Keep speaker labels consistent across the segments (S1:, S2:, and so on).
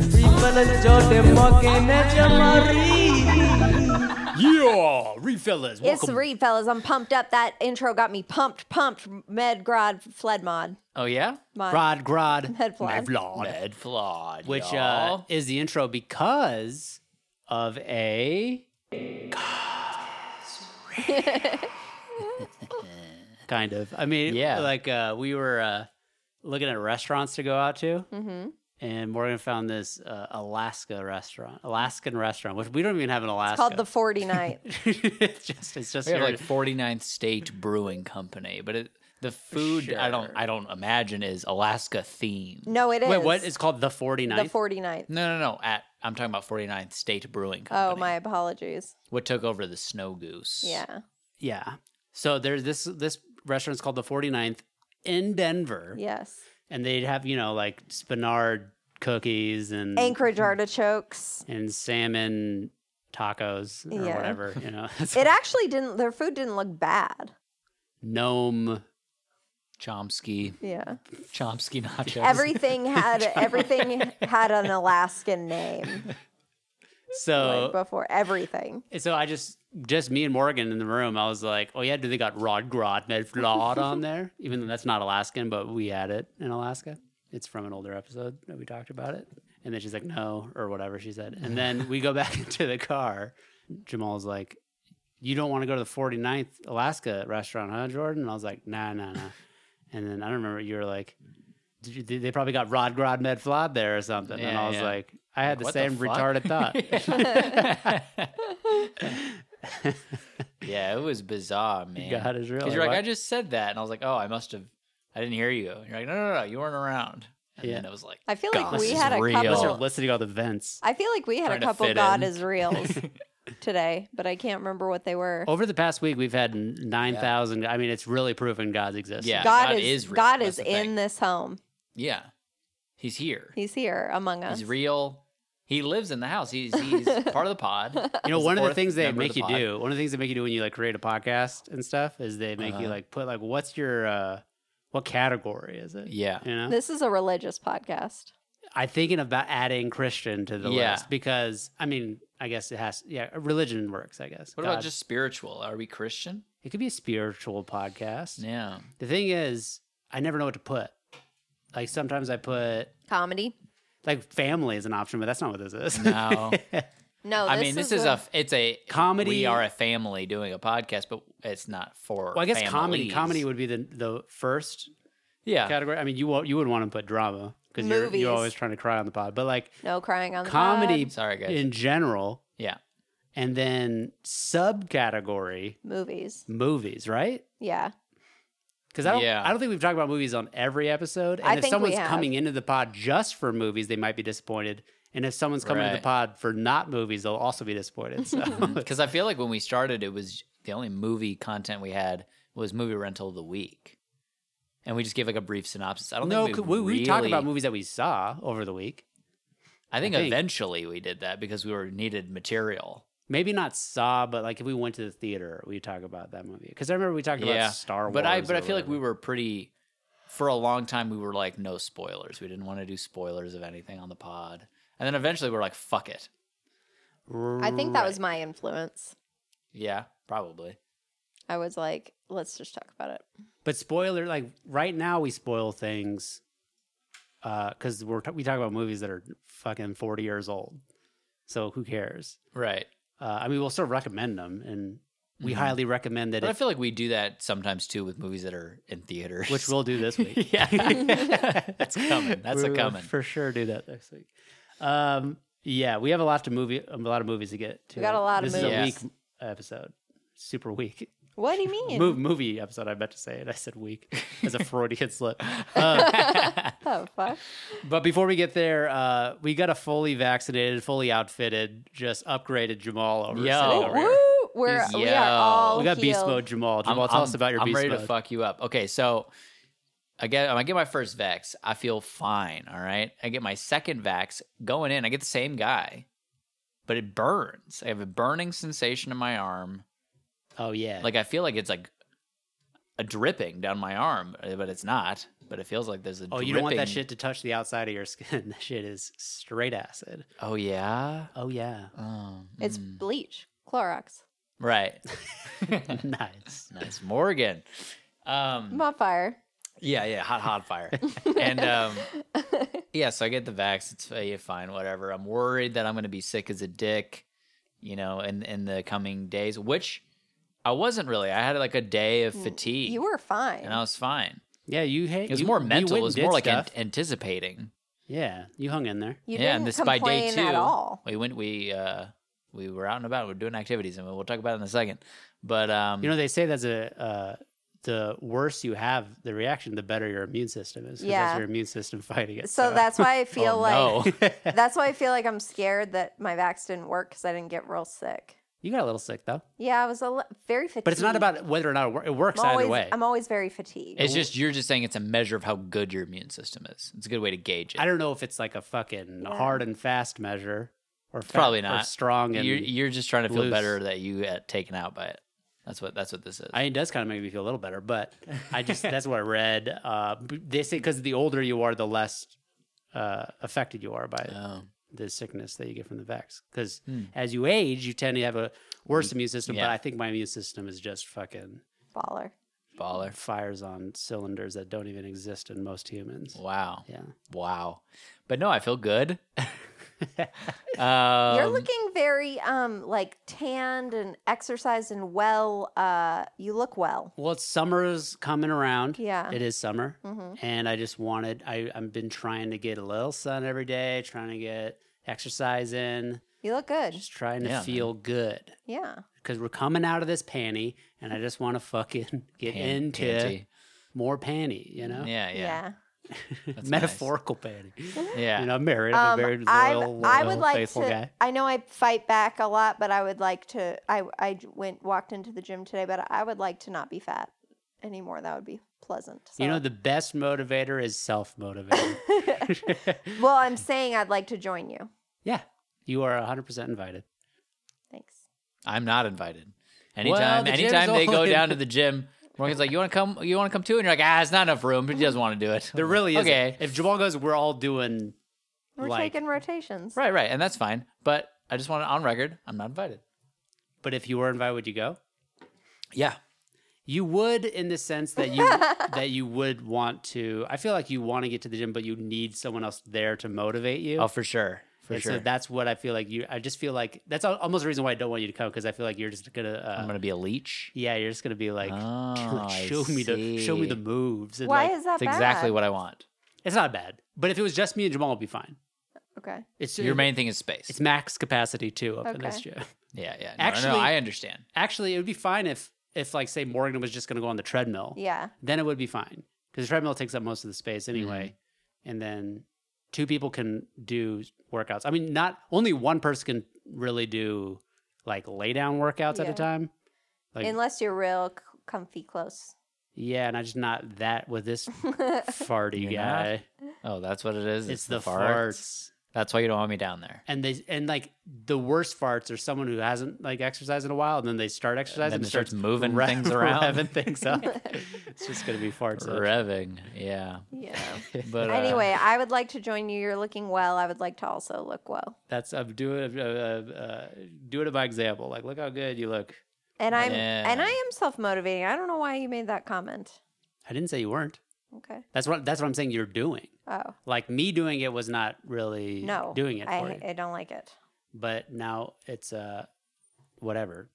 S1: fellas Joe Demokin and Jamari.
S2: Yeah, re fellas,
S3: It's
S2: welcome.
S3: Reed, fellas. I'm pumped up. That intro got me pumped, pumped. Med, grod, fled mod.
S2: oh yeah,
S3: Mod.
S2: Rod Grod
S3: Med flawed.
S2: Mevlod,
S4: Med flawed.
S2: which uh,
S4: y'all.
S2: is the intro because of a kind of. I mean,
S4: Yeah.
S2: like uh, we were uh, looking at restaurants to go out to.
S3: Mm-hmm.
S2: and Morgan found this uh, Alaska restaurant, Alaskan restaurant, which we don't even have in Alaska.
S3: It's called the 49th.
S2: it's just it's just
S4: we have
S2: here.
S4: like 49th State Brewing Company, but it, the food I don't
S2: Sure.
S4: I don't imagine is Alaska themed.
S3: No, it is.
S2: wait, what? It's called the 49th?
S3: the 49th.
S4: No, no, no. At I'm talking about 49th State Brewing Company.
S3: Oh, my apologies.
S4: What took over the Snow Goose?
S3: Yeah.
S2: yeah. So there's this this restaurant's called the 49th in Denver,
S3: Yes.
S2: and they'd have you know like Spinard cookies
S4: Mm-hmm.
S2: and
S3: Anchorage artichokes.
S2: and salmon tacos or
S3: Yeah.
S2: whatever you know It's
S3: It actually didn't, their food didn't look bad.
S2: gnome
S4: Chomsky,
S3: Yeah.
S4: Chomsky nachos.
S3: Everything had, everything had an Alaskan name
S2: so
S4: Oh.
S3: like before. Everything.
S2: And so I just, just me and Morgan in the room, I was like, oh yeah, do they got Rod Grod Medflod on there? Even though that's not Alaskan, but we had it in Alaska. It's from an older episode that we talked about it. And then she's like, no, or whatever she said. And then we go back into the car. Jamal's like, you don't want to go to the 49th Alaska restaurant, huh, Jordan? And I was like, nah, nah, nah. And then I don't remember, you were like, did you, they probably got Rod Grod Medflod there or something. and
S4: Yeah,
S2: I was
S4: yeah.
S2: like, I had the
S4: Like,
S2: same
S4: what the fuck?
S2: retarded thought.
S4: yeah, it was bizarre, man.
S2: God is real.
S4: Because you're like,
S2: Why-
S4: I just said that, and I was like, oh, I must have, I didn't hear you. And you're like, no, no, no, you weren't around. And
S2: Yeah.
S4: then it was like,
S3: I feel
S4: God,
S3: like we
S4: this is
S3: had a
S4: real.
S2: Unless you're
S3: couple.
S2: listening to all the vents.
S3: I feel like we had
S4: Trying
S3: a
S4: to
S3: couple
S4: fit
S3: God
S4: in.
S3: is reals today, but I can't remember what they
S4: Oh,
S3: were.
S2: Over the past week, we've had 9,000. I mean, it's really proven God's existence.
S4: Yeah.
S3: God,
S4: God
S3: is,
S4: is real.
S3: God
S4: That's
S3: is
S4: the thing.
S3: in this home.
S4: yeah, he's here.
S3: He's here among us.
S4: He's real. He lives in the house. He's he's part of the pod.
S2: You know,
S4: He's
S2: one of the
S4: fourth
S2: things they
S4: member of
S2: make
S4: the
S2: you
S4: pod.
S2: do, one of the things they make you do when you like create a podcast and stuff is they make you
S4: Uh-huh.
S2: like put like, what's your, uh, what category is it?
S4: Yeah.
S2: You know,
S3: This is a religious podcast.
S2: I'm thinking about adding Christian to the
S4: Yeah.
S2: list because I mean, I guess it has, yeah, religion works, I guess.
S4: What
S2: God-
S4: about just spiritual? Are we Christian?
S2: it could be a spiritual podcast.
S4: Yeah.
S2: The thing is, I never know what to put. Like sometimes I put
S3: Comedy?
S2: like family is an option, but that's not what this is.
S4: No.
S3: No,
S4: I mean, this is, a, it's a
S2: Comedy-
S4: We are a family doing a podcast, but it's not for.
S2: Well, I guess comedy
S4: families.
S2: comedy would be the the first
S4: Yeah.
S2: category. I mean, you won't, you would want to put drama because you're,
S3: Movies.
S2: you're always trying to cry on the pod, but like
S3: no crying on the
S2: comedy
S3: pod.
S4: Sorry, guys.
S2: in general,
S4: yeah.
S2: and then subcategory
S3: movies.
S2: movies, right?
S3: Yeah.
S2: Because I don't
S4: Yeah.
S2: I don't think we've talked about movies on every episode. And
S3: I
S2: if
S3: think we
S2: someone's
S3: have.
S2: coming into the pod just for movies, they might be disappointed. And if someone's coming to the
S4: Right.
S2: pod for not movies, they'll also be disappointed. So
S4: Because I feel like when we started, it was the only movie content we had was movie rental of the week, and we just gave like a brief synopsis. I don't
S2: no,
S4: think
S2: we, we talked
S4: really-
S2: about movies that we saw over the week.
S4: I think,
S2: I think.
S4: eventually we did that because we were needed material.
S2: maybe not saw, but like if we went to the theater, we talk about that movie because I remember we talked
S4: yeah,
S2: about Star Wars.
S4: But I but
S2: or
S4: I feel like we
S2: whatever.
S4: were pretty. For a long time, we were like no spoilers. We didn't want to do spoilers of anything on the pod, and then eventually we're like, fuck it.
S3: I think that was my influence.
S4: Yeah, probably.
S3: I was like, let's just talk about it.
S2: But spoiler, like right now we spoil things because we're t- we talk about movies that are fucking forty years old. So who cares?
S4: Right.
S2: Uh, I mean, we'll still recommend them, and we
S4: Mhm.
S2: highly recommend that.
S4: But I
S2: If,
S4: feel like we do that sometimes too with movies that are in theaters.
S2: which we'll do this week.
S4: yeah, that's coming. That's
S2: We
S4: a
S2: will
S4: coming.
S2: for sure. Do that next week. Um, yeah, we have a lot to movie, a lot of movies to get to.
S3: We got a lot of
S2: this
S4: movies.
S2: is a week episode, super week.
S3: What do you mean?
S2: Mov- movie episode, I meant to say it. I said week as a Freudian slip. Uh,
S3: Oh, fuck.
S2: but before we get there, uh, we got a fully vaccinated, fully outfitted, just upgraded Jamal over.
S4: Yo.
S2: sitting over
S3: Woo!
S2: here.
S3: We're,
S4: Oh, He's
S3: we are
S4: yellow.
S3: all
S2: We got beast
S3: healed.
S2: mode, Jamal. Jamal, tell us about your
S4: I'm
S2: beast
S4: ready
S2: mode.
S4: to fuck you up. Okay, so again, when I get my first vax, I feel fine. All right, I get my second vax going in. I get the same guy, but it burns. I have a burning sensation in my arm.
S2: oh yeah,
S4: Like I feel like it's like a dripping down my arm, eh, but it's not. but it feels like there's a
S2: Oh, you don't want that
S4: dripping-
S2: shit to touch the outside of your skin. that shit is straight acid.
S4: Oh yeah.
S2: Oh yeah.
S4: Um,
S3: It's bleach, Clorox.
S4: right.
S2: nice.
S4: Nice, Morgan. Um,
S3: I'm on fire.
S4: Yeah, yeah, hot, hot fire. and um, yeah, so I get the vax. It's uh, yeah, fine, whatever. I'm worried that I'm going to be sick as a dick, you know, in in the coming days, which I wasn't really. I had like a day
S2: Mm,
S4: of fatigue,
S3: You were fine.
S4: and I was fine.
S2: Yeah, you hate.
S4: It was
S2: you-
S4: more
S2: you
S4: mental.
S2: went
S4: It was
S2: and
S4: more
S2: did
S4: like an-
S2: stuff.
S4: anticipating.
S2: yeah, you hung in there.
S3: you
S4: yeah,
S3: didn't
S4: and this by
S3: complain
S4: day two,
S3: at all.
S4: we went. We uh, we were out and about. We are doing activities, and we'll talk about it in a second. But um,
S2: You know they say that's a uh, the worse you have the reaction, the better your immune system is. 'cause
S3: Yeah.
S2: that's your immune system fighting it.
S3: So that's why I feel
S4: oh,
S3: like
S4: no.
S3: that's why I feel like I'm scared that my vax didn't work because I didn't get real sick.
S2: you got a little sick though,
S3: Yeah, I was a li- very fatigued.
S2: but it's not about whether or not it, wor- it works
S3: I'm always,
S2: either way.
S3: I'm always very fatigued.
S4: It's just you're just saying it's a measure of how good your immune system is. It's a good way to gauge it.
S2: I don't know if it's like a fucking
S3: Yeah.
S2: hard and fast measure or fa-
S4: Probably
S2: or
S4: not.
S2: strong and.
S4: You're, you're just trying to feel
S2: loose.
S4: better that you got taken out by it. That's what that's what this is.
S2: I mean, it does kind of make me feel a little better, but I just that's what I read. Uh, b- they say because the older you are, the less uh, affected you are by
S4: Oh.
S2: the sickness that you get from the vax. Because
S4: Hmm. Mm.
S2: as you age, you tend to have a worse immune system.
S4: yeah.
S2: But I think my immune system is just fucking
S3: baller.
S4: Baller.
S2: fires on cylinders that don't even exist in most humans.
S4: Wow.
S2: Yeah,
S4: Wow. But no, I feel good.
S3: You're
S4: Um,
S3: looking very um like tanned and exercised and well. Uh, you look well.
S2: Well, it's summer's coming around.
S3: Yeah.
S2: It is summer.
S3: Mhm.
S2: And I just wanted, I, I've been trying to get a little sun every day, trying to get exercise in,
S3: You look good.
S2: just trying to
S4: Yeah, man.
S2: feel good.
S3: Yeah.
S2: Because we're coming out of this panty and I just want to fucking get
S4: pan-
S2: into
S4: panty.
S2: more panty, you know?
S4: Yeah, yeah.
S3: Yeah.
S4: That's nice.
S2: Metaphorical panty.
S4: Yeah.
S2: You know, I'm married. I'm
S3: Um,
S2: a very
S3: I've-
S2: loyal,
S3: I would
S2: loyal,
S3: like
S2: faithful
S3: to.
S2: guy.
S3: I know I fight back a lot, but I would like to. I I j- went walked into the gym today, but I would like to not be fat anymore. That would be pleasant.
S2: You know,
S3: So-
S2: the best motivator is self motivator.
S3: well, I'm saying I'd like to join you.
S2: yeah. You are 100% invited.
S3: Thanks.
S4: I'm not invited. Anytime
S2: the gym's
S4: anytime they go
S2: only-
S4: down to the gym, Morgan's like, You wanna come you wanna come too? And you're like, ah, it's not enough room, but he doesn't want to do it.
S2: There really is.
S4: Okay.
S2: If Jamal goes, we're all doing
S3: We're
S2: Like-
S3: taking rotations.
S4: Right, right. And that's fine. But I just want it on record. I'm not invited.
S2: But if you were invited, would you go?
S4: Yeah.
S2: You would, in the sense that you that you would want to. I feel like you want to get to the gym, but you need someone else there to motivate you.
S4: Oh, for sure. For
S2: And
S4: sure.
S2: So that's what I feel like. You, I just feel like that's al- almost the reason why I don't want you to come because I feel like you're just gonna. Uh,
S4: I'm gonna be a leech.
S2: yeah, you're just gonna be like,
S4: Oh, I
S2: show me the show me the
S4: see.
S2: moves. and,
S3: Why
S2: like,
S3: is that
S4: That's
S3: bad?
S4: exactly what I want.
S2: It's not bad, but if it was just me and Jamal, it'd be fine.
S3: Okay.
S2: It's
S4: Your main thing is space.
S2: It's max capacity too up in this
S3: Okay.
S2: gym.
S4: yeah, yeah. No,
S2: Actually-
S4: no, I understand.
S2: Actually, it would be fine if if like say Morgan was just gonna go on the treadmill.
S3: Yeah.
S2: then it would be fine because the treadmill takes up most of the space
S4: Mm-hmm.
S2: anyway. And then two people can do workouts. I mean, not only one person can really do like lay down workouts at
S3: Yeah.
S2: a time. Like,
S3: Unless you're real c- comfy close.
S2: yeah, and I just not that with this farty
S4: You're not?
S2: guy.
S4: Oh, that's what it is.
S2: It's, the,
S4: farts.
S2: farts.
S4: That's why you don't want me down there.
S2: And they and like the worst farts are someone who hasn't like exercised in a while, and then they start exercising,
S4: then
S2: and
S4: it starts moving things around.
S2: revving things up. it's just gonna be farts.
S4: Revving. Yeah.
S3: Yeah.
S4: But uh,
S3: anyway, I would like to join you. You're looking well. I would like to also look well.
S2: That's I'm doing uh, uh, doing it by example. Like, look how good you look.
S3: And I'm and
S4: Yeah.
S3: I am self motivating. I don't know why you made that comment.
S2: I didn't say you weren't.
S3: Okay.
S2: That's what that's what I'm saying. You're doing.
S3: Oh
S2: Like me doing it was not really
S3: no.
S2: doing it for
S3: I,
S2: you.
S3: I don't like it.
S2: But now it's uh, whatever.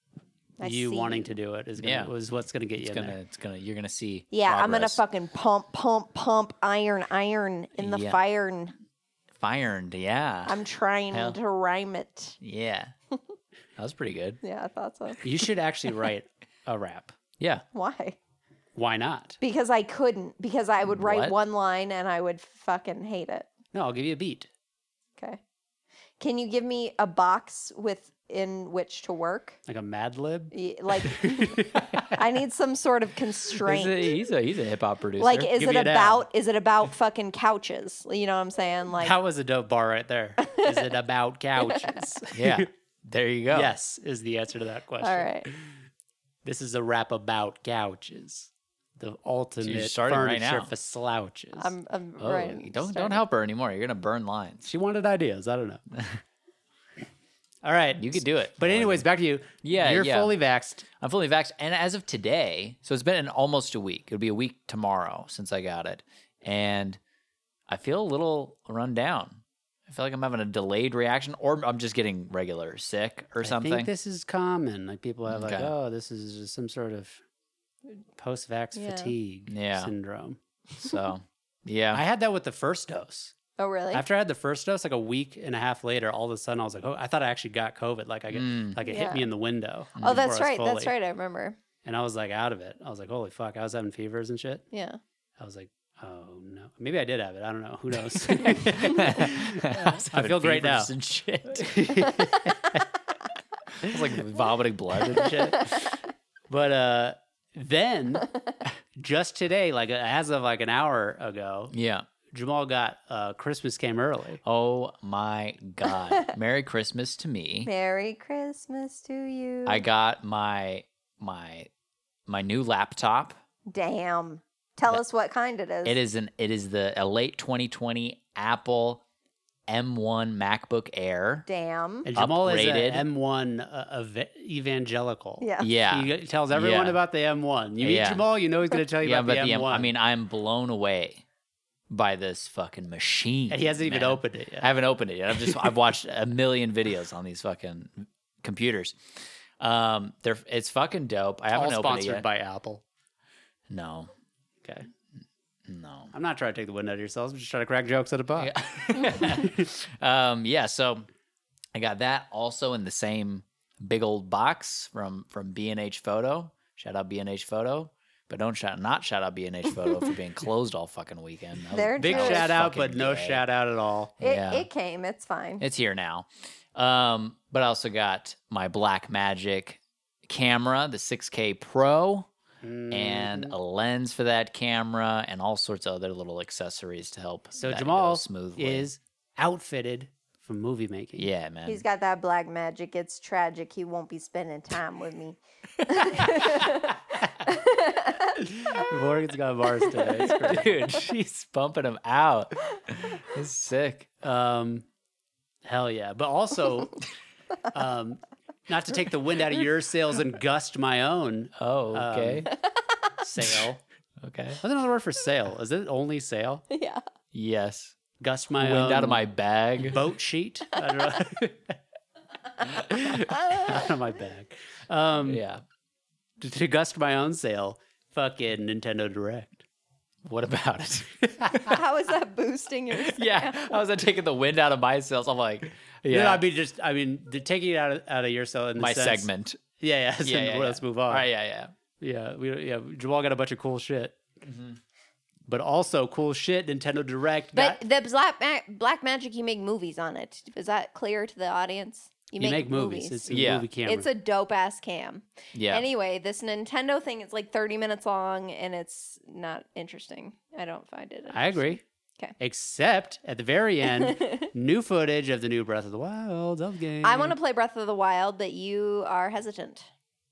S3: I
S2: you
S3: see.
S2: wanting to do it is gonna,
S4: Yeah.
S2: was what's gonna get you
S4: it's
S2: in
S4: gonna
S2: there.
S4: it's gonna you're gonna see.
S3: Yeah, I'm gonna
S4: progress.
S3: fucking pump, pump, pump, iron, iron in the
S4: Yeah.
S3: fire.
S4: Fired, yeah.
S3: I'm trying
S4: Hell.
S3: to rhyme it.
S4: yeah. that was pretty good.
S3: Yeah, I thought so.
S2: You should actually write a rap.
S4: Yeah.
S3: Why?
S2: Why not?
S3: Because I couldn't. Because I would write
S4: What?
S3: one line and I would fucking hate it.
S2: No, I'll give you a beat.
S3: Okay. Can you give me a box with in which to work?
S2: Like a Mad Lib.
S3: Y- Like I need some sort of
S4: He's
S3: constraint.
S4: a, he's a he's a hip hop producer.
S3: like is
S2: Give
S3: it
S2: me an ad.
S3: about is it about fucking couches? You know what I'm saying? Like
S2: that was a dope bar right there. Is it about couches?
S4: yeah. There you go.
S2: Yes, is the answer to that question.
S3: all right.
S2: This is a rap about couches. the ultimate
S4: starting right
S2: furniture
S4: now.
S2: for slouches.
S3: I'm, I'm
S2: Oh,
S4: You
S3: right.
S4: Don't
S3: starting.
S4: don't help her anymore. You're gonna burn lines.
S2: she wanted ideas. I don't know. All right,
S4: You could do it.
S2: But anyways, back to you.
S4: Yeah,
S2: you're
S4: yeah.
S2: fully vaxxed.
S4: I'm fully vaxxed. And as of today, so it's been an, almost a week. It'll be a week tomorrow since I got it. And I feel a little run down. I feel like I'm having a delayed reaction or I'm just getting regular sick or
S2: I
S4: something.
S2: think this is common. Like people have like,
S4: Okay.
S2: oh, this is just some sort of post-vax
S3: Yeah.
S2: fatigue
S4: Yeah.
S2: syndrome.
S4: so, yeah.
S2: I had that with the first dose.
S3: Oh, really?
S2: After I had the first dose, like a week and a half later, all of a sudden I was like, oh, I thought I actually got COVID. Like I get,
S4: Mm.
S2: like it
S3: Yeah.
S2: hit me in the window.
S3: oh,
S2: before
S3: that's
S2: I was
S3: right. That's
S2: fully.
S3: right. I remember.
S2: And I was like out of it. I was like, holy fuck! I was having fevers and shit.
S3: Yeah.
S2: I was like, oh no, maybe I did have it. I don't know. Who knows?
S4: was
S2: I feel
S4: having
S2: great now.
S4: fevers And shit. I was like vomiting blood and shit.
S2: but uh, then, just today, like uh, as of like an hour ago,
S4: Yeah.
S2: Jamal got uh, Christmas came early.
S4: Oh my God. Merry Christmas to me.
S3: Merry Christmas to you.
S4: I got my my my new laptop.
S3: Damn. Tell us what kind it is.
S4: It is an it is the a late 2020 Apple M1 MacBook Air.
S3: Damn.
S2: And Jamal
S4: Upgraded.
S2: is an M1 uh, ev- evangelical.
S3: Yeah.
S4: Yeah.
S2: He g- tells everyone
S4: Yeah.
S2: about the M1. You meet
S4: Yeah.
S2: Jamal, you know he's going to tell you
S4: yeah,
S2: about
S4: but
S2: the M1.
S4: the M- I mean, I'm blown away by this fucking machine.
S2: And he hasn't even
S4: man.
S2: opened it yet.
S4: I haven't opened it yet. I've just I've watched a million videos on these fucking computers. Um, they're it's fucking dope. I haven't
S2: All
S4: opened it
S2: sponsored
S4: yet.
S2: by Apple.
S4: no,
S2: Okay.
S4: no.
S2: I'm not trying to take the wind out of yourselves. I'm just trying to crack jokes at a pot.
S4: um, yeah, so I got that also in the same big old box from from B&H Photo. Shout out B&H Photo, but don't shout not shout out B&H Photo for being closed all fucking weekend. That was-
S3: They're
S2: Big
S3: That was
S2: shout out, but
S4: fucking
S2: no
S4: gay.
S2: shout out at all.
S3: It,
S4: Yeah.
S3: it came. It's fine.
S4: It's here now. Um, but I also got my Black Magic camera, the 6K Pro, and
S2: Mm. Mm-hmm.
S4: a lens for that camera, and all sorts of other little accessories to help.
S2: So
S4: that go
S2: Jamal
S4: smoothly.
S2: is outfitted for movie making.
S4: yeah, man.
S3: He's got that black magic. It's tragic. He won't be spending time with me.
S2: Morgan's got bars today. It's great.
S4: dude she's bumping him out it's sick
S2: Um, hell yeah. But also, um, not to take the wind out of your sails and gust my own
S4: oh
S2: um,
S4: okay
S2: sail.
S4: okay
S2: What's another word for sail? Is it only sail?
S3: yeah.
S4: yes
S2: Gust my
S4: wind
S2: own
S4: out of my bag
S2: boat sheet. I don't know. out of my bag. Um,
S4: yeah
S2: to, to gust my own sail. Fucking Nintendo Direct.
S4: what about it
S3: How is that boosting your?
S4: yeah i was like taking the wind out of my sails i'm like
S2: Yeah,
S4: yeah
S2: I mean, just I mean, the, taking it out of, out of your sail in the
S4: my
S2: sense-
S4: segment
S2: Yeah, yeah. so
S4: yeah, yeah,
S2: let's
S4: yeah.
S2: move on.
S4: all right yeah yeah Mm-hmm.
S2: Yeah, we yeah. Jamal got a bunch of cool shit, but also cool shit. Nintendo Direct.
S3: But
S2: got-
S3: the black ma- black magic, you make movies on it. Is that clear to the audience?
S2: you make, movies. It's a
S4: Yeah.
S2: movie camera.
S3: It's a dope ass cam.
S4: yeah
S3: Anyway, this Nintendo thing is like 30 minutes long and it's not interesting. I don't find it.
S2: I agree.
S3: 'Kay.
S2: Except at the very end, new footage of the new Breath of the Wild of game.
S3: I want to play Breath of the Wild, but you are hesitant.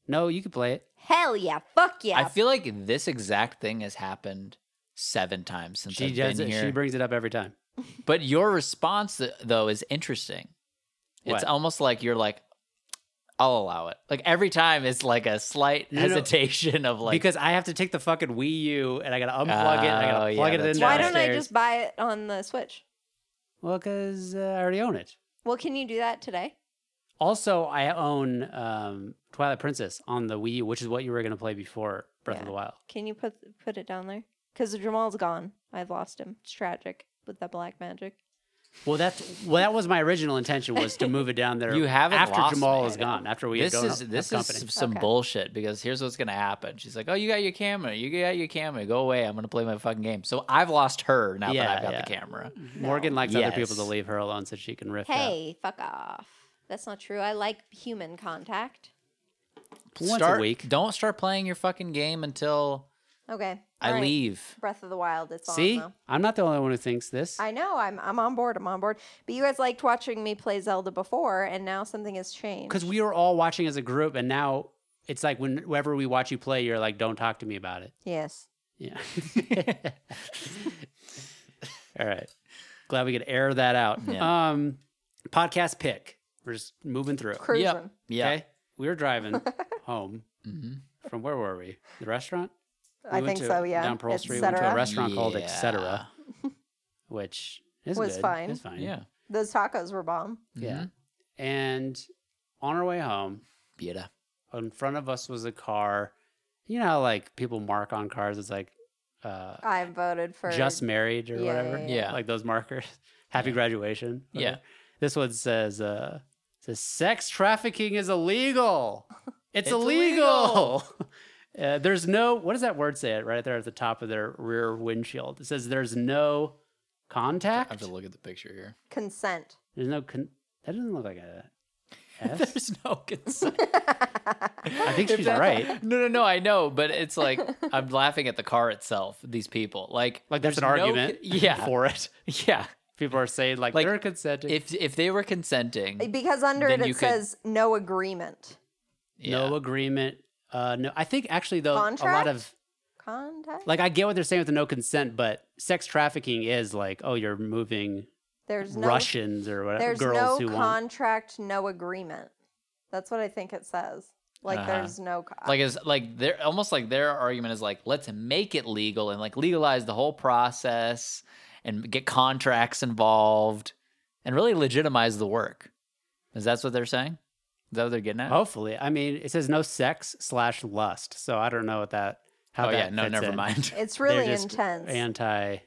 S2: No, you can play it.
S3: Hell yeah. Fuck yeah.
S4: i feel like this exact thing has happened seven times since
S2: She
S4: i've
S2: does
S4: been
S2: it.
S4: here
S2: She brings it up every time.
S4: But your response th- though is interesting.
S2: What?
S4: It's almost like you're like, I'll allow it. Like every time it's like a slight
S2: No, no.
S4: hesitation of like
S2: because I have to take the fucking Wii U and I gotta unplug it. And I
S4: Oh,
S2: gotta
S4: yeah,
S2: plug it
S4: that's
S2: in.
S3: Why
S4: right.
S3: don't I
S2: downstairs.
S3: just buy it on the Switch?
S2: Well, because uh, I already own it.
S3: Well, can you do that today?
S2: Also, I own um, Twilight Princess on the Wii U, which is what you were gonna play before Breath of
S3: Yeah.
S2: the Wild.
S3: Can you put put it down there? Because Jamal's gone. I've lost him. It's tragic with that black magic.
S2: Well, that's well. That was my original intention was to move it down there.
S4: You haven't
S2: after
S4: lost
S2: Jamal
S4: me.
S2: is gone. After we
S4: this
S2: don't
S4: is
S2: have
S4: this is
S2: company.
S4: some
S3: Okay.
S4: bullshit because here's what's gonna happen. She's like, Oh, you got your camera, you got your camera, go away. I'm gonna play my fucking game. So I've lost her now
S2: Yeah,
S4: that I've got
S2: yeah.
S4: the camera.
S2: Morgan likes other people to
S4: Yes.
S2: leave her alone so she can riff.
S3: Hey, fuck off. That's not true. I like human contact.
S2: Once a
S4: start,
S2: week.
S4: Don't start playing your fucking game until
S3: Okay.
S4: I
S3: all right.
S4: leave.
S3: Breath of the Wild. It's
S2: out.
S3: on.
S2: See,
S3: now.
S2: I'm not the only one who thinks this.
S3: I know. I'm I'm on board. I'm on board. But you guys liked watching me play Zelda before, and now something has changed.
S2: Because we were all watching as a group, and now it's like when- whenever we watch you play, you're like, "Don't talk to me about it."
S3: yes.
S2: Yeah. All right. Glad we could air that out.
S4: Yeah.
S2: Um, podcast pick. We're just moving through.
S3: Cruising.
S4: Yep. Yeah.
S2: Okay. We were driving home
S4: Mm-hmm.
S2: from where were we? The restaurant?
S3: I
S2: We went
S3: think
S2: to-
S3: so. Yeah.
S2: Down Pearl
S3: Et
S2: Street. Went to a
S3: cetera.
S2: restaurant called
S4: Yeah.
S2: Etc. Which is
S3: Was
S2: good.
S3: fine.
S2: It's fine.
S4: Yeah. Mm-hmm.
S3: Those tacos were bomb.
S2: Yeah. And on our way home,
S4: Beautiful.
S2: in front of us was a car. You know how like people mark on cars? It's like uh,
S3: I voted for
S2: just married or
S3: Yeah,
S2: whatever.
S3: yeah,
S4: yeah. Yeah.
S2: Like those markers. Happy
S4: Yeah.
S2: graduation.
S4: Yeah.
S2: whatever. This one says uh says sex trafficking is illegal. It's,
S4: It's
S2: illegal. uh, there's no what does that word say it right there at the top of their rear windshield? It says there's no
S4: I have
S2: contact.
S4: to look at the picture here.
S3: consent.
S2: There's no con- that doesn't look like a F.
S4: There's no consent.
S2: I think
S4: If
S2: she's
S4: that-
S2: right.
S4: No, no, no. I know, but it's like I'm laughing at the car itself. These people, like,
S2: Like that's an
S4: there's no
S2: argument
S4: con- yeah,
S2: for it.
S4: yeah.
S2: People are saying like,
S4: Like,
S2: they're consenting.
S4: If if they were consenting,
S3: because under
S4: Then
S3: it
S4: you
S3: it
S4: could-
S3: says no agreement.
S4: yeah.
S2: No agreement. Uh, no, I think actually though a lot
S3: Contract?
S2: of
S3: Contact.
S2: like I get what they're saying with the no consent, but sex trafficking is like, oh, you're moving
S3: There's no
S2: Russians or whatever
S3: there's
S2: girls
S3: no
S2: who want.
S3: contract, no agreement. That's what I think it says. Like
S4: Uh-huh.
S3: there's no co-
S4: like is like they're almost like their argument is like let's make it legal and like legalize the whole process and get contracts involved and really legitimize the work. Is that what they're saying? Is that what they're getting at?
S2: Hopefully, I mean, it says no sex slash lust, so I don't know what that. How
S4: Oh,
S2: that
S4: yeah, no,
S2: fits
S4: never
S2: in.
S4: mind.
S3: it's
S2: They're
S3: really
S2: just
S3: intense.
S2: Anti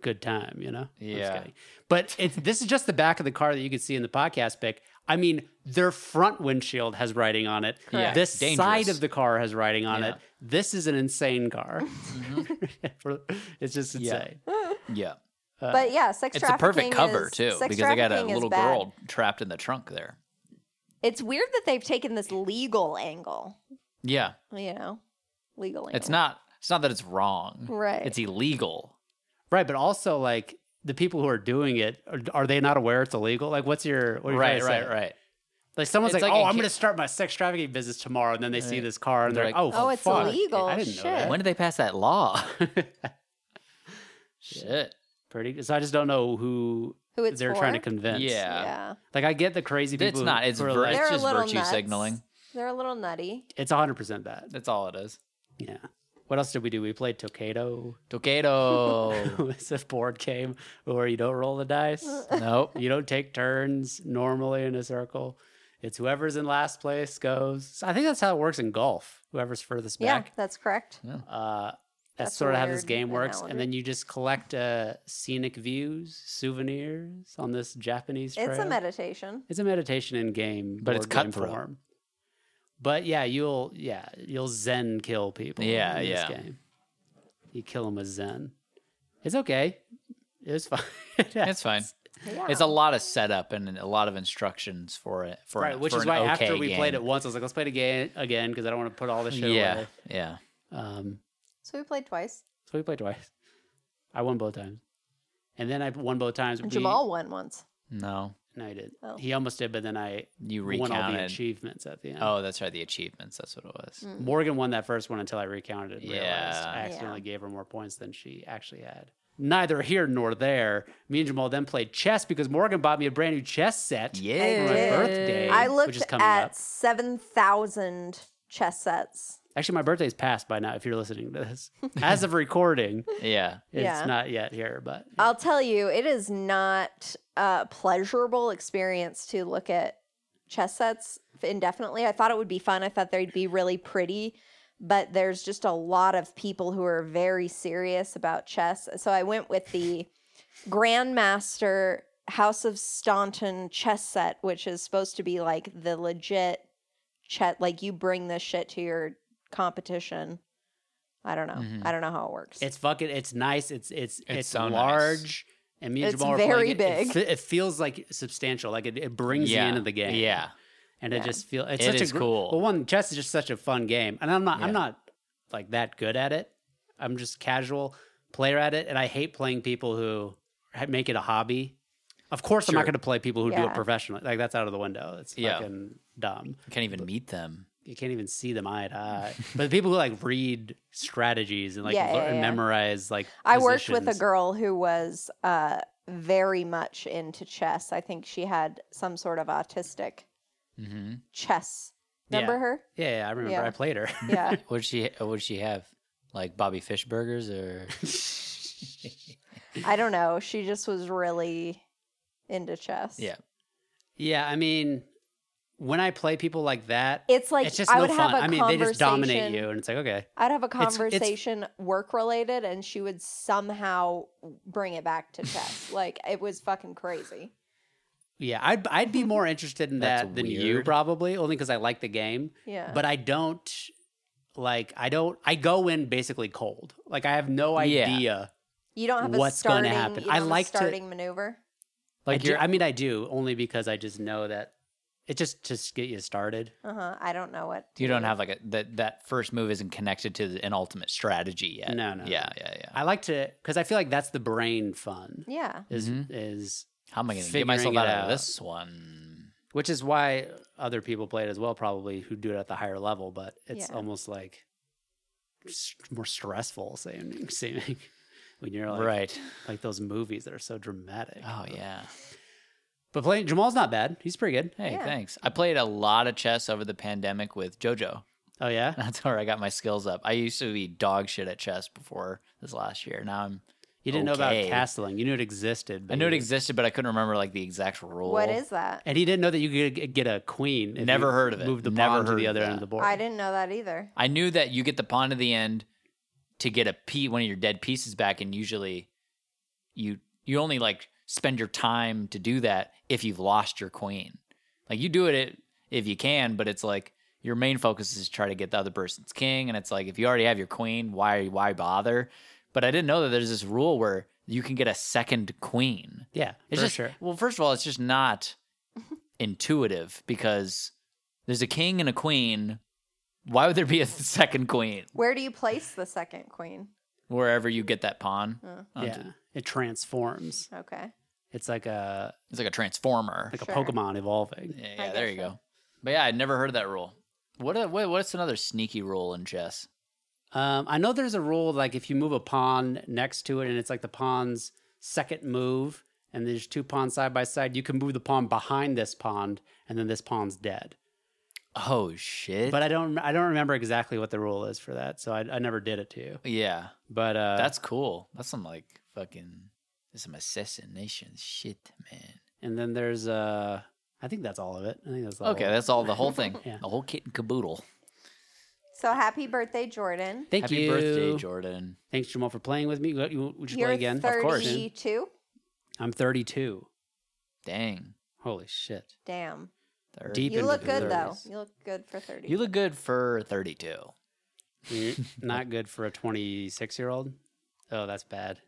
S2: good time, you know. I'm just
S4: Yeah.
S2: kidding. but it's this is just the back of the car that you can see in the podcast pic. I mean, their front windshield has writing on it.
S4: Correct.
S2: This
S4: Dangerous.
S2: side of the car has writing on
S4: Yeah.
S2: it. This is an insane car. it's just
S4: Mm-hmm. Yeah.
S2: insane. Uh,
S4: yeah.
S3: but yeah, sex
S4: uh, It's a
S3: trafficking
S4: perfect cover
S3: is-
S4: too
S3: sex
S4: because they got a
S3: trafficking is
S4: little
S3: bad.
S4: girl trapped in the trunk there.
S3: It's weird that they've taken this legal angle.
S4: Yeah.
S3: You know, legal.
S4: It's
S3: angle.
S4: not it's not that it's wrong.
S3: Right.
S4: It's e illegal.
S2: Right, but also like the people who are doing it are, are they not aware it's illegal? Like, what's your what are you trying
S4: Right,
S2: to
S4: right,
S2: say?
S4: right.
S2: Like someone's
S4: It's
S2: like,
S4: like
S2: oh,
S4: a
S2: I'm
S4: kid-
S2: going to start my sex trafficking business tomorrow, and then they see
S4: Right.
S2: this car and they're,
S4: They're
S2: like,
S4: like,
S2: oh,
S3: "Oh, it's
S2: fuck.
S3: illegal.
S2: I didn't know
S3: Shit."
S2: that.
S4: When did they pass that law? Shit.
S2: Pretty. So I just don't know who
S3: who it's
S2: they're
S3: for.
S2: trying to convince.
S4: Yeah.
S3: Yeah,
S2: Like I get the crazy people.
S4: It's
S2: who-
S4: not. It's
S2: who are
S4: ver-
S2: like,
S3: They're a
S4: just
S3: little
S4: virtue
S3: nuts.
S4: signaling.
S3: they're a little nutty.
S2: it's 100 percent that.
S4: That's all it is.
S2: Yeah. What else did we do? We played Tokado.
S4: Tokado.
S2: it's a board game where you don't roll the dice.
S4: nope.
S2: You don't take turns normally in a circle. It's whoever's in last place goes. So I think that's how it works in golf. Whoever's furthest
S3: Yeah,
S2: back.
S3: that's correct.
S2: Uh, that's,
S3: That's a
S2: sort of how this
S3: weird
S2: game works. And
S3: analogy.
S2: then you just collect uh, scenic views, souvenirs on this Japanese trail.
S3: It's a meditation.
S2: It's a meditation in game,
S4: But it's
S2: board game
S4: cutthroat.
S2: form. But yeah, you'll yeah you'll Zen kill people.
S4: Yeah,
S2: in
S4: yeah.
S2: This game. You kill them with Zen. It's okay. It was fine. Yeah.
S4: It's fine.
S3: Yeah.
S4: It's a lot of setup and a lot of instructions for it. For
S2: right,
S4: an-
S2: which
S4: for
S2: is
S4: an
S2: why after
S4: okay
S2: we played it
S4: game.
S2: once, I was like, let's play it again again because I don't want to put all this shit
S4: Yeah.
S2: away.
S4: Yeah.
S2: Um,
S3: so we played twice.
S2: so we played twice. I won both times, and then I won both times.
S3: And
S2: We-
S3: Jamal won once.
S4: No.
S2: no, I did.
S3: Oh.
S2: He almost did, but then I
S4: You
S2: won all the
S4: recounted.
S2: achievements at the end.
S4: Oh, that's right. The achievements. That's what it was.
S2: Morgan won that first one until I recounted and realized
S4: Yeah.
S2: I
S3: Yeah.
S2: accidentally gave her more points than she actually had. Neither here nor there. Me and Jamal then played chess because Morgan bought me a brand new chess set for
S4: Yeah.
S2: my
S3: did.
S2: birthday,
S3: I
S2: which
S3: looked
S2: is coming
S3: at
S2: up.
S3: seven thousand chess sets.
S2: Actually, my birthday's passed by now. If you're listening to this, as of recording,
S4: Yeah.
S2: it's
S3: Yeah.
S2: not yet here, but
S3: I'll tell you, it is not a pleasurable experience to look at chess sets indefinitely. I thought it would be fun. I thought they'd be really pretty, but there's just a lot of people who are very serious about chess. So I went with the Grandmaster House of Staunton chess set, which is supposed to be like the legit chess, like you bring this shit to your competition. I don't know.
S4: Mhm.
S3: I don't know how it works.
S2: it's fucking. It's nice. It's it's it's,
S4: so nice.
S2: large. And me and
S3: It's
S2: Jamal are
S3: very
S2: playing it. It,
S3: big.
S2: fe- it feels like substantial. Like it, it brings
S4: yeah.
S2: you into the game.
S4: Yeah.
S2: and it
S3: Yeah.
S2: just feels it's
S4: It
S2: such
S4: is
S2: a gr-
S4: cool.
S2: Well, one chess is just such a fun game, and I'm not
S4: Yeah.
S2: I'm not like that good at it. I'm just casual player at it, and I hate playing people who ha- make it a hobby. Of course, I'm not
S4: Sure.
S2: going to play people who do
S3: Yeah.
S2: it professionally. Like that's out of the window. It's
S4: Yeah.
S2: fucking dumb.
S4: You can't even meet them.
S2: you can't even see them eye to eye. But the people who like read strategies and like
S3: Yeah, yeah,
S2: learn-
S3: yeah.
S2: memorize like
S3: I worked with a
S2: positions.
S3: girl who was uh, very much into chess. I think she had some sort of autistic
S4: Mm-hmm.
S3: chess.
S2: Yeah.
S3: Remember her?
S2: Yeah, yeah, I remember.
S3: Yeah.
S2: I played her.
S3: Yeah.
S4: What did she? What did she have? Like Bobby Fish burgers or?
S3: I don't know. She just was really into chess.
S4: Yeah.
S2: yeah, I mean, when I play people like that,
S3: It's like
S2: it's just
S3: I
S2: no
S3: would
S2: fun.
S3: have a
S2: I mean, they
S3: conversation.
S2: just dominate you, and it's like okay,
S3: I'd have a
S2: It's- it's-
S3: conversation work related and she would somehow bring it back to chess. like it was fucking crazy.
S2: yeah, I'd I'd be more interested in
S4: That's
S2: that than you
S4: weird.
S2: probably, only because I like the game.
S3: Yeah.
S2: but I don't like I don't I go in basically cold. Like I have no
S4: Yeah.
S2: idea.
S3: you don't have a
S2: what's gonna
S3: starting
S2: happen?
S3: You don't
S2: I
S3: have a
S2: like to-
S3: starting maneuver.
S2: Like I,
S4: Like
S2: do-
S4: you're,
S2: I mean I do only because I just know that it just to get you started.
S3: Uh-huh. I don't know what
S4: you don't have like a that that first move isn't connected to the, an ultimate strategy yet.
S2: No, no,
S4: Yeah, yeah, yeah.
S2: I like to cuz I feel like that's the brain fun.
S3: Yeah.
S2: Is
S4: Mhm.
S2: is
S4: How am I going to
S2: Figuring
S4: get myself
S2: it
S4: out,
S2: out.
S4: of this one?
S2: which is why other people play it as well probably who do it at the higher level, but it's
S3: Yeah.
S2: almost like s- more stressful seeming seeming when you're like
S4: right.
S2: like those movies that are so dramatic.
S4: Oh yeah.
S2: But playing Jamal's not bad. He's pretty good.
S4: Hey,
S3: Yeah.
S4: thanks. I played a lot of chess over the pandemic with JoJo.
S2: Oh yeah.
S4: That's where I got my skills up. I used to be dog shit at chess before this last year. Now I'm.
S2: You didn't know
S4: Okay.
S2: about castling. You knew it existed.
S4: I knew it
S2: you-
S4: existed, but I couldn't remember like the exact rule.
S3: What is that?
S2: And he didn't know that you could g- get a queen. if
S4: Never
S2: you
S4: heard of it.
S2: Moved the
S4: Never
S2: pawn to
S4: heard
S2: the
S4: of
S2: other end
S4: that.
S2: of the board.
S3: I didn't know that either.
S4: I knew that you get the pawn to the end to get a p one of your dead pieces back, and usually you you only like spend your time to do that if you've lost your queen. Like you do it i- if you can, but it's like your main focus is to try to get the other person's king, and it's like if you already have your queen, why why bother? But I didn't know that there's this rule where you can get a second queen.
S2: Yeah,
S4: It's
S2: for
S4: just
S2: sure.
S4: well, first of all, it's just not intuitive because there's a king and a queen. Why would there be a second queen
S3: Where do you place the second queen?
S4: wherever you get that pawn?
S3: Oh,
S4: onto-
S2: yeah, it transforms.
S3: okay.
S2: It's like a
S4: It's like a transformer.
S2: like
S3: Sure.
S2: a Pokemon evolving.
S4: yeah,
S3: I
S4: yeah there you
S3: gotcha.
S4: go. But yeah, I'd never heard of that rule. What, a, what what's another sneaky rule in chess?
S2: Um, I know there's a rule like if you move a pawn next to it, and it's like the pawn's second move, and there's two pawns side by side, you can move the pawn behind this pawn, and then this pawn's dead.
S4: Oh shit!
S2: But I don't I don't remember exactly what the rule is for that, so I, I never did it to you.
S4: yeah,
S2: But uh,
S4: that's cool. That's some like fucking that's some assassination shit, man.
S2: and then there's uh, I think that's all of it. I think that's all
S4: Okay,
S2: Of it.
S4: that's all the whole thing,
S2: Yeah.
S4: the whole kit and caboodle.
S3: So happy birthday, Jordan.
S2: Thank
S4: Happy
S2: you.
S4: birthday, Jordan.
S2: Thanks, Jamal, for playing with me. You, you, would you
S3: You're
S2: play again?
S3: 32.
S2: course. I'm 32.
S4: Dang.
S2: Holy shit.
S3: Damn.
S4: Thirty-
S2: Deep
S3: You
S2: into
S3: look
S2: the
S3: good though.
S2: 30s.
S3: You look good for 30.
S4: You look good for 32.
S2: You're Not good for a 26 year old. Oh, that's bad.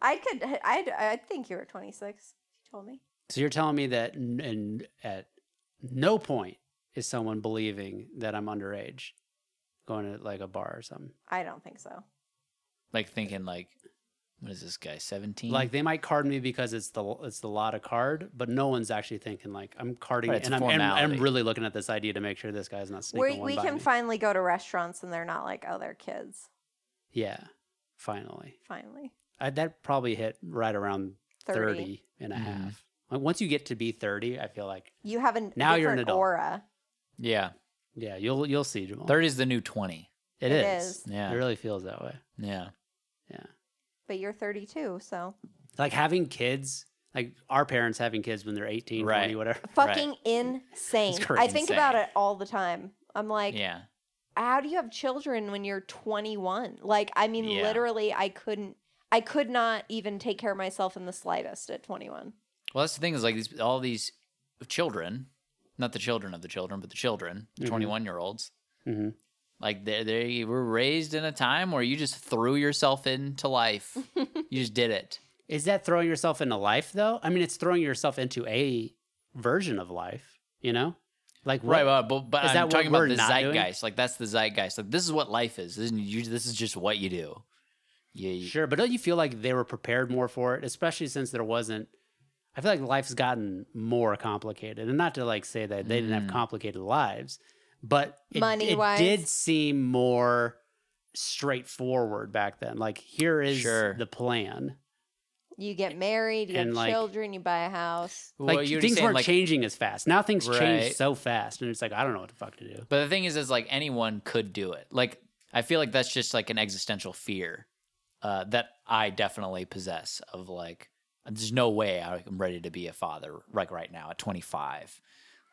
S3: I could I'd I think you were 26. You told me.
S2: So you're telling me that n- and at no point is someone believing that I'm underage going to like a bar or something.
S3: I don't think so.
S4: Like thinking like what is this guy 17?
S2: Like they might card me because it's the it's the lot of card, but no one's actually thinking like I'm carding
S4: Right, it's
S2: and
S4: a
S2: I'm, and I'm
S4: formality.
S2: really looking at this idea to make sure this guy's not sneaking
S3: We
S2: one
S3: we
S2: by
S3: can
S2: me.
S3: finally go to restaurants and they're not like oh they're kids.
S2: yeah, finally.
S3: Finally.
S2: I, that probably hit right around
S3: 30.
S2: 30, and a
S4: Mhm.
S2: half. Like once you get to be 30, I feel like
S3: You have a
S2: Now
S3: now
S2: you're
S3: you're
S2: an adult.
S3: aura.
S4: yeah,
S2: yeah, you'll you'll see Jamal.
S4: 30 is the new 20.
S3: It
S2: is.
S3: is.
S4: Yeah.
S2: It really feels that way.
S4: Yeah.
S3: But you're 32, so
S2: Like having kids, like our parents having kids when they're 18,
S4: Right.
S2: 20, whatever.
S3: fucking insane.
S2: It's crazy.
S3: I think about
S4: Insane.
S3: it all the time. I'm like
S4: yeah.
S3: how do you have children when you're 21 like i mean
S4: Yeah.
S3: literally i couldn't i could not even take care of myself in the slightest at 21
S4: Well, that's the thing is like these all these children, not the children of the children, but the children, the
S2: Mhm.
S4: 21-year-olds.
S2: Mhm.
S4: Like they they were raised in a time where you just threw yourself into life. you just did it.
S2: Is that throwing yourself into life though? I mean, it's throwing yourself into a version of life, you know? Like what-
S4: Right, well, but, but
S2: Is
S4: I'm
S2: that what
S4: talking about
S2: we're
S4: the
S2: not doing?
S4: zeitgeist. Like that's the zeitgeist. Like this is what life is. This is, you, this is just what you do. Yeah, you,
S2: Sure, but don't you feel like they were prepared more for it, especially since there wasn't? I feel like life's gotten more complicated, and not to like say that they didn't have
S4: Mm.
S2: complicated lives, but it, it
S3: Money-wise.
S2: did seem more straightforward back then. Like here is
S4: Sure.
S2: the plan.
S3: You get married, you
S2: And,
S3: have
S2: like-
S3: children, you buy a house.
S4: Well,
S2: Like
S4: you
S2: things
S4: understand,
S2: weren't
S4: like-
S2: changing as fast. Now things
S4: Right.
S2: change so fast, and it's like I don't know what the fuck to do.
S4: But the thing is, is like anyone could do it. Like I feel like that's just like an existential fear uh, that I definitely possess. Of like, there's no way I'm ready to be a father like right now at 25.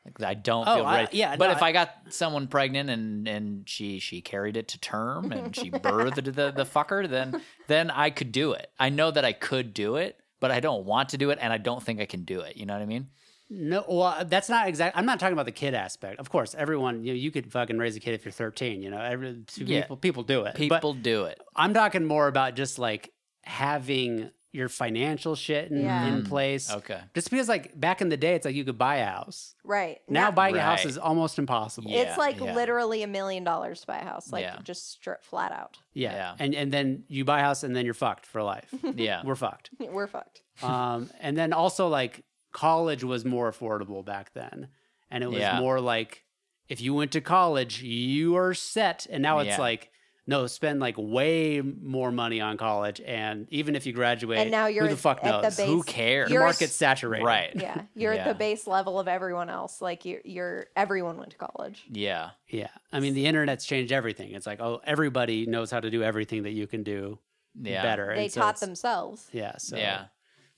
S4: Like I don't
S2: Oh,
S4: feel
S2: I-
S4: ready.
S2: yeah,
S4: but
S2: no,
S4: if
S2: I-
S4: I got someone pregnant and and she she carried it to term and she birthed the the fucker, then then I could do it. I know that I could do it, but I don't want to do it, and I don't think I can do it. You know what I mean?
S2: No, well, that's not exact. I'm not talking about the kid aspect. Of course, everyone you, know, you could fucking raise a kid if you're 13. You know, every,
S4: Yeah.
S2: people people do it. But-
S4: People do it.
S2: I'm talking more about just like having your financial shit in,
S3: Yeah.
S2: in place.
S4: Okay.
S2: Just because like back in the day, it's like you could buy a house.
S3: Right.
S2: Now buying a house
S4: Right.
S2: is almost impossible.
S4: Yeah.
S2: Yeah.
S3: it's like
S4: yeah.
S3: literally a million dollars to buy a house. Like
S4: Yeah.
S3: just strip flat out.
S4: Yeah.
S2: And and then you buy a house and then you're fucked for life.
S4: Yeah.
S2: We're fucked.
S3: We're fucked.
S2: Um, and then also like college was more affordable back then. And it was
S4: Yeah.
S2: more like if you went to college, you are set. And now it's
S4: Yeah.
S2: like, no, spend like way more money on college. And even if you graduate,
S3: And now you're
S2: who the
S3: at-
S2: fuck
S3: at the
S2: knows?
S3: base-
S4: Who cares?
S2: the
S3: You're-
S2: market's saturated.
S4: right.
S3: Yeah. You're at
S4: Yeah.
S3: the base level of everyone else. Like you're, you're everyone went to college.
S4: Yeah.
S2: Yeah. I mean, the internet's changed everything. It's like, oh, everybody knows how to do everything that you can do
S4: Yeah.
S2: better.
S3: They
S2: And so
S3: taught
S2: it's-
S3: themselves.
S2: Yeah. So
S4: Yeah.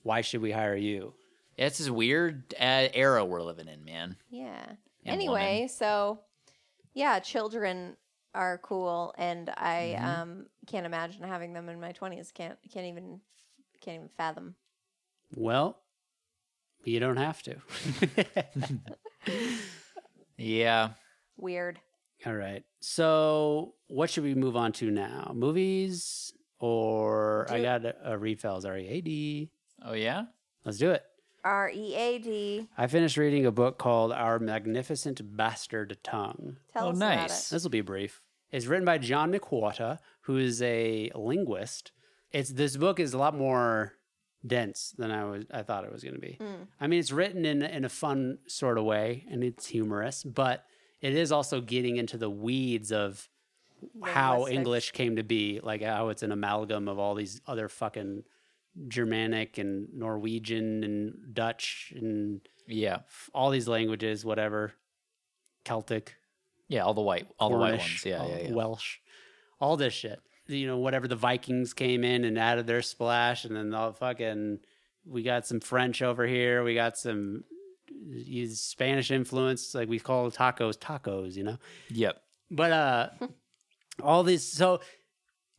S2: why should we hire you?
S4: It's this weird uh, era we're living in, man.
S3: Yeah.
S4: And
S3: anyway, so yeah, children are cool and I um can't imagine having them in my 20s. Can't can't even can't even fathom.
S2: Well, you don't have to.
S4: Yeah.
S3: Weird.
S2: All right. So what should we move on to now? Movies or I
S3: Do-
S2: got a, a refills R E A D.
S4: Oh yeah.
S2: Let's do it.
S3: R E A D.
S2: I finished reading a book called Our Magnificent Bastard Tongue.
S3: Tell
S4: Oh,
S3: us
S4: nice.
S2: This will be brief. It's written by John McWhorter, who is a linguist. It's this book is a lot more dense than I was I thought it was going to be. I mean, it's written in in a fun sort of way and it's humorous, but it is also getting into the weeds of how
S3: Linguistics.
S2: English came to be, like how it's an amalgam of all these other fucking Germanic and Norwegian and Dutch and
S4: Yeah.
S2: all these languages, whatever, Celtic.
S4: Yeah. All the white, all
S2: Cornish,
S4: the white
S2: all
S4: ones. Yeah. Yeah. yeah.
S2: Welsh, all this shit. You know, whatever the Vikings came in and added their splash, and then the fucking we got some French over here. We got some uh, Spanish influence. Like we call tacos tacos. You know,
S4: Yep.
S2: but uh all these so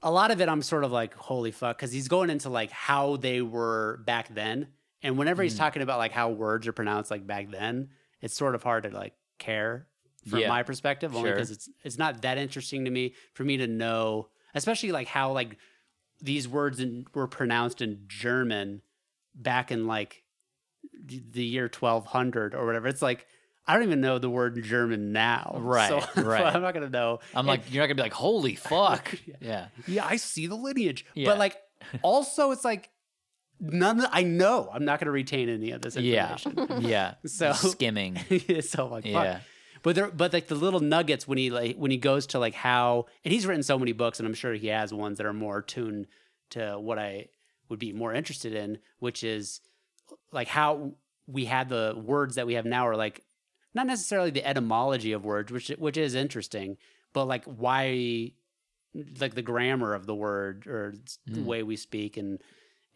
S2: a lot of it I'm sort of like holy fuck cuz he's going into like how they were back then and whenever
S4: Mm.
S2: he's talking about like how words are pronounced like back then it's sort of hard to like care from
S4: Yeah.
S2: my perspective only
S4: Sure.
S2: cuz it's it's not that interesting to me for me to know especially like how like these words in, were pronounced in German back in like d- the year 1200 or whatever. It's like, I don't even know the word German now.
S4: Right,
S2: So
S4: right.
S2: I'm not going to know.
S4: I'm like, you're not gonna be like, holy fuck. yeah.
S2: Yeah, I see the lineage.
S4: Yeah.
S2: But like, also, it's like, none, I know I'm not going to retain any of this
S4: Yeah.
S2: information.
S4: Yeah.
S2: So-
S4: skimming.
S2: it's so like, fuck.
S4: Yeah.
S2: But there, but like the little nuggets when he like when he goes to like how and he's written so many books and I'm sure he has ones that are more tuned to what I would be more interested in, which is like how we had the words that we have now are like not necessarily the etymology of words, which which is interesting, but like why like the grammar of the word or the
S4: Mm.
S2: way we speak and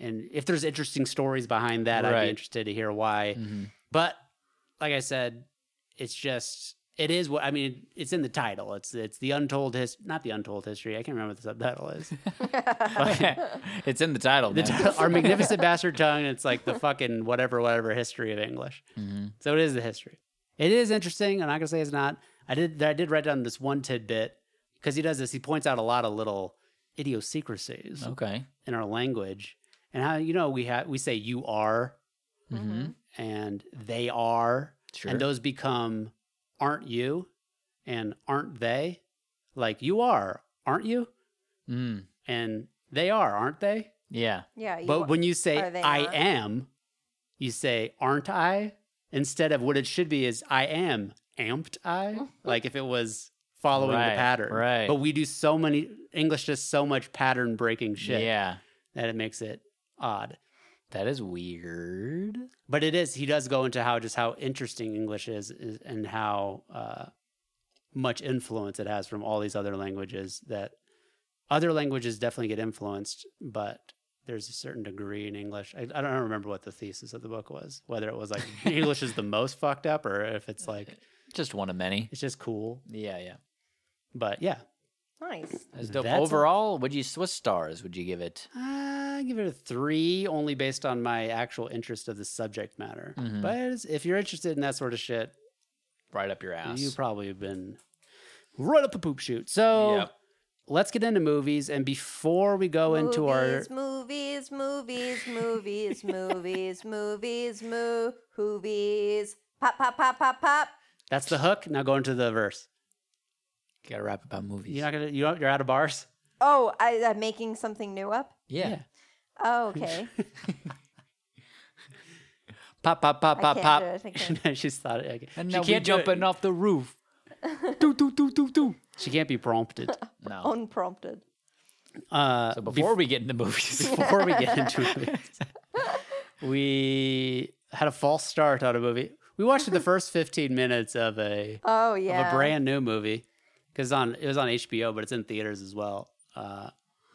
S2: and if there's interesting stories behind that, I'd
S4: Right.
S2: be interested to hear why.
S4: Mhm.
S2: But like I said, it's just it is what I mean. It's in the title. It's it's the untold his not the untold history. I can't remember what the subtitle is.
S4: it's in the title.
S2: The
S4: man.
S2: title- Our magnificent bastard tongue. It's like the fucking whatever whatever history of English.
S4: Mhm.
S2: So it is the history. It is interesting. I'm not gonna say it's not. I did I did write down this one tidbit because he does this. He points out a lot of little idiosyncrasies
S4: Okay.
S2: in our language and how you know we have we say you are
S4: hmm
S2: and they are
S4: Sure.
S2: and those become aren't you and aren't they like you are aren't you
S4: mm.
S2: and they are aren't they
S4: Yeah.
S2: Oh,
S3: Yeah. You,
S2: but when you say
S3: are they
S2: i
S3: not?
S2: am you say aren't i instead of what it should be is i am amped I. Like if it was following
S4: Right,
S2: the pattern.
S4: right.
S2: But we do so many English does so much pattern breaking shit
S4: Yeah.
S2: that it makes it odd.
S4: That is weird.
S2: But it is he does go into how just how interesting English is, is and how uh, much influence it has from all these other languages that other languages definitely get influenced, but there's a certain degree in English. I, I don't remember what the thesis of the book was, whether it was like English is the most fucked up or if it's like
S4: Just one of many.
S2: it's just cool.
S4: Yeah, yeah.
S2: But yeah,
S3: Nice.
S4: That's dope.
S2: That's a-
S4: Overall, would you what stars would you give it?
S2: I give it a three, only based on my actual interest of the subject matter.
S4: Mhm.
S2: But it's- if you're interested in that sort of shit,
S4: Right up your ass.
S2: you probably have been right up the poop shoot. So
S4: Yep.
S2: let's get into movies. And before we go into our
S3: movies, movies, movies, movies, movies, movies, movies. Pop, pop, pop, pop, pop.
S2: that's the hook. Now go into the verse.
S4: Gotta rap about movies.
S2: You're not gonna you don't- you're out of bars.
S3: Oh, I, I'm making something new up.
S4: yeah.
S2: Yeah.
S3: Oh, okay.
S4: Pop, pop, pop,
S3: I
S4: pop,
S3: can't
S4: pop.
S3: do it. I can't.
S2: She's thought it. okay.
S4: And
S2: she
S4: now we
S2: can't jump.
S4: jumping
S2: It.
S4: off the roof. do, do, do, do, do.
S2: She can't be prompted.
S3: Oh,
S4: No.
S3: Unprompted.
S2: Uh,
S4: So
S2: bef-
S4: before we get into movies,
S2: before we get into it, we had a false start on a movie. We watched the first 15 minutes of a
S3: Oh, yeah.
S2: of a brand new movie because on it was on HBO, but it's in theaters as well. Uh,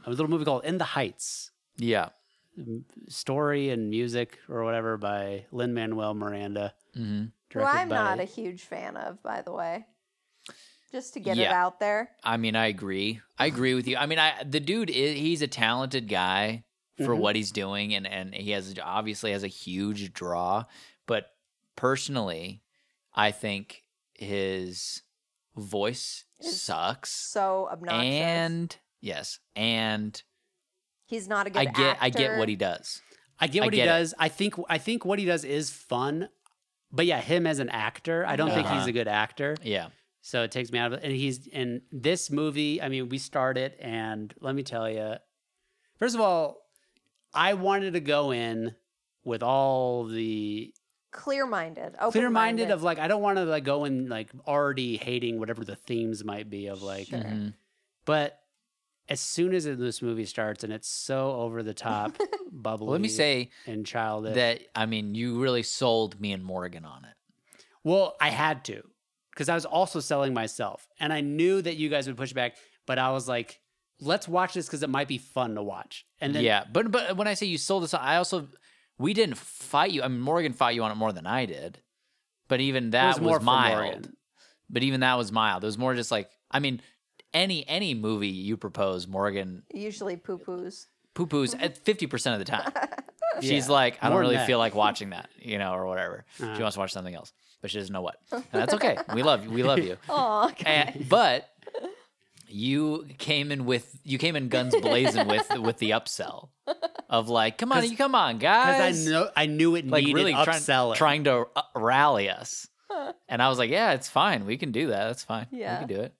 S2: a little movie called In the Heights,
S4: yeah.
S2: story and music or whatever by Lin Manuel Miranda.
S4: Mm-hmm.
S3: Who I'm
S2: by,
S3: not a huge fan of, by the way. Just to get it
S4: Yeah.
S3: out there.
S4: I mean, I agree. I agree with you. I mean, I the dude is he's a talented guy for
S2: Mhm.
S4: what he's doing, and and he has obviously has a huge draw. But personally, I think his voice
S3: Is
S4: sucks,
S3: So obnoxious.
S4: and yes, and
S3: he's not a good
S4: I get I get
S3: actor.
S4: what he does.
S2: I get
S4: I
S2: what
S4: get it.
S2: he does. I think I think what he does is fun, but yeah, him as an actor, I don't think he's
S4: Uh-huh.
S2: a good actor.
S4: Yeah,
S2: So it takes me out of it. And he's in this movie. I mean, we start it, and let me tell you, first of all, I wanted to go in with all the
S3: Clear minded. Open
S2: clear minded of like, I don't want to like go in like already hating whatever the themes might be of like,
S3: Sure.
S4: Mhm.
S2: but as soon as this movie starts and it's so over the top, bubbly,
S4: Well, let me say
S2: and childish.
S4: that I mean, you really sold me and Morgan on it.
S2: Well, I had to because I was also selling myself. And I knew that you guys would push back, but I was like, let's watch this because it might be fun to watch. And then,
S4: yeah, but but when I say you sold us, I also we didn't fight you. I mean, Morgan fought you on it more than I did, but even that was,
S2: more for
S4: mild.
S2: Morgan.
S4: But even that was mild. It was more just like I mean, any any movie you propose, Morgan
S3: usually poo poos.
S4: poo poos at fifty percent of the time. She's
S2: Yeah,
S4: like, I don't
S2: more than
S4: really
S2: that.
S4: feel like watching that, you know, or whatever. She
S2: Uh-huh.
S4: wants to watch something else, but she doesn't know what. And that's okay. we love you. We love you.
S3: Oh,
S4: And, Eh, but you came in with you came in guns blazing with with the upsell of like, come on,
S2: 'Cause-
S4: you come on,
S2: Because
S4: guys,
S2: I know I knew it
S4: like
S2: needed
S4: really trying
S2: upselling.
S4: trying to uh, rally us. And I was like, yeah, it's fine. We can do that. That's fine.
S3: Yeah.
S4: we can do it.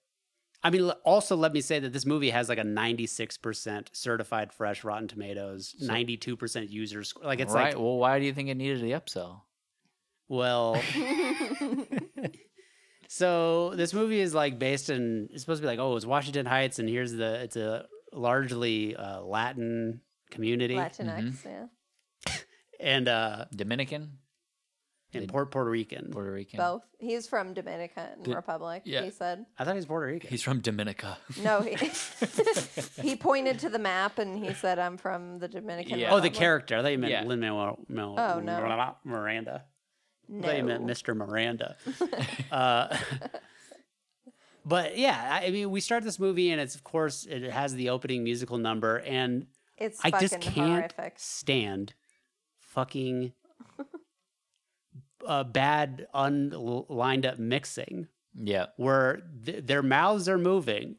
S2: I mean, l- also let me say that this movie has like a 96% certified fresh Rotten Tomatoes, 92% user score. Like it's
S4: right.
S2: like,
S4: well, why do you think it needed the upsell?
S2: well, so this movie is like based in, it's supposed to be like, oh, it's Washington Heights, and here's the, it's a largely uh, Latin community.
S3: Latinx,
S4: Mm-hmm.
S3: yeah.
S2: and uh
S4: Dominican,
S2: and Port Puerto Rican.
S4: Puerto Rican.
S3: Both. He's from Dominican Republic,
S4: yeah.
S3: he said.
S2: I thought he was Puerto Rican.
S4: He's from Dominica.
S3: No, he, he pointed to the map and he said, I'm from the Dominican
S4: Yeah.
S2: Oh, the
S3: Republic."
S2: character. I thought you meant
S4: Yeah.
S2: Lin Manuel
S3: Oh, no.
S2: Miranda. I
S3: No.
S2: thought you meant Mr. Miranda. uh, but yeah, I I mean, we start this movie, and it's of course it has the opening musical number, and
S3: It's
S2: I
S3: fucking
S2: just can't
S3: horrific.
S2: stand fucking uh, bad unlined up mixing.
S4: yeah.
S2: where th- their mouths are moving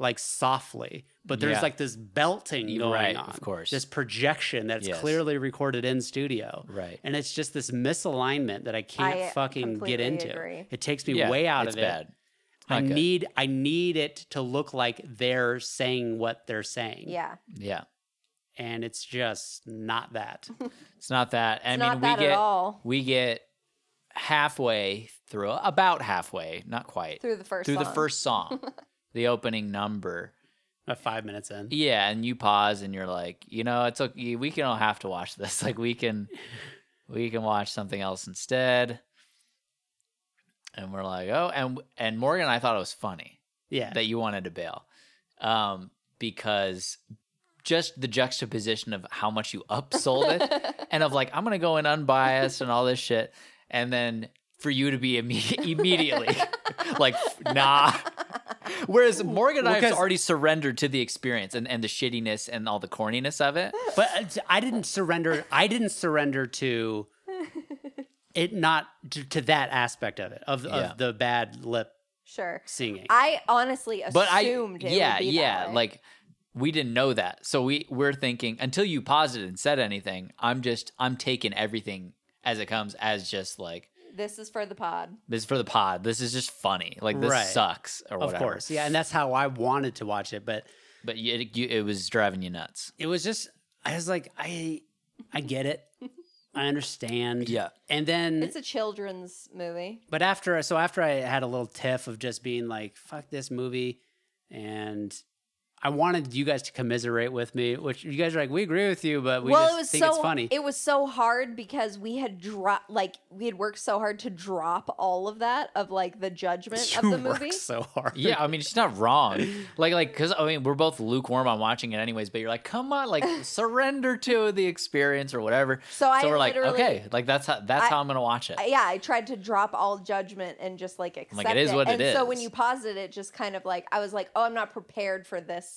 S2: like softly, but there's
S4: Yeah.
S2: like this belting
S4: Y-
S2: going
S4: right,
S2: on.
S4: of course.
S2: This projection that's
S4: Yes.
S2: clearly recorded in studio.
S4: Right.
S2: And it's just this misalignment that I can't
S3: I
S2: fucking get
S3: completely
S2: into.
S3: agree.
S2: It takes me
S4: Yeah,
S2: way out
S4: it's
S2: of it.
S4: bad. It's
S2: I
S4: not good.
S2: need I need it to look like they're saying what they're saying.
S3: Yeah.
S4: Yeah.
S2: And it's just not that.
S4: It's not that. I
S3: It's
S4: mean,
S3: not
S4: we
S3: that
S4: get
S3: at all.
S4: we get halfway through about halfway, not quite,
S3: through the first
S4: through the
S3: song.
S4: first song, the opening number.
S2: About uh, five minutes in.
S4: Yeah, and you pause and you're like, you know, it's okay. We can all have to watch this. Like we can, we can watch something else instead. And we're like, oh, and and Morgan and I thought it was funny
S2: Yeah.
S4: that you wanted to bail, um, because just the juxtaposition of how much you upsold it and of like I'm gonna go in unbiased and all this shit, and then for you to be imme- immediately like nah. Whereas Morgan and I have
S2: Because-
S4: already surrendered to the experience and, and the shittiness and all the corniness of it.
S2: but it's- I didn't surrender. I didn't surrender to it, not to, to that aspect of it, of,
S4: Yeah.
S2: of the bad lip
S3: sure.
S2: singing.
S3: I honestly assumed
S4: But I
S3: it
S4: yeah
S3: would be that
S4: yeah
S3: way.
S4: like we didn't know that, so we we're thinking until you paused it and said anything. I'm just I'm taking everything as it comes as just like
S3: this is for the pod.
S4: this is for the pod. This is just funny. Like this
S2: Right.
S4: sucks or
S2: of
S4: whatever.
S2: course. Yeah. And that's how I wanted to watch it. But
S4: But you, it, you, it was driving you nuts.
S2: it was just, I was like, I, I get it. I understand.
S4: Yeah.
S2: And
S4: Mm.
S2: then
S3: It's a children's movie.
S2: but after so after I had a little tiff of just being like fuck this movie and I wanted you guys to commiserate with me, which you guys are like, we agree with you, but we just think
S3: so
S2: it's funny.
S3: it was so hard because we had dropped like we had worked so hard to drop all of that of like the judgment of
S2: You
S3: the
S2: work
S3: movie.
S2: so hard.
S4: Yeah, I mean, she's not wrong. Like, like, because I mean, we're both lukewarm on watching it anyways. But you're like, come on, like, surrender to the experience or whatever.
S3: So I
S4: we're like,
S3: literally-
S4: okay, like that's how that's
S3: I-
S4: how I'm gonna watch it.
S3: I- yeah, I tried to drop all judgment and just like accept
S4: like, it is what it
S3: and so when
S4: is.
S3: you paused it, it just kind of like I was like, oh, I'm not prepared for this.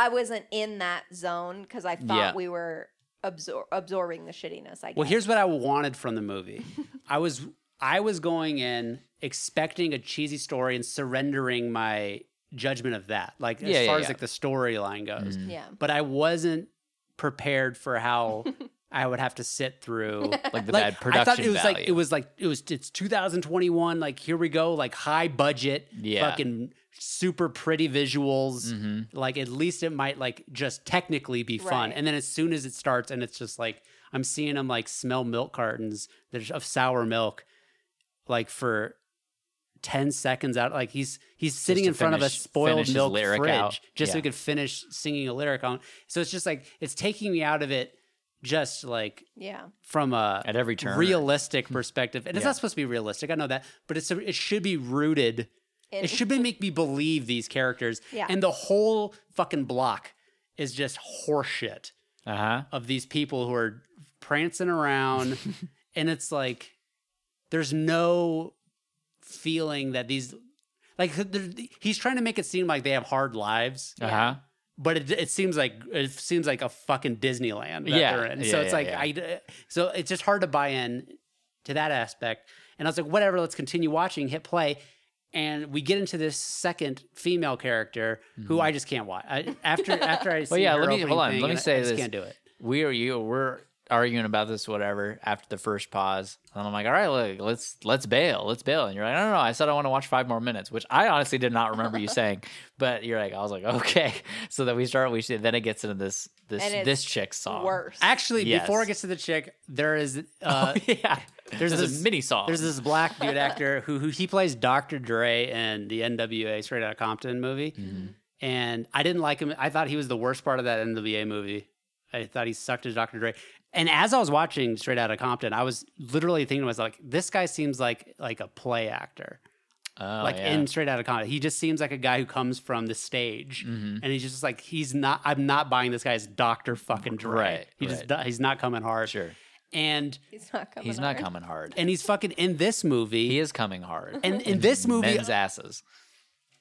S3: I wasn't in that zone because I thought
S4: Yeah.
S3: we were absor- absorbing the shittiness. I guess.
S2: Well, here's what I wanted from the movie. I was I was going in expecting a cheesy story and surrendering my judgment of that. Like as
S4: Yeah, yeah,
S2: far as
S4: yeah.
S2: like the storyline goes.
S3: yeah,
S2: But I wasn't prepared for how I would have to sit through
S4: like the
S2: like,
S4: bad production
S2: I thought it was
S4: value.
S2: like it was like it was it's 2021. Like here we go, like high budget,
S4: Yeah. Mm-hmm.
S2: fucking super pretty visuals. Like at least it might like just technically be fun.
S3: Right.
S2: And then as soon as it starts, and it's just like I'm seeing them like smell milk cartons there's of sour milk, like for. 10 seconds out like he's he's sitting
S4: to
S2: in front
S4: finish-
S2: of a spoiled
S4: finish his
S2: milk
S4: lyric
S2: fridge
S4: out.
S2: just so
S4: Yeah.
S2: he could finish singing a lyric on so it's just like it's taking me out of it just like
S3: yeah.
S2: from a
S4: At every turn. Hmm.
S2: realistic perspective. And it's
S4: Yeah.
S2: not supposed to be realistic. I know that, but it's it should be rooted.
S3: In-
S2: it should be make me believe these characters.
S3: Yeah.
S2: And the whole fucking block is just horseshit
S4: uh huh.
S2: of these people who are prancing around, and it's like there's no feeling that these like they're- he's trying to make it seem like they have hard lives
S4: Uh huh.
S2: but it, it seems like it seems like a fucking Disneyland that
S4: Yeah,
S2: they're in.
S4: yeah,
S2: so it's
S4: yeah,
S2: like I so it's just hard to buy in to that aspect. And I was like, whatever, let's continue watching. Hit play, and we get into this second female character who I just can't watch. I, after after I see
S4: Mm-hmm. yeah,
S2: her
S4: let me-
S2: opening
S4: hold on,
S2: thing,
S4: let me
S2: and I-
S4: say
S2: I just
S4: this.
S2: can't do it.
S4: we are you we're arguing about this whatever after the first pause and i'm like all right look, let's let's bail let's bail and you're like no no no i said i want to watch five more minutes which i honestly did not remember you saying but you're like i was like okay so then we start we should then it gets into this this
S3: And it's
S4: this chick song
S3: Worse.
S2: Actually,
S4: Yes. Oh,
S2: before it gets to the chick, there is uh,
S4: yeah there's,
S2: this-
S4: a mini song
S2: There's this black dude actor who, who he plays Dr. Dre in the NWA Straight Outta Compton movie. And I didn't like him. I thought he was the worst part of that NWA movie. I thought he sucked as Dr. Dre. And as I was watching Straight Outta Compton, I was literally thinking to myself, like, this guy seems like like a play actor.
S4: Oh,
S2: like
S4: yeah.
S2: in Straight Outta Compton. He just seems like a guy who comes from the stage.
S4: Mm-hmm.
S2: And he's just like, he's not, I'm not buying this guy's Dr. fucking Dre.
S4: Right,
S2: He
S4: right.
S2: just, do- he's not coming hard.
S4: sure
S2: And,
S3: he's not coming.
S4: he's not
S3: over.
S4: coming hard
S2: and he's fucking in this movie.
S4: he is coming hard
S2: And in this movie,
S4: men's asses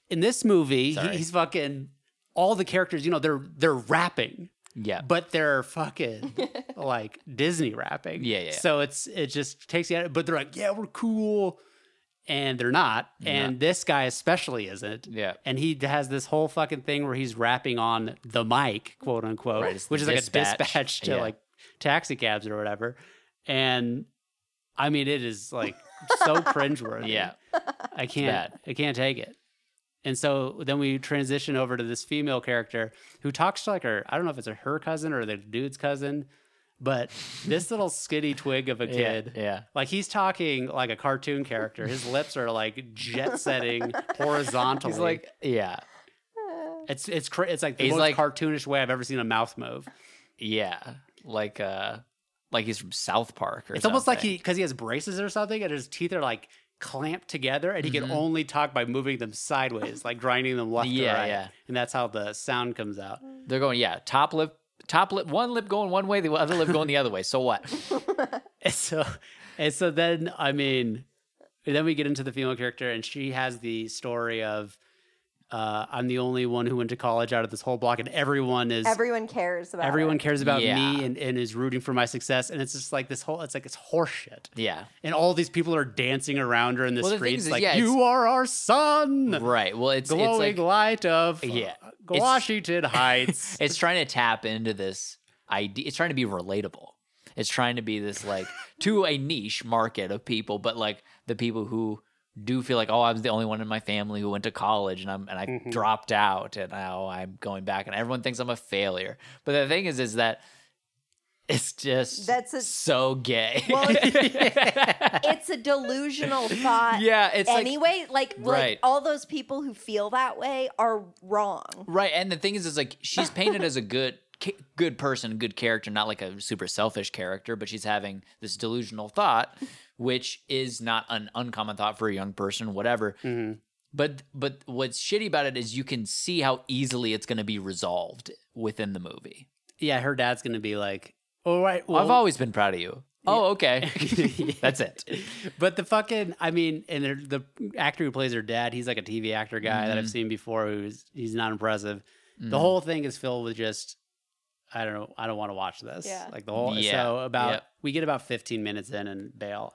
S2: in this movie, he,
S4: Sorry.
S2: he's fucking all the characters. You know, they're they're rapping,
S4: yeah
S2: but they're fucking like Disney rapping.
S4: Yeah, yeah.
S2: So it's it just takes you out. But they're like, yeah, we're cool, and they're not. And this guy especially isn't.
S4: Yeah.
S2: And he has this whole fucking thing where he's rapping on the mic, quote unquote,
S4: Right, it's the
S2: which is like
S4: dispatch.
S2: a dispatch to
S4: Yeah.
S2: like taxi cabs or whatever. And I mean, it is like so cringeworthy.
S4: yeah
S2: I can't. I can't take it. And so then we transition over to this female character who talks to like her. I don't know if it's her cousin or the dude's cousin But this little skinny twig of a kid,
S4: Yeah. yeah.
S2: like he's talking like a cartoon character. His lips are like jet setting horizontally.
S4: He's like, yeah,
S2: it's it's cra- it's like the
S4: He's
S2: most
S4: like-
S2: cartoonish way I've ever seen a mouth move.
S4: yeah, like uh, like he's from South Park or
S2: It's almost like
S4: something.
S2: he because he has braces or something, and his teeth are like clamped together, and he
S4: Mhm.
S2: can only talk by moving them sideways, like grinding them left
S4: Yeah,
S2: to right,
S4: yeah.
S2: and that's how the sound comes out.
S4: They're going, yeah, top lip, top lip, one lip going one way, the other lip going the other way. So what?
S2: And so, and so then I mean, and then we get into the female character, and she has the story of. Uh, I'm the only one who went to college out of this whole block, and everyone is
S3: Everyone cares about
S2: everyone
S3: It.
S2: cares about
S4: Yeah.
S2: me and, and is rooting for my success. And it's just like this whole, it's like, it's horseshit.
S4: Yeah,
S2: And all these people are dancing around her in the
S4: Well, the thing
S2: streets
S4: is,
S2: like,
S4: yeah,
S2: you are our sun,
S4: right. Well, it's it's
S2: glowing
S4: like
S2: light of
S4: Yeah,
S2: uh,
S4: it's-
S2: Washington Heights.
S4: it's trying to tap into this idea. It's trying to be relatable. It's trying to be this like to a niche market of people, but like the people who do feel like, oh, I was the only one in my family who went to college and I'm and I dropped out and now I'm going back and everyone thinks I'm a failure. But the thing is, is that it's just
S3: That's a-
S4: so gay.
S3: Well, It's a delusional thought.
S4: yeah, it's like
S3: anyway, like, like,
S4: Right.
S3: all those people who feel that way are wrong.
S4: Right, and the thing is, is like she's painted as a good, ca- good person, good character, not like a super selfish character, but she's having this delusional thought, which is not an uncommon thought for a young person, whatever. But but what's shitty about it is you can see how easily it's going to be resolved within the movie.
S2: yeah, her dad's going to be like, all Oh, right,
S4: I've
S2: well,
S4: always been proud of you. Oh, okay, that's it.
S2: But the fucking, I mean, and the the actor who plays her dad, he's like a TV actor guy that
S4: Mm-hmm.
S2: I've seen before. Who's he's not impressive. The whole thing is filled with just, I don't know, I don't want to watch this.
S3: Yeah.
S2: Like the whole.
S4: Yeah.
S2: So about
S4: Yep.
S2: we get about 15 minutes in and bail,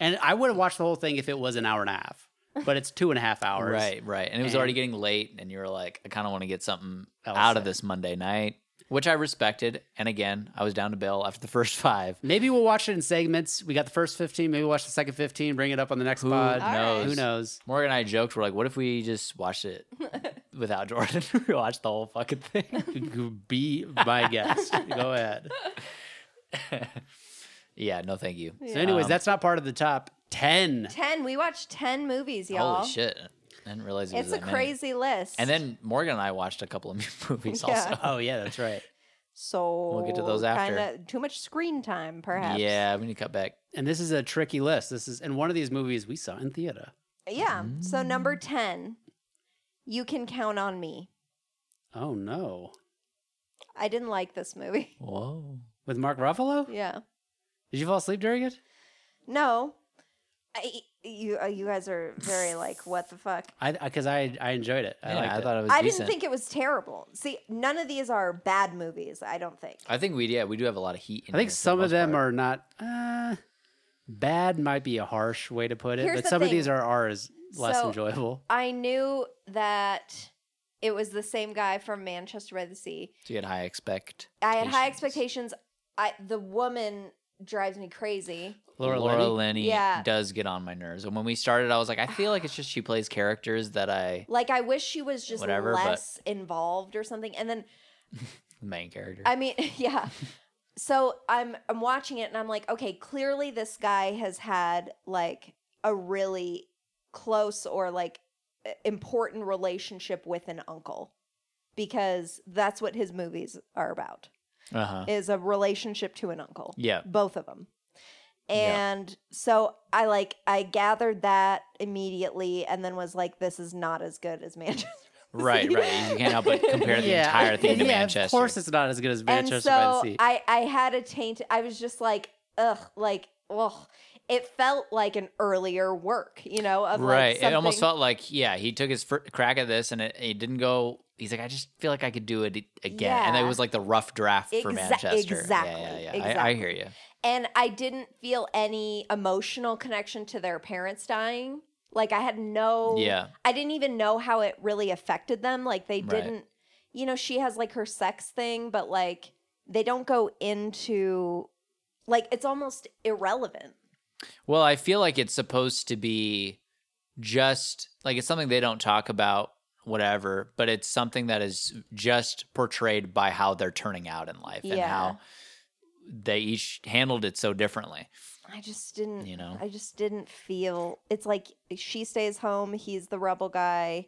S2: and I would have watched the whole thing if it was an hour and a half, but it's two and a half hours.
S4: Mm-hmm. Right, right. And it was
S2: And-
S4: already getting late, and you were like, I kind of want to get something
S2: Else
S4: out of
S2: that-
S4: this Monday night, which I respected. And again, I was down to bail after the first five.
S2: Maybe we'll watch it in segments. We got the first 15. Maybe we'll watch the second 15. Bring it up on the next
S4: Who
S2: pod.
S4: knows?
S2: Who knows?
S4: Morgan and I joked, we're like, what if we just watched it without Jordan? we watched the whole fucking thing.
S2: Be my guest. Go ahead.
S4: yeah, no, thank you.
S2: So, anyways,
S4: Um,
S2: that's not part of the top 10.
S3: Ten. We watched ten movies, y'all.
S4: Holy shit. I didn't realize it
S3: It's
S4: was
S3: a
S4: that many.
S3: crazy list.
S4: And then Morgan and I watched a couple of movies
S3: Yeah.
S4: also.
S2: Oh yeah, that's right.
S3: so
S4: We'll get to those after.
S3: Kinda, too much screen time, perhaps.
S4: Yeah, we need to cut back.
S2: And this is a tricky list. This is and one of these movies we saw in theater.
S3: Yeah.
S4: Mm-hmm.
S3: So number ten, you can count on me.
S2: Oh no.
S3: I didn't like this movie.
S4: Whoa.
S2: With Mark Ruffalo?
S3: Yeah.
S2: Did you fall asleep during it?
S3: No. I, you uh, you guys are very like what the fuck.
S2: I because I, I enjoyed it. I
S4: Yeah,
S2: liked
S4: I
S2: it.
S4: thought it was
S3: I
S4: decent.
S3: didn't think it was terrible. See, none of these are bad movies. I don't think.
S4: I think we yeah, we do have a lot of heat in
S2: I think some of them are not uh, bad might be a harsh way to put it,
S3: Here's
S2: but
S3: the
S2: some of
S3: thing.
S2: these are are as less
S3: So-
S2: enjoyable.
S3: I knew that it was the same guy from Manchester by the Sea.
S4: So you had high expect.
S3: I had high expectations. I the woman drives me crazy.
S2: Laura,
S4: Laura
S2: Linney?
S4: Linney,
S3: Yeah.
S4: does get on my nerves. And when we started, I was like, I feel like it's just she plays characters that I
S3: Like I wish she was just
S4: Whatever, but-
S3: less involved or something. And then
S4: the main character.
S3: I mean, yeah. so I'm I'm watching it and I'm like, okay, clearly this guy has had like a really close or like i- important relationship with an uncle because that's what his movies are about
S4: Uh huh.
S3: is a relationship to an uncle.
S4: Yeah.
S3: both of them
S4: Yeah.
S3: and so i like i gathered that immediately and then was like this is not as good as manchester
S4: Right, right. You can't help but compare the
S2: Yeah.
S4: entire thing to
S2: yeah,
S4: Manchester.
S2: Of course it's not as good as Manchester
S3: and
S2: by the
S3: so
S2: Sea.
S3: i i had a taint i was just like ugh like ugh it felt like an earlier work you know of
S4: right.
S3: like something,
S4: it almost felt like, yeah, he took his fir- crack at this and it, it didn't go. He's like, I just feel like I could do it again. And it
S3: Yeah.
S4: was like the rough draft for
S3: Exa-
S4: Manchester.
S3: exactly,
S4: Yeah, yeah, yeah. I, I
S3: exactly.
S4: hear you.
S3: and i didn't feel any emotional connection to their parents dying like i had no
S4: Yeah.
S3: I didn't even know how it really affected them. Like they
S4: Right.
S3: didn't, you know, she has like her sex thing, but like they don't go into like it's almost irrelevant.
S4: Well, I feel like it's supposed to be just like it's something they don't talk about, whatever, but it's something that is just portrayed by how they're turning out in life and
S3: Yeah.
S4: how they each handled it so differently.
S3: I just didn't.
S4: You know?
S3: Mm. I just didn't feel. It's like she stays home. He's the rebel guy.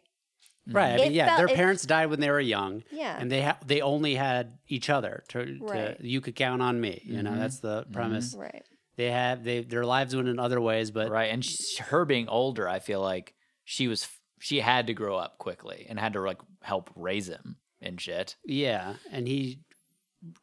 S4: Mm.
S2: Right. I
S3: It
S2: mean, yeah,
S3: felt-
S2: their
S3: it-
S2: parents died when they were young.
S3: Yeah.
S2: And they ha- they only had each other to,
S3: Right.
S2: to you could count on me. You know, that's the premise.
S3: Right.
S2: They have they their lives went in other ways, but
S4: right and sh her being older i feel like she was she had to grow up quickly and had to like help raise him and shit
S2: yeah, and he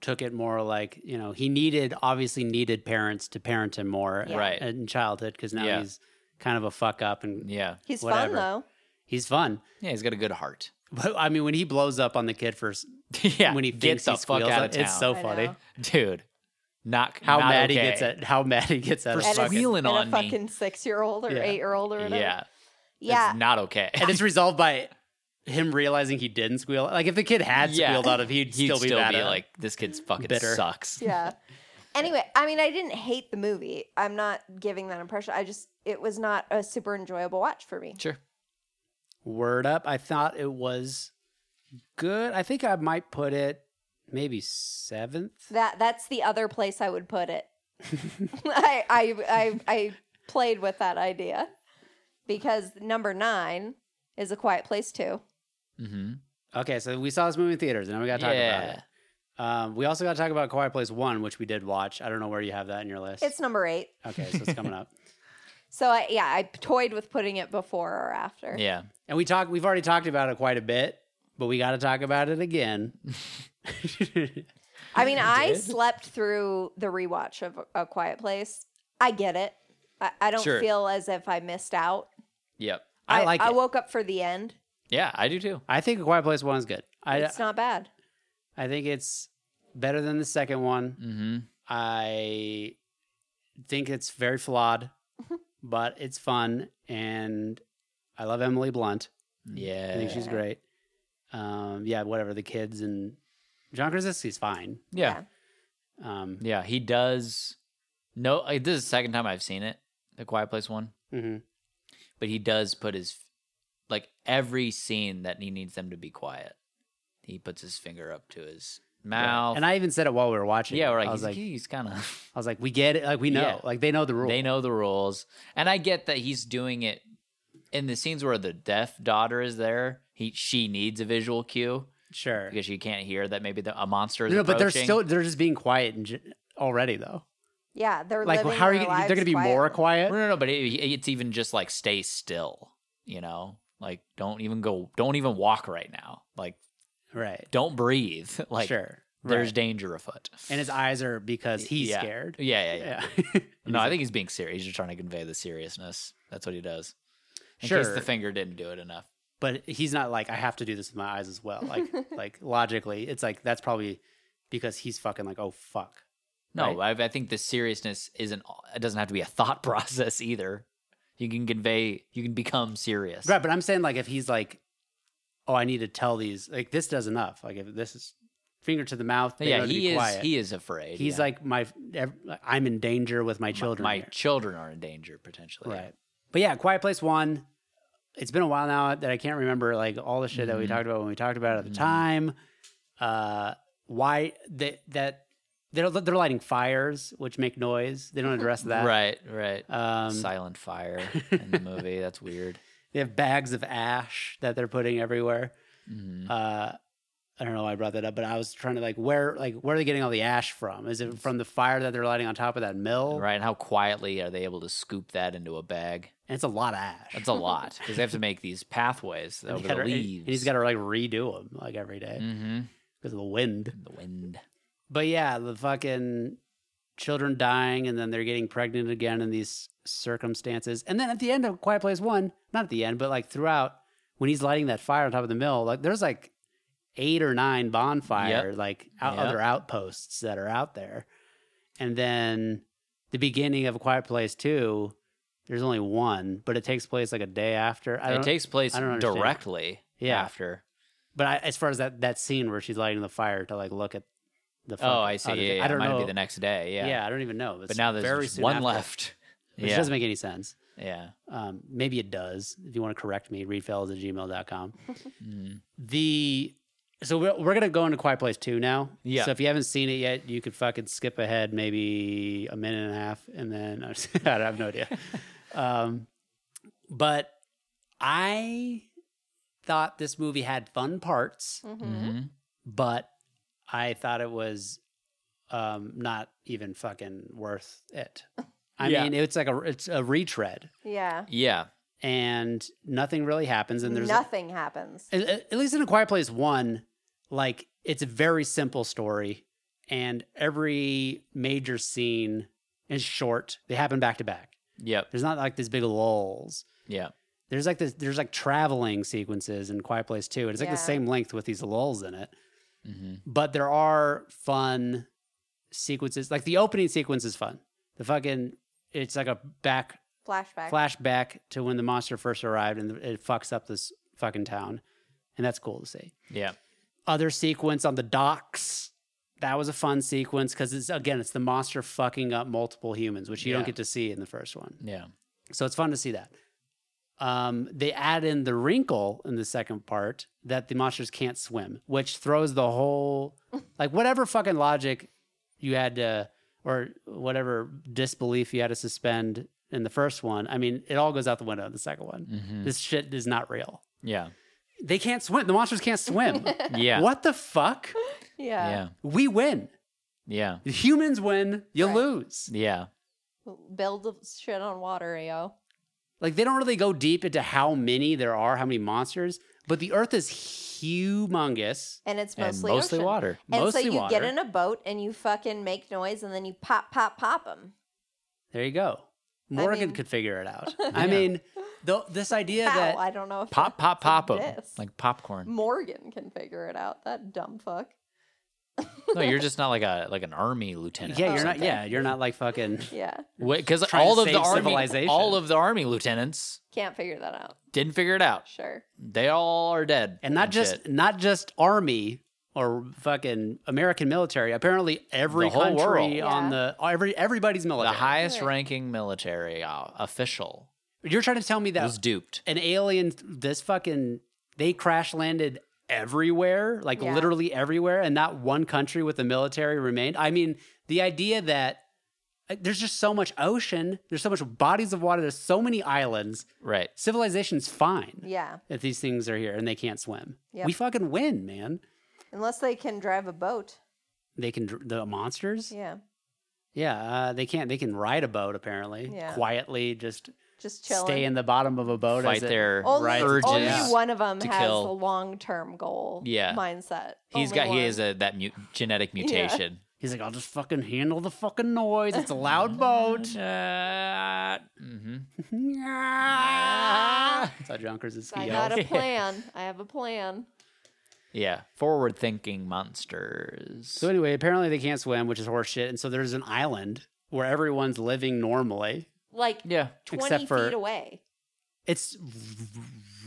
S2: took it more like, you know, he needed obviously needed parents to parent him more
S3: Yeah.
S4: Right.
S2: in childhood cuz now
S4: Yeah.
S2: he's kind of a fuck up and
S4: yeah
S3: He's
S2: Whatever.
S3: fun though.
S2: he's fun.
S4: yeah he's got a good heart
S2: But I mean, when he blows up on the kid for s-
S4: yeah
S2: when he thinks
S4: gets the
S2: he
S4: fuck
S2: squeals
S4: out
S2: on-
S4: of town
S2: it's so
S3: I
S2: funny.
S3: know.
S4: dude not
S2: How
S4: not
S2: mad he
S4: okay.
S2: gets at how mad he gets at a
S4: For It's
S3: And
S2: fucking-
S3: a-
S4: squealing
S3: and a
S4: on me.
S3: fucking six year old or
S2: Yeah.
S3: eight year old or whatever.
S4: yeah
S3: Yeah.
S4: it's not okay
S2: and it's resolved by him realizing he didn't squeal. Like if the kid had
S4: Yeah.
S2: squealed out of, he'd,
S4: he'd
S2: still be mad at him.
S4: like this kid's fucking
S2: Bitter.
S4: sucks
S3: yeah. Anyway, I mean, I didn't hate the movie. I'm not giving that impression. I just, it was not a super enjoyable watch for me.
S4: sure
S2: word up. I thought it was good. I think I might put it maybe seventh.
S3: That that's the other place I would put it. I, I I I played with that idea because number nine is a quiet place too.
S4: mm-hmm.
S2: Okay, so we saw this movie in theaters, and now we got to talk
S4: yeah
S2: about it. Um, we also got to talk about Quiet Place One, which we did watch. I don't know where you have that in your list.
S3: It's number eight.
S2: okay, so it's coming up.
S3: So I yeah I toyed with putting it before or after.
S4: yeah
S2: And we talked. We've already talked about it quite a bit, but we got to talk about it again.
S3: I mean I
S4: did?
S3: slept through the rewatch of A Quiet Place. I get it. I, I don't
S4: Sure.
S3: feel as if I missed out.
S4: yep
S2: I, like
S3: I
S2: it.
S3: woke up for the end.
S4: yeah i do too
S2: I think Quiet Place One is good. I
S3: it's not bad.
S2: I think it's better than the second one.
S4: mm-hmm.
S2: I think it's very flawed,
S3: Mm-hmm.
S2: but it's fun, and I love Emily Blunt. I
S4: yeah
S2: think she's great. Um, yeah, whatever the kids and John Krasinski's fine.
S4: yeah
S2: Um,
S4: Yeah, he does. No, I- this is the second time I've seen it, the Quiet Place one.
S2: mhm.
S4: But he does put his, like every scene that he needs them to be quiet, he puts his finger up to his mouth.
S2: And I even said it while we were watching.
S4: yeah,
S2: it.
S4: we're like,
S2: I was
S4: he's,
S2: like,
S4: he's kind of.
S2: I was like, we get it. Like we know.
S4: Yeah.
S2: Like they know the rule.
S4: They know the rules, and I get that he's doing it in the scenes where the deaf daughter is there. He she needs a visual cue
S2: Sure.
S4: because she can't hear that maybe the, a monster is
S2: No, but they're
S4: approaching.
S2: still they're just being quiet and j- already though.
S3: Yeah, they're
S2: Like
S3: living
S2: how are you?
S3: their
S2: gonna- They're
S3: lives
S2: going to be more
S3: quietly.
S2: quiet.
S4: No, no, no. But it, it's even just like stay still. You know, like don't even go. Don't even walk right now. Like
S2: Right.
S4: don't breathe. Like
S2: sure.
S4: there's
S2: Right.
S4: danger afoot.
S2: and his eyes are because he's
S4: Yeah.
S2: scared.
S4: Yeah, yeah, yeah.
S2: yeah.
S4: No, I think he's being serious. He's just trying to convey the seriousness. That's what he does. In case
S2: Sure.
S4: the finger didn't do it enough.
S2: but he's not like I have to do this with my eyes as well. Like like logically, it's like that's probably because he's fucking like oh fuck.
S4: No, I, I think the seriousness isn't. It doesn't have to be a thought process either. You can convey. You can become serious.
S2: Right, but I'm saying like if he's like oh I need to tell these like this does enough. Like if this is finger to the mouth, they
S4: yeah,
S2: know to
S4: he
S2: be
S4: is.
S2: quiet.
S4: He is afraid.
S2: he's
S4: yeah.
S2: like my ev- I'm in danger with my children.
S4: My
S2: here.
S4: children are in danger potentially.
S2: right. But yeah, Quiet Place One. It's been a while now that I can't remember like all the shit that we
S4: Mhm.
S2: talked about when we talked about it at the
S4: Mhm.
S2: time. Uh, why they, that they're they're lighting fires which make noise. They don't address that.
S4: Right. Right.
S2: Um,
S4: silent fire in the movie. That's weird.
S2: they have bags of ash that they're putting everywhere.
S4: Mhm.
S2: Uh, I don't know why I brought that up, but I was trying to like where like where are they getting all the ash from? Is it from the fire that they're lighting on top of that mill?
S4: Right? And how quietly are they able to scoop that into a bag?
S2: And it's a lot of ash.
S4: That's a lot because they have to make these pathways
S2: and,
S4: over
S2: he
S4: the
S2: gotta- and-
S4: leaves.
S2: and he's got to like redo them like every day
S4: hmm
S2: because of the wind.
S4: the wind.
S2: But yeah, the fucking children dying and then they're getting pregnant again in these circumstances. And then at the end of Quiet Place One, not at the end, but like throughout, when he's lighting that fire on top of the mill, like there's like eight or nine bonfire, like out-
S4: Yep.
S2: other outposts that are out there. And then the beginning of A Quiet Place Two, there's only one, but it takes place like a day after. I
S4: It
S2: don't,
S4: takes place
S2: I don't understand.
S4: directly
S2: Yeah.
S4: after.
S2: but I, as far as that that scene where she's lighting the fire to like look at the.
S4: Oh,
S2: fucking
S4: I see.
S2: other
S4: Yeah,
S2: thing,
S4: yeah,
S2: I don't
S4: it might
S2: know.
S4: be the next day. Yeah.
S2: Yeah. I don't even know.
S4: But now there's just one left.
S2: Which
S4: yeah.
S2: doesn't make any sense.
S4: yeah.
S2: Um,
S4: Mm-hmm.
S2: maybe it does. If you want to correct me, readfellas at gmail.com.
S4: Mm.
S2: The So we're, we're gonna go into Quiet Place Two now.
S4: Yeah.
S2: So if you haven't seen it yet, you could fucking skip ahead maybe a minute and a half, and then I have no idea. um, but I thought this movie had fun parts,
S3: Mm-hmm.
S4: Mhm.
S2: but I thought it was um, not even fucking worth it. I
S4: Yeah.
S2: mean, it's like a it's a retread,
S3: Yeah.
S4: Yeah.
S2: and nothing really happens, and there's
S3: Nothing happens.
S2: at, at- at least in a quiet place one like it's a very simple story and every major scene is short they happen back to back
S4: Yep.
S2: there's not like these big lulls
S4: Yeah.
S2: there's like this there's like traveling sequences in quiet place 2 and it's like
S3: Yeah.
S2: the same length with these lulls in it
S4: hmm
S2: but there are fun sequences like the opening sequence is fun the fucking it's like a back
S3: Flashback.
S2: flashback to when the monster first arrived and it fucks up this fucking town and that's cool to see
S4: Yeah.
S2: other sequence on the docks. That was a fun sequence because it's again, it's the monster fucking up multiple humans, which you
S4: Yeah.
S2: don't get to see in the first one.
S4: Yeah.
S2: So it's fun to see that. Um, they add in the wrinkle in the second part that the monsters can't swim, which throws the whole like whatever fucking logic you had to or whatever disbelief you had to suspend in the first one. I mean, it all goes out the window in the second one.
S4: hmm
S2: This shit is not real.
S4: Yeah.
S2: They can't swim. The monsters can't swim.
S4: Yeah.
S2: What the fuck?
S3: yeah.
S4: Yeah.
S2: we win.
S4: Yeah.
S2: The humans win, you
S3: Right.
S2: lose.
S4: Yeah.
S3: Build the shit on water, yo.
S2: Like they don't really go deep into how many there are, how many monsters, but the earth is humongous.
S3: And it's
S4: And
S3: mostly
S4: mostly
S3: ocean.
S4: water.
S3: And
S2: mostly
S3: so you
S2: water.
S3: get in a boat and you fucking make noise and then you pop, pop, pop them.
S2: there you go. Morgan
S3: mean-
S2: could figure it out. I
S4: Yeah.
S2: mean, though this idea that
S3: I don't know if
S4: Pop, pop,
S3: that's
S4: pop
S3: a
S4: 'em.
S3: diss.
S4: Like popcorn.
S3: Morgan can figure it out. That dumb fuck.
S4: No, you're just not like a like an army lieutenant.
S2: yeah,
S3: Oh
S2: you're not yeah, you're not like fucking
S3: Yeah.
S4: Because
S2: Trying to
S4: all of
S2: save
S4: the army,
S2: civilization.
S4: all of the army lieutenants
S3: Can't figure that out.
S4: didn't figure it out.
S3: Sure.
S4: They all are dead.
S2: and not just
S4: shit.
S2: not just army or fucking American military. Apparently every
S4: The whole
S2: country
S4: world.
S2: on the every everybody's
S4: the
S2: military.
S4: highest
S3: Right.
S4: ranking military uh, official
S2: you're trying to tell me that
S4: was duped.
S2: an alien this fucking they crash landed everywhere like
S3: Yeah.
S2: literally everywhere and not one country with a military remained i mean the idea that uh, there's just so much ocean there's so much bodies of water there's so many islands
S4: Right.
S2: civilization's fine
S3: Yeah.
S2: if these things are here and they can't swim
S3: Yep.
S2: we fucking win man
S3: Unless they can drive a boat.
S2: they can dr- the monsters yeah,
S3: Yeah.
S2: uh, they can't they can ride a boat apparently
S3: Yeah.
S2: quietly just
S3: Just chilling.
S2: stay in the bottom of a boat
S4: Fight
S2: as it-
S4: their
S3: only,
S2: rises
S4: urges.
S3: only
S2: Yeah.
S3: one of them
S4: to
S3: has
S4: kill.
S3: the long term goal
S4: Yeah.
S3: mindset.
S4: He's
S3: Only
S4: got
S3: one.
S4: he has a, that mu- genetic mutation.
S2: he's like i'll just fucking handle the fucking noise it's a loud boat
S4: hmm
S3: Ah.
S2: That's how Junkers is
S3: I
S2: ski
S3: got
S2: elf.
S3: a plan. I have a plan.
S4: Yeah, forward-thinking monsters.
S2: So anyway, apparently they can't swim, which is horseshit. And so there's an island where everyone's living normally.
S3: Like
S4: yeah,
S3: 20
S2: Except for-
S3: feet away.
S2: It's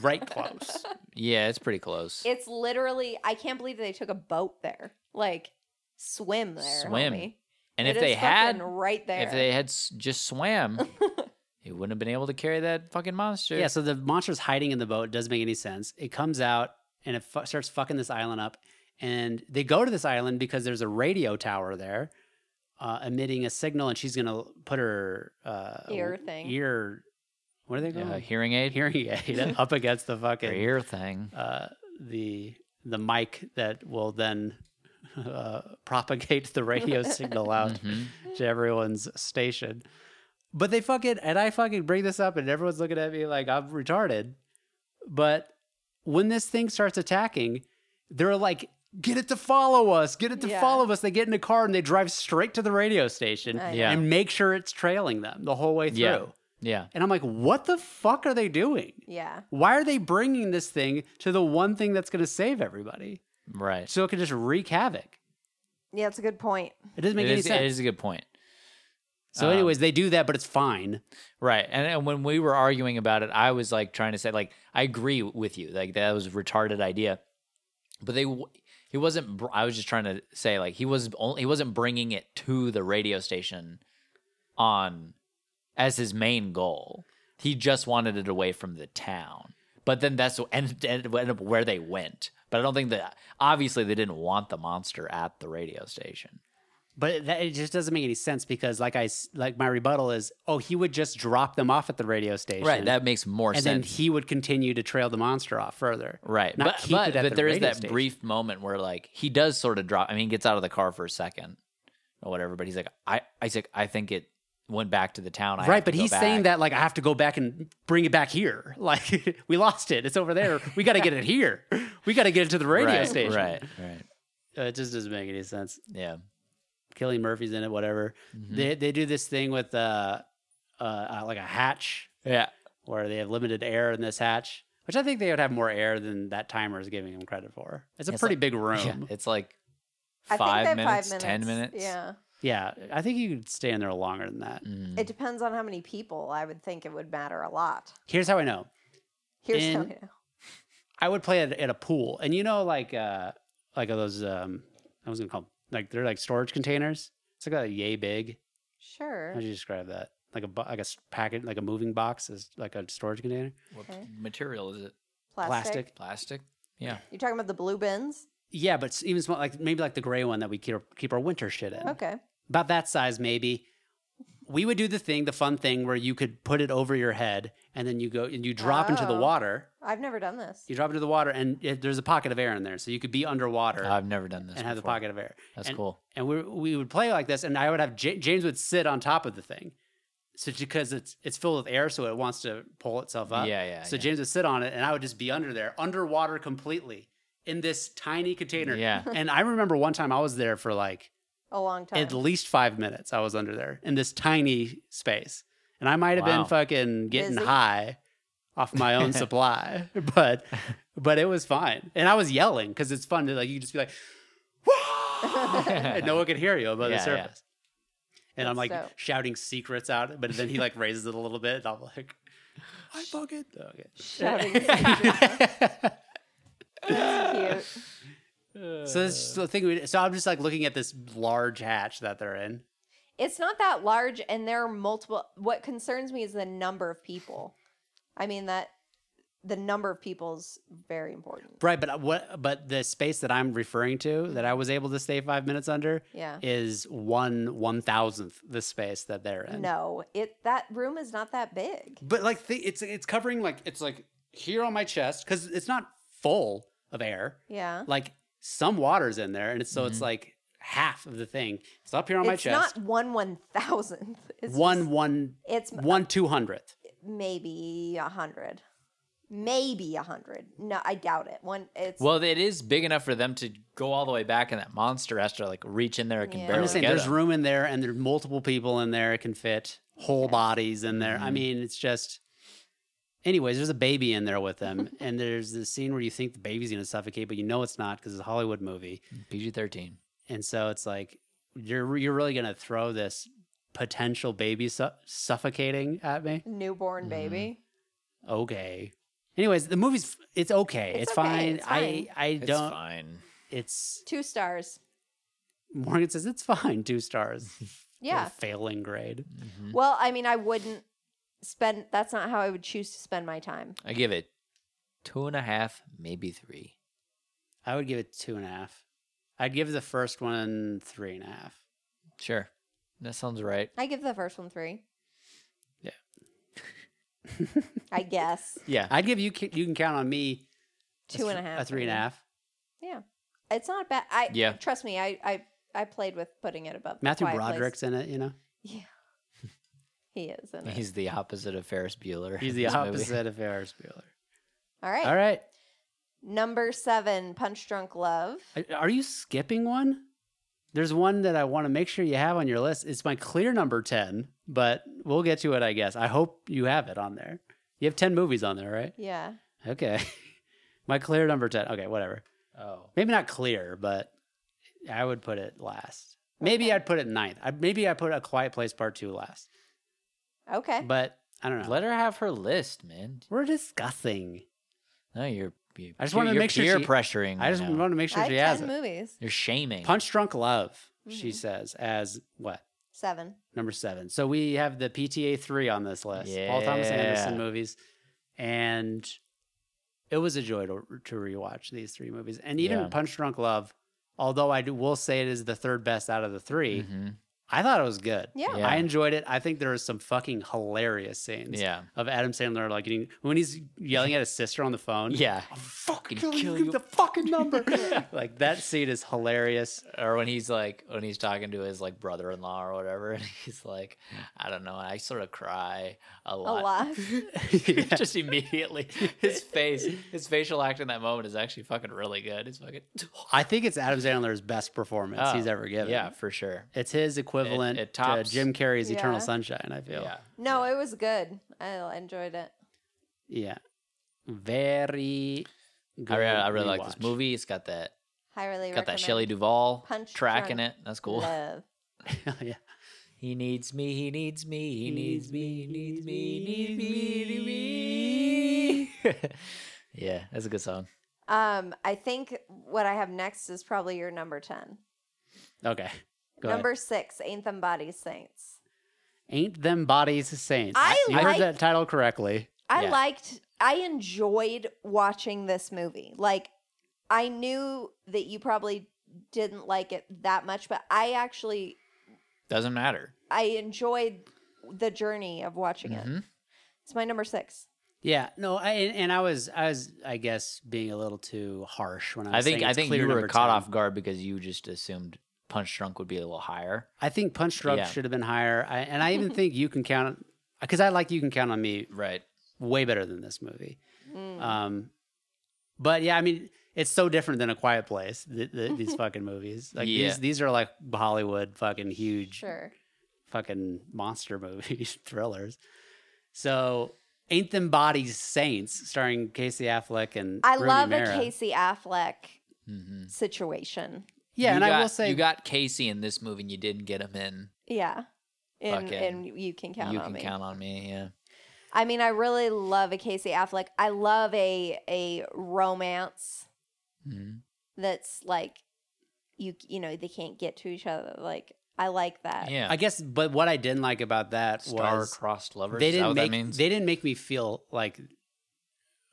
S2: right close.
S4: yeah, it's pretty close.
S3: It's literally, I can't believe they took a boat there. Like, swim there.
S4: Swim.
S3: homie.
S4: and
S3: It
S4: if
S3: is
S4: they
S3: fucking
S4: had,
S3: right there,
S4: if they had s- just swam, they wouldn't have been able to carry that fucking monster.
S2: yeah, so the monster's hiding in the boat. It doesn't make any sense. It comes out and it fu- starts fucking this island up. And they go to this island because there's a radio tower there uh, emitting a signal, and she's going to put her uh,
S3: Ear thing.
S2: Ear. What are they
S4: Yeah,
S2: called?
S4: Uh, hearing aid,
S2: Hearing aid up against the
S4: or
S2: fucking
S4: ear thing.
S2: uh, the the mic that will then uh, propagate the radio signal out
S4: Mhm.
S2: to everyone's station. But they fucking and I fucking bring this up and everyone's looking at me like I'm retarded. But when this thing starts attacking, they're like, "Get it to follow us! Get it to
S3: Yeah.
S2: follow us!" They get in a car and they drive straight to the radio station
S3: I
S4: Yeah,
S2: and make sure it's trailing them the whole way through.
S4: Yeah. yeah,
S2: And I'm like, "What the fuck are they doing?"
S3: yeah.
S2: Why are they bringing this thing to the one thing that's going to save everybody
S4: right.
S2: so it can just wreak havoc?
S3: Yeah, it's a good point.
S2: It doesn't make
S4: It
S2: any
S4: is, it
S2: sense.
S4: is a good point.
S2: so,
S4: um,
S2: anyways, they do that, but it's fine.
S4: Right. And, and when we were arguing about it, I was like trying to say, like, I agree with you. Like, that was a retarded idea. But they, w- he wasn't, br- I was just trying to say, like, he was only, he wasn't bringing it to the radio station on as his main goal. He just wanted it away from the town. But then that's what ended, ended up where they went But I don't think that obviously they didn't want the monster at the radio station.
S2: But it- that, it just doesn't make any sense because, like I s- like my rebuttal is, oh, he would just drop them off at the radio station,
S4: Right. That makes more
S2: and then
S4: sense.
S2: he would continue to trail the monster off further,
S4: right.
S2: Not
S4: but
S2: keep
S4: but,
S2: it at
S4: but
S2: the
S4: there is
S2: radio
S4: that
S2: station.
S4: brief moment where like he does sort of drop I mean he gets out of the car for a second or whatever, but he's like, I Isaac, I think it went back to the town. I have
S2: Right,
S4: to
S2: but
S4: go
S2: he's
S4: back."
S2: saying that like I have to go back and bring it back here. Like we lost it; it's over there. We got to get it here. We got to get it to the radio
S4: Right,
S2: station.
S4: Right, right.
S2: Uh, it just doesn't make any sense.
S4: Yeah. Mm-hmm.
S2: Killing Murphy's in it, whatever. They they do this thing with uh, uh, uh like a hatch
S4: Yeah.
S2: where they have limited air in this hatch, which I think they would have more air than that timer is giving them credit for. It's a
S4: It's
S2: pretty
S4: like-
S2: big room.
S4: Yeah, it's like
S3: I
S4: five,
S3: think they have
S4: minutes,
S3: five minutes.
S4: ten minutes.
S3: Yeah.
S2: Yeah, I think you could stay in there longer than that.
S4: Mm.
S3: It depends on how many people. I would think it would matter a lot.
S2: Here's how I know.
S3: Here's
S2: And-
S3: how I know.
S2: I would play it at a pool, and you know, like uh, like those um, I was gonna call 'em- like they're like storage containers. It's like a yay big.
S3: Sure.
S2: How would you describe that? Like a bo- like a s- packet, like a moving box is like a storage container.
S4: What
S3: Okay.
S4: material is it?
S3: Plastic.
S4: Plastic? Yeah.
S3: You're talking about the blue bins?
S2: Yeah, but s- even small, like maybe like the gray one that we keep our, keep our winter shit in.
S3: Okay.
S2: About that size, maybe. We would do the thing, the fun thing, where you could put it over your head, and then you go and you drop into the
S3: Oh.
S2: water.
S3: I've never done this.
S2: You drop into the water, and it, there's a pocket of air in there, so you could be underwater
S4: I've never done this.
S2: and have the
S4: before.
S2: pocket of air.
S4: That's
S2: And-
S4: cool.
S2: and we we would play like this, and I would have J- James would sit on top of the thing, so because it's it's filled with air, so it wants to pull itself up.
S4: Yeah, yeah,
S2: So
S4: yeah.
S2: James would sit on it, and I would just be under there, underwater completely in this tiny container.
S4: Yeah.
S2: And I remember one time I was there for like
S3: A long time.
S2: at least five minutes. I was under there in this tiny space, and I might have
S4: Wow.
S2: been fucking getting
S3: Busy.
S2: high off my own supply, but but it was fine, and I was yelling because it's fun to like you just be like, "Whoa!" and no one could hear you above
S4: Yeah,
S2: the
S4: yeah.
S2: surface. And I'm
S3: That's
S2: like
S3: dope.
S2: shouting secrets out, but then he like raises it a little bit, and I'm like, "I fucking okay."
S3: Shouting secrets. That's cute.
S2: So this is the thing. We, so I'm just like looking at this large hatch that they're in.
S3: It's not that large, and there are multiple. What concerns me is the number of people. I mean, that the number of people is very important.
S2: Right, but uh, what? But the space that I'm referring to, that I was able to stay five minutes under,
S3: Yeah.
S2: is one one thousandth the space that they're in.
S3: No, it that room is not that big.
S2: but like the, it's it's covering like it's like here on my chest because it's not full of air.
S3: Yeah.
S2: Like some water's in there, and it's so it's like half of the thing. It's up here on my
S3: it's
S2: chest.
S3: not one one thousandth. It's
S2: one
S3: just-
S2: one
S3: It's
S2: one two hundredth.
S3: maybe a hundred, maybe a hundred. No, I doubt it. One. It's
S4: Well, it is big enough for them to go all the way back, and that monster has to like reach in there. It can
S3: Yeah.
S4: barely
S2: I'm just saying,
S4: get
S2: there's
S4: him.
S2: room in there, and there's multiple people in there. It can fit whole bodies in there. I mean, it's just. Anyways, there's a baby in there with them, and there's this scene where you think the baby's gonna suffocate, but you know it's not because it's a Hollywood movie,
S4: PG thirteen.
S2: and so it's like you're you're really gonna throw this potential baby su- suffocating at me. Mm-hmm.
S3: newborn baby.
S2: Okay. Anyways, the movie's it's okay. It's,
S3: It's okay,
S2: fine.
S3: it's fine.
S2: I I
S4: It's
S2: don't.
S4: fine.
S2: It's
S3: Two stars.
S2: Morgan says it's fine. Two stars.
S3: Yeah.
S2: Failing grade.
S3: Well, I mean, I wouldn't spend. That's not how I would choose to spend my time.
S4: I give it two and a half, maybe three.
S2: I would give it two and a half. I'd give the first one three and a half.
S4: Sure, that sounds right.
S3: I give the first one three.
S2: Yeah.
S3: I guess
S4: Yeah,
S2: I'd give you Ca- you can count on me a
S3: two and a
S2: thr-
S3: half.
S2: a three and a
S3: maybe.
S2: half.
S3: It's not bad. I
S4: Yeah.
S3: Trust me. I I I played with putting it above The
S2: Matthew
S3: Quiet Place.
S2: Broderick's in it. You know,
S3: He is in it.
S4: he's the opposite of Ferris Bueller.
S2: he's the
S4: in this movie.
S2: opposite of Ferris Bueller.
S3: All right.
S2: All right,
S3: Number seven, Punch Drunk Love.
S2: I- are you skipping one? There's one that I want to make sure you have on your list. It's my clear number ten, but we'll get to it. I guess. I hope you have it on there. You have ten movies on there, right?
S3: Yeah.
S2: Okay. my clear number 10. Okay, whatever.
S4: Oh,
S2: Maybe not clear, but I would put it last. Maybe I'd put it ninth. I, maybe I put A Quiet Place Part 2 last.
S3: Okay.
S2: But I don't know.
S4: let her have her list, man.
S2: We're discussing.
S4: No, you're. you
S2: I just wanted to
S4: you're
S2: make sure
S4: peer
S2: she-
S4: pressuring.
S2: I just
S4: right now.
S2: want to make sure
S3: I
S2: she has
S3: have 10
S2: it.
S3: movies.
S4: You're shaming.
S2: Punch Drunk Love, she
S3: Mhm.
S2: says, as what?
S3: Seven.
S2: Number seven. So we have the PTA 3 on this list. Paul Thomas
S4: Yeah.
S2: Anderson movies. And it was a joy to, to rewatch these three movies. And even
S4: Yeah.
S2: Punch Drunk Love, although I do, will say it is the third best out of the 3
S4: Mhm.
S2: I thought it was good.
S3: Yeah.
S4: Yeah.
S2: I enjoyed it. I think there was some fucking hilarious scenes
S4: Yeah.
S2: of Adam Sandler like getting, when he's yelling at his sister on the phone.
S4: Yeah.
S2: I'll fucking
S4: Fucking
S2: kill, you.
S4: kill
S2: Give
S4: you.
S2: the fucking number. like that scene is hilarious.
S4: Or when he's like when he's talking to his like brother in law or whatever, and he's like,
S2: Mm.
S4: I don't know, I sort of cry a
S3: A
S4: lot.
S3: lot.
S4: Just immediately. His face, his facial act in that moment is actually fucking really good. It's fucking
S2: I think it's Adam Sandler's best performance
S4: Oh,
S2: he's ever given.
S4: Yeah, for sure.
S2: It's his equivalent
S4: it
S2: to
S4: tops-
S2: Jim Carrey's
S3: Yeah.
S2: Eternal Sunshine, I feel.
S4: Yeah.
S3: No, it was good. I enjoyed it.
S2: Yeah. Very good.
S4: I really, I really like this
S2: rewatch.
S4: movie. It's got that
S3: Highly
S4: got that
S3: recommend.
S4: Shelley Duvall
S3: Punch
S4: track in
S3: Drunk
S4: it. That's cool.
S3: Love.
S2: yeah.
S4: He needs me, he needs me, he needs me, he needs me, he needs me, he needs me. yeah, that's a good song.
S3: Um, I think what I have next is probably your number ten.
S2: Okay. Go
S3: number six, Ain't Them Bodies Saints.
S2: ahead. Ain't them bodies saints?
S3: I
S2: you heard
S3: like-
S2: that title correctly.
S3: I
S4: Yeah.
S3: liked I enjoyed watching this movie. Like I knew that you probably didn't like it that much, but I actually
S4: Doesn't matter.
S3: I enjoyed the journey of watching it.
S4: Mhm.
S3: It's my number six.
S2: Yeah. No. I, and and I was I was I guess being a little too harsh when I.
S4: I
S2: Was
S4: think
S2: saying
S4: I
S2: it's
S4: think
S2: clear
S4: you were
S2: number
S4: caught
S2: 10.
S4: off guard because you just assumed Punch Drunk would be a little higher.
S2: I think Punch Drunk
S4: Yeah.
S2: should have been higher. I, and I even think you can count because I like you can count on me
S4: Right.
S2: way better than this movie.
S3: Mm.
S4: Uh,
S2: Um, but yeah, I mean, it's so different than A Quiet Place. Th- th- these fucking movies, like
S4: Yeah.
S2: these, these are like Hollywood fucking huge
S3: Sure.
S2: fucking monster movies, thrillers. So, Ain't Them Bodies Saints, starring Casey Affleck and
S3: I
S2: Rooney
S3: love
S2: Mara.
S3: a Casey Affleck
S4: Mm-hmm.
S3: situation.
S2: Yeah,
S4: You
S2: and I will
S4: got-
S2: say,
S4: you got Casey in this movie, and you didn't get him in.
S3: Yeah. And,
S4: Fucking-
S3: and you can count
S4: you
S3: on
S4: can
S3: me.
S4: count on me. Yeah,
S3: I mean, I really love a Casey Affleck. I love a a romance
S4: Mhm.
S3: that's like you you know they can't get to each other. Like I like that.
S4: yeah.
S2: I guess, but what I didn't like about that was
S4: Star-crossed lovers.
S2: they
S4: is that
S2: didn't
S4: what
S2: make
S4: that means?
S2: they didn't make me feel like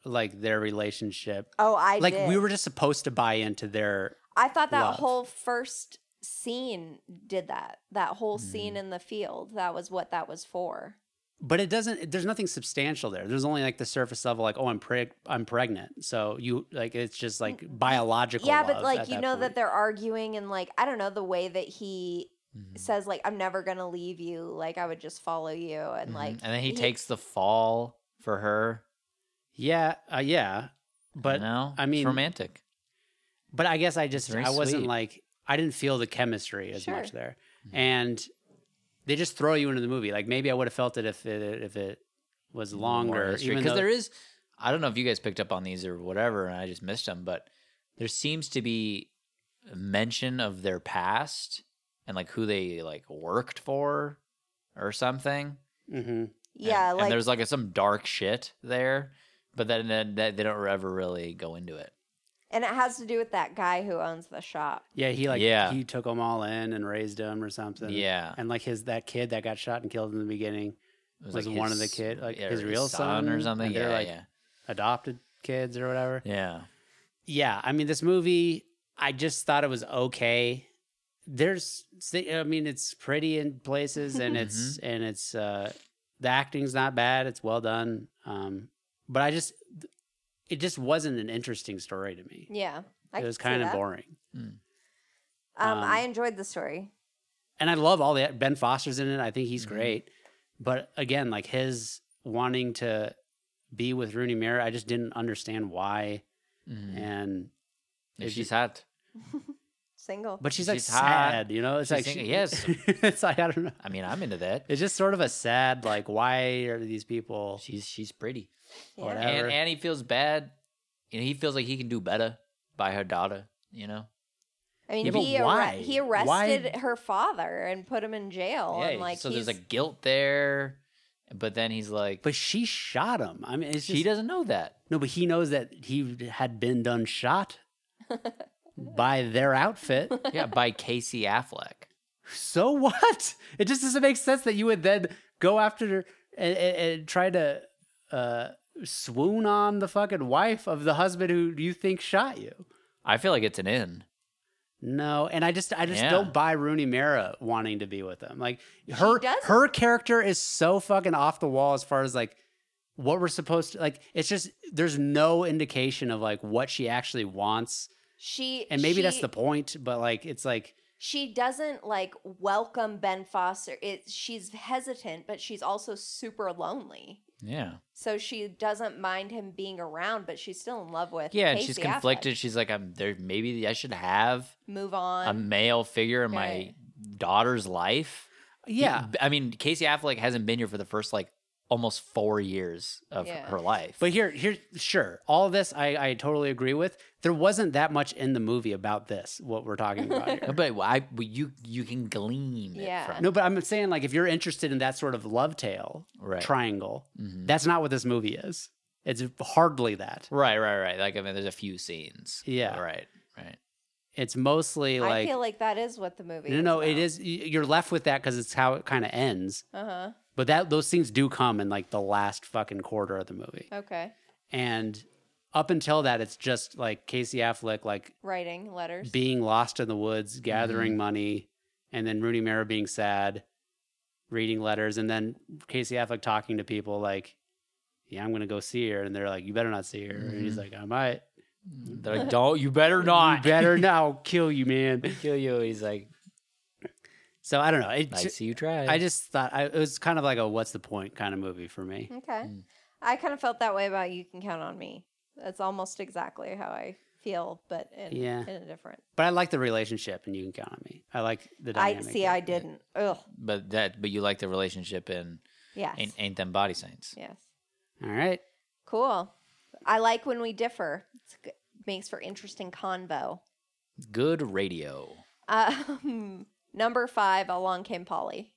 S2: like their relationship.
S3: Oh, I
S2: like
S3: did.
S2: we were just supposed to buy into their
S3: I thought that
S2: love.
S3: whole first scene did that. That whole scene
S2: Mm-hmm.
S3: in the field. That was what that was for.
S2: but it doesn't there's nothing substantial there there's only like the surface level like oh i'm preg- i'm pregnant so you like it's just like biological
S3: Mm. yeah,
S2: love
S3: but
S2: at
S3: like you know that
S2: point.
S3: they're arguing and like I don't know the way that he
S4: Mhm.
S3: says like I'm never gonna leave you. Like I would just follow you and
S2: Mm-hmm.
S4: Mhm.
S3: like
S4: and then he, takes the fall for her.
S2: yeah uh, yeah but
S4: no,
S2: I mean-
S4: it's romantic.
S2: but i guess i just
S4: Very
S2: i wasn't
S4: sweet. Mm-hmm.
S2: like i didn't feel the chemistry as
S3: Sure.
S2: much there and they just throw you into the movie like maybe i would have felt it if it if it was longer even
S4: because
S2: though-
S4: there is. I don't know if you guys picked up on these or whatever, and I just missed them. But there seems to be mention of their past and like who they like worked for or something.
S2: Mhm.
S3: yeah,
S4: and,
S3: like
S4: and there's like some dark shit there, but then, then that they don't ever really go into it.
S3: And it has to do with that guy who owns the shop.
S2: yeah he like
S4: Yeah.
S2: he took them all in and raised them or something
S4: yeah,
S2: and like his that kid that got shot and killed in the beginning
S4: it
S2: was one of the kid- like his real
S4: or
S2: son,
S4: something.
S2: and they're,
S4: Yeah,
S2: like-
S4: yeah,
S2: adopted kids or whatever
S4: yeah.
S2: yeah i mean this movie i just thought it was okay there's i mean it's pretty in places and it's
S4: Mm-hmm.
S2: and it's uh the acting's not bad it's well done um but i just it just wasn't an interesting story to me
S3: Yeah. I
S2: it was
S3: could see
S2: kind of
S3: that.
S2: boring
S3: Um,
S2: Um,
S3: I enjoyed the story.
S2: and i love all the ben foster's in it i think he's
S4: Mhm.
S2: great but again like his wanting to be with rooney mara i just didn't understand why
S4: Mhm.
S2: and
S4: If
S2: if
S4: she's
S2: you-
S4: hot.
S3: Single.
S2: but she's like
S4: She's hot.
S2: sad you know it's
S4: She's
S2: like
S4: singing-
S2: she-
S4: yes.
S2: it's like i don't know
S4: I mean, I'm into that.
S2: It's just sort of a sad, like, why are these people?
S4: She's she's pretty,
S3: Yeah.
S2: whatever.
S4: and and he feels bad. You know, he feels like he can do better by her daughter. You know,
S3: I mean,
S2: Yeah, but
S3: he, arre-
S2: why?
S3: he
S2: Why-
S3: arrested her father and put him in jail.
S4: yeah.
S3: Oh, and like,
S4: so
S3: he's,
S4: there's a guilt there, but then he's like,
S2: But she shot him. I mean, it's just,
S4: she doesn't know that.
S2: no, but he knows that he had been done shot by their outfit.
S4: Yeah, by Casey Affleck.
S2: So what? It just doesn't make sense that you would then go after and, and, and try to uh, swoon on the fucking wife of the husband who you think shot you.
S4: I feel like it's an in.
S2: No, and I just I just
S4: Yeah.
S2: don't buy Rooney Mara wanting to be with him. Like her
S3: doesn't.
S2: her character is so fucking off the wall as far as like what we're supposed to like it's just there's no indication of like what she actually wants.
S3: She
S2: And maybe that's
S3: she-
S2: the point, but like it's like
S3: she doesn't like welcome Ben Foster. It she's hesitant, but she's also super lonely.
S4: Yeah.
S3: So she doesn't mind him being around, but she's still in love with.
S4: Yeah, and she's
S3: Casey Affleck.
S4: conflicted. She's like, I'm there. Maybe I should have
S3: Move on.
S4: a male figure in
S3: Right.
S4: my daughter's life.
S2: yeah.
S4: I mean, Casey Affleck hasn't been here for the first like almost four years of
S3: Yeah.
S4: her life.
S2: But here here sure, all this I I totally agree with. There wasn't that much in the movie about this what we're talking about here.
S4: No, but I, but you you can glean
S3: Yeah.
S4: it from
S2: No, but I'm saying like if you're interested in that sort of love tale
S4: Right.
S2: triangle,
S4: Mhm.
S2: that's not what this movie is. It's hardly that.
S4: Right, right, right. Like I mean, there's a few scenes.
S2: Yeah.
S4: right, right.
S2: It's mostly
S3: I
S2: like
S3: feel like that is what the movie.
S2: no, no. It is y- you're left with that because it's how it kind of ends.
S3: Uh huh.
S2: But that those things do come in like the last fucking quarter of the movie,
S3: Okay.
S2: and up until that, it's just like Casey Affleck like
S3: Writing letters.
S2: being lost in the woods, gathering money, and then Rooney Mara being sad, reading letters, and then Casey Affleck talking to people like, "Yeah, I'm gonna go see her," and they're like, "You better not see her," and he's like, "I might."
S4: They're like, don't you better
S2: You
S4: not
S2: better not. I'll kill you, man.
S4: kill you. He's like,
S2: So I don't know. It,
S4: I see you tried.
S2: I just thought I, it was kind of like a what's the point kind of movie for me.
S3: Okay.
S4: Mm.
S3: I kind of felt that way about You Can Count on Me. That's almost exactly how I feel, but in,
S2: Yeah.
S3: in a different.
S2: But I like the relationship, and you can count on me. I like the
S3: I
S2: dynamic.
S3: see.
S2: there.
S3: I didn't. Ugh.
S4: but that, but you like the relationship in
S3: Yes.
S4: ain't, ain't them body saints.
S3: Yes.
S2: All right.
S3: Cool. I like when we differ. It's g- makes for interesting convo.
S4: Good radio.
S3: Um, number five, Along Came Polly.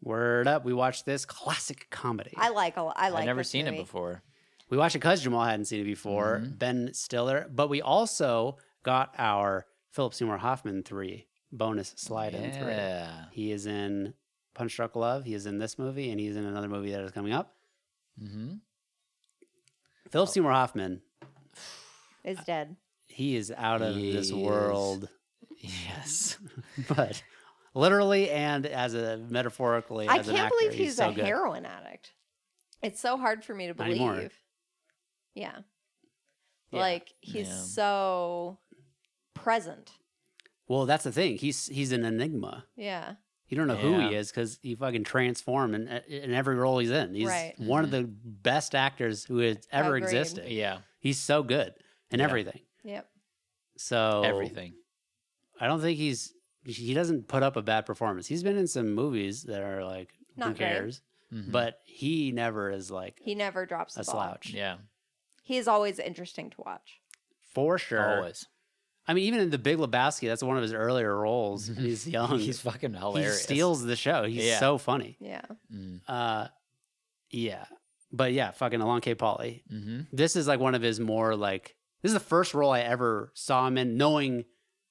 S2: Word up. We watched this classic comedy.
S3: I like. al- I like.
S4: I've never
S3: this
S4: seen
S3: movie.
S4: it before.
S2: we watched it because Jamal hadn't seen it before.
S3: Mm-hmm.
S2: Ben Stiller, but we also got our Philip Seymour Hoffman three bonus slide in three.
S4: Yeah.
S2: He is in Punch Drunk Love. He is in this movie, and he's in another movie that is coming up.
S4: Mm-hmm.
S3: Oh.
S2: Philip Seymour Hoffman.
S3: Is dead.
S2: He is out of
S4: He
S2: this
S4: is.
S2: world.
S4: Yes.
S2: but literally and as a metaphorically,
S3: I
S2: as
S3: can't
S2: an actor,
S3: believe
S2: he's,
S3: he's,
S2: so
S3: a
S2: good.
S3: heroin addict. It's so hard for me to
S2: Not
S3: believe.
S2: anymore.
S3: Yeah.
S2: Yeah.
S3: Like he's
S4: Yeah.
S3: so present.
S2: Well, that's the thing. He's he's an enigma.
S3: Yeah.
S2: You don't know who
S4: Yeah.
S2: he is because he fucking transform in, in every role he's in. He's
S3: Right.
S2: one
S4: Mm-hmm.
S2: of the best actors who has ever
S3: Agreed.
S2: existed.
S4: Yeah.
S2: He's so good in
S4: Yeah.
S2: everything.
S3: Yep.
S2: So
S4: Everything.
S2: I don't think he's he doesn't put up a bad performance. He's been in some movies that are like who
S3: Not great.
S2: cares,
S4: Mhm.
S2: but he never is like
S3: He never drops the
S2: a
S3: ball.
S2: slouch
S4: yeah,
S3: He is always interesting to watch.
S2: for sure.
S4: always.
S2: I mean, even in The Big Lebowski, that's one of his earlier roles. and He's young.
S4: Mm-hmm. He's fucking
S2: he
S4: hilarious. Mm-hmm.
S2: steals the show. He's
S4: Yeah.
S2: so funny.
S3: Yeah.
S2: Uh, yeah, but yeah, fucking Along K. Polly.
S4: Mm-hmm.
S2: This is like one of his more like. This is the first role I ever saw him in, knowing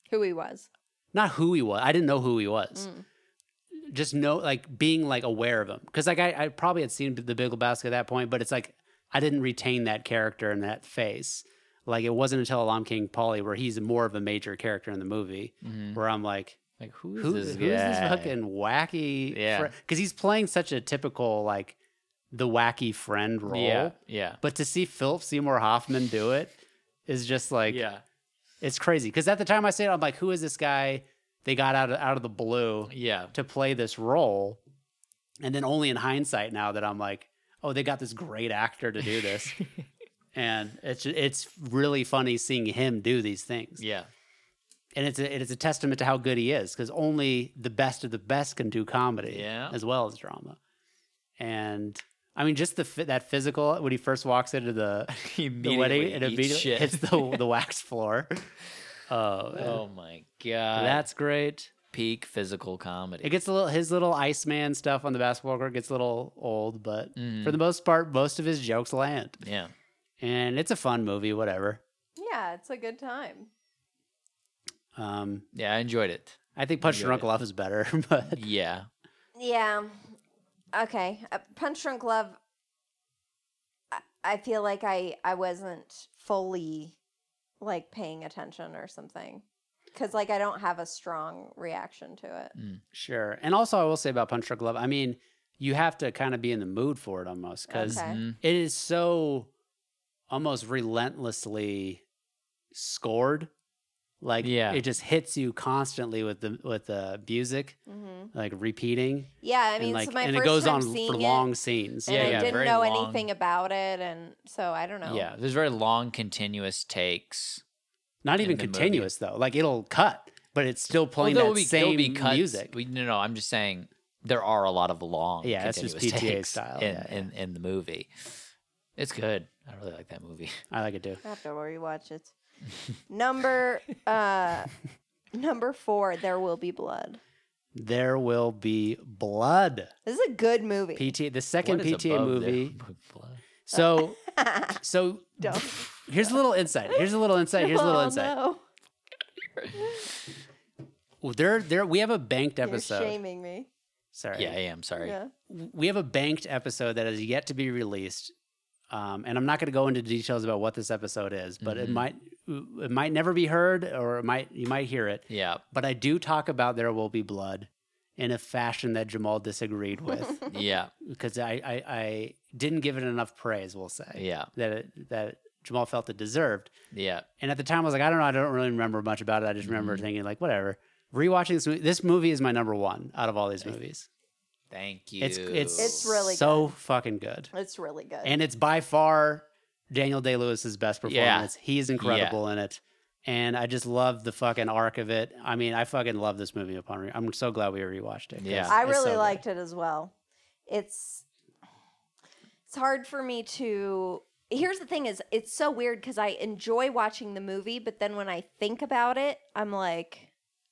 S3: Who he was.
S2: not who he was. I didn't know who he was.
S3: Mm.
S2: Just know, like being like aware of him, because like I, I probably had seen The Big Lebowski at that point, but it's like I didn't retain that character and that face. Like it wasn't until Along King Polly where he's more of a major character in the movie,
S4: Mhm.
S2: where I'm like,
S4: Like who is
S2: who's,
S4: this?
S2: who's this
S4: guy?
S2: fucking wacky
S4: Yeah.
S2: because he's playing such a typical like the wacky friend role
S4: Yeah, yeah,
S2: but to see philip seymour hoffman do it is just like
S4: yeah,
S2: it's crazy because at the time i said i'm like who is this guy they got out of, out of the blue
S4: yeah.
S2: to play this role and then only in hindsight now that i'm like oh they got this great actor to do this and it's it's really funny seeing him do these things
S4: Yeah.
S2: and it's a, it's a testament to how good he is because only the best of the best can do comedy
S4: Yeah.
S2: as well as drama and i mean just the phy- that physical when he first walks into the,
S4: He
S2: the wedding it
S4: eats
S2: immediately
S4: shit.
S2: hits the, the wax floor oh, man.
S4: oh my god.
S2: that's great
S4: peak physical comedy.
S2: it gets a little his little iceman stuff on the basketball court gets a little old but
S4: Mhm.
S2: for the most part most of his jokes land
S4: yeah.
S2: and it's a fun movie whatever
S3: Yeah, it's a good time.
S2: um
S4: Yeah, I enjoyed it.
S2: i think punch
S4: Yeah.
S2: drunk love is better but
S4: Yeah.
S3: Yeah. Okay. Uh, Punch Drunk Love. I, I feel like I I wasn't fully like paying attention or something because like I don't have a strong reaction to it.
S2: Sure. And also, I will say about Punch Drunk Love, I mean, you have to kind of be in the mood for it almost because
S3: Okay.
S4: Mhm.
S2: it is so almost relentlessly scored. Like
S4: Yeah.
S2: it just hits you constantly with the with the music,
S3: hmm
S2: like repeating.
S3: Yeah, I mean,
S2: and like
S3: so my
S2: and
S3: first
S2: it goes
S3: time
S2: on
S3: seeing
S2: for
S3: it,
S2: long scenes.
S3: and
S4: Yeah,
S3: I
S4: yeah,
S3: didn't
S4: very
S3: know
S4: long.
S3: anything about it, and so I don't know.
S4: Yeah, there's very long continuous takes.
S2: Not
S4: in
S2: even
S4: the movie.
S2: continuous though. Like it'll cut, but it's still playing that
S4: Well, there will be- there will
S2: same
S4: be cuts.
S2: music.
S4: We, no, no, I'm just saying there are a lot of long.
S2: Yeah, that's just
S4: continuous
S2: PTA
S4: takes
S2: style,
S4: in,
S2: yeah, yeah.
S4: in in the movie. It's good. I really like that movie.
S2: I like it too.
S3: I have to rewatch it. number uh, number four. There will be blood.
S2: There will be blood.
S3: This is a good movie.
S2: PT the second
S4: What is
S2: PTA
S4: above there?
S2: movie. So so
S3: Don't.
S2: here's a little insight. Here's a little insight. Here's a little
S3: Oh,
S2: insight.
S3: no.
S2: Well, There there we have a banked
S3: You're
S2: episode.
S3: shaming me.
S2: Sorry.
S4: Yeah, I am sorry.
S3: Yeah.
S2: we have a banked episode that is yet to be released, um, and I'm not going to go into details about what this episode is, but it
S4: Mhm.
S2: might it might never be heard, or it might you might hear it.
S4: Yeah,
S2: But I do talk about there will be blood in a fashion that Jamal disagreed with
S4: yeah,
S2: because I, I I didn't give it enough praise. We'll say
S4: yeah,
S2: that it, that Jamal felt it deserved.
S4: yeah.
S2: And at the time, I was like, I don't know. I don't really remember much about it. I just remember
S4: Mm-hmm.
S2: thinking, like, whatever. Rewatching this movie, this movie is my number one out of all these movies.
S4: Thank you.
S2: It's it's
S3: It's really
S2: so fucking good,
S3: It's really good.
S2: and it's by far Daniel Day Lewis's best
S4: Yeah.
S2: performance. He is incredible in it, and I just love the fucking arc of it. I mean, I fucking love this movie. Upon re- I'm so glad we rewatched it. 'cause
S4: Yeah.
S3: I
S2: it's
S3: really
S2: so good.
S3: liked it as well. It's it's hard for me to Here's the thing is it's so weird cuz I enjoy watching the movie but then when I think about it I'm like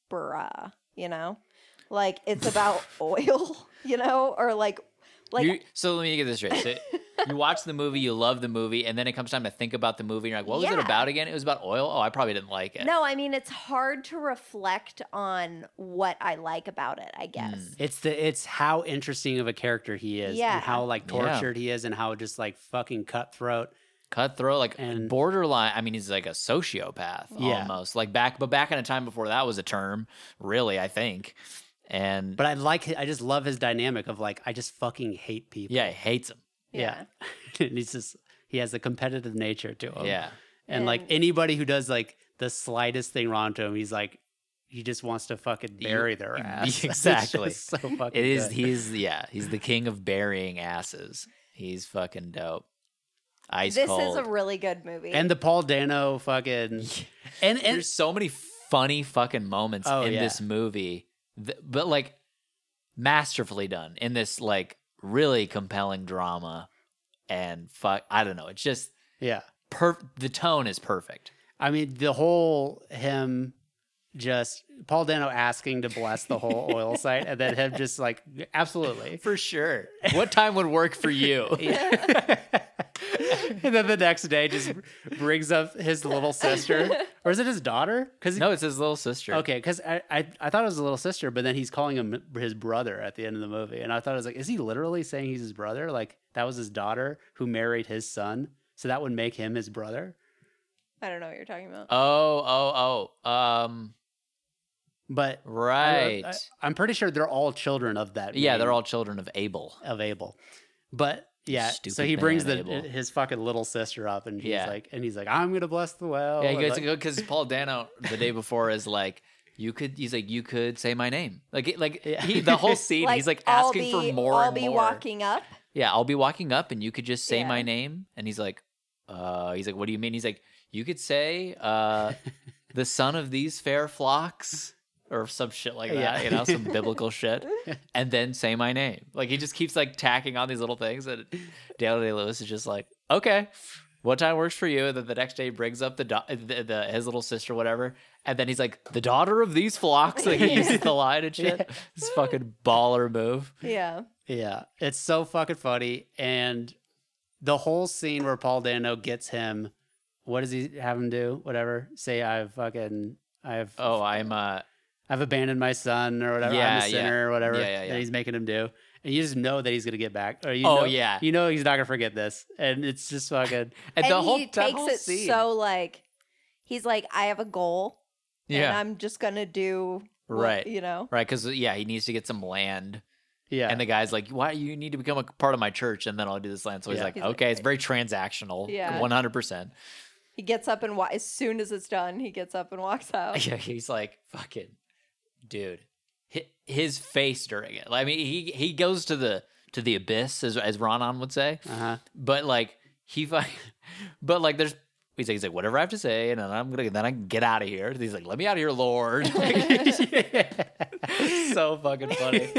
S3: bruh, you know? Like it's about oil, you know, or like like
S4: You- so let me get this straight. So you watch the movie, you love the movie, and then it comes time to think about the movie. And you're like, what was it
S3: Yeah.
S4: about again? It was about oil. Oh, I probably didn't like it.
S3: no, I mean it's hard to reflect on what I like about it, I guess.
S2: It's the it's how interesting of a character he is,
S3: Yeah.
S2: and how like
S4: Yeah.
S2: tortured he is, and how just like fucking cutthroat.
S4: cutthroat, like
S2: And-
S4: borderline. I mean, he's like a sociopath
S2: Yeah.
S4: almost. Like back, but back in a time before that was a term, really. I think. And
S2: But I like I just love his dynamic of like I just fucking hate people.
S4: yeah, he hates him.
S2: yeah. and he's just he has a competitive nature to him.
S4: yeah,
S2: And like
S3: And-
S2: anybody who does like the slightest thing wrong to him, he's like, he just wants to fucking bury their
S4: you-
S2: ass. It's
S4: exactly.
S2: just so fucking
S4: it is.
S2: good.
S4: He's yeah, he's the king of burying asses. He's fucking dope. Ice
S3: This
S4: cold.
S3: is a really good movie.
S2: and the Paul Dano fucking and and
S4: There's so many funny fucking moments
S2: Oh,
S4: in
S2: yeah.
S4: this movie, th- but like masterfully done in this like really compelling drama. And fuck, I don't know. It's just
S2: yeah.
S4: per the tone is perfect.
S2: I mean the whole him just Paul Dano asking to bless the whole oil site and then him just like absolutely.
S4: For sure. What time would work for you?
S2: and then the next day just brings up his little sister. Or is it his daughter? Because
S4: no, it's his little sister.
S2: Okay, because I, I I thought it was a little sister, but then he's calling him his brother at the end of the movie, and I thought I was like, is he literally saying he's his brother? Like that was his daughter who married his son, so that would make him his brother.
S3: I don't know what you're talking about.
S4: Oh, oh, oh. Um,
S2: But
S4: right.
S2: I, am pretty sure they're all children of that.
S4: yeah, they're
S2: name
S4: all children of Abel.
S2: of Abel, but. Yeah, so
S4: Stupid
S2: he brings the uh,
S4: man, Abel.
S2: his fucking little sister up, and he's
S4: Yeah.
S2: like, and he's like, "I'm gonna bless the well."
S4: yeah,
S2: and
S4: he goes
S2: Oh, like-
S4: to go because Paul Dano the day before is like, you could. He's like, you could say my name. Like, it- like
S2: Yeah.
S4: he, the whole scene. he's like
S3: I'll
S4: asking
S3: be-
S4: for more.
S3: I'll
S4: and
S3: be
S4: more.
S3: walking up.
S4: Yeah, I'll be walking up, and you could just say
S3: Yeah.
S4: my name. And he's like, uh, he's like, what do you mean? He's like, you could say, uh, the son of these fair flocks. Or some shit like that,
S2: Yeah.
S4: you know, some biblical shit, and then say my name. Like he just keeps like tacking on these little things, and Dale Day Lewis is just like, okay, what time works for you? And then the next day he brings up the, da- the, the his little sister, whatever, and then he's like, the daughter of these flocks. Like he uses the line and shit. This fucking baller move.
S3: Yeah.
S2: Yeah, it's so fucking funny, and the whole scene where Paul Dano gets him, what does he have him do? Whatever, say I've fucking, I've,
S4: Oh, I'm uh,
S2: I've abandoned my son or whatever. I'm
S4: Yeah,
S2: a
S4: yeah.
S2: sinner or whatever
S4: Yeah, yeah, yeah.
S2: that he's making him do, and you just know that he's gonna get back. Or you
S4: Oh,
S2: know-
S4: yeah.
S2: you know he's not gonna forget this, and it's just fucking
S4: And, the whole
S3: he
S4: that
S3: takes
S4: whole
S3: it
S4: scene.
S3: so like he's like, I have a goal, and
S4: yeah,
S3: I'm just gonna do what-
S4: Right.
S3: You know,
S4: right. Because yeah, he needs to get some land,
S2: yeah.
S4: and the guy's like, "Why you need to become a part of my church, and then I'll do this land." So he's
S2: Yeah.
S4: like,
S3: He's like,
S4: "Okay, it's very transactional,
S3: Yeah.
S4: one hundred percent."
S3: he gets up and wa- as soon as it's done, he gets up and walks out.
S4: Yeah, he's like, "Fucking dude," Hi- his face during it. I mean, he he goes to the to the abyss, as as Ronan would say.
S2: uh-huh.
S4: But like he, fi- but like there's. He's like, he's like, whatever I have to say, and then I'm gonna then I can get out of here. And he's like, let me out of here, Lord. so fucking funny.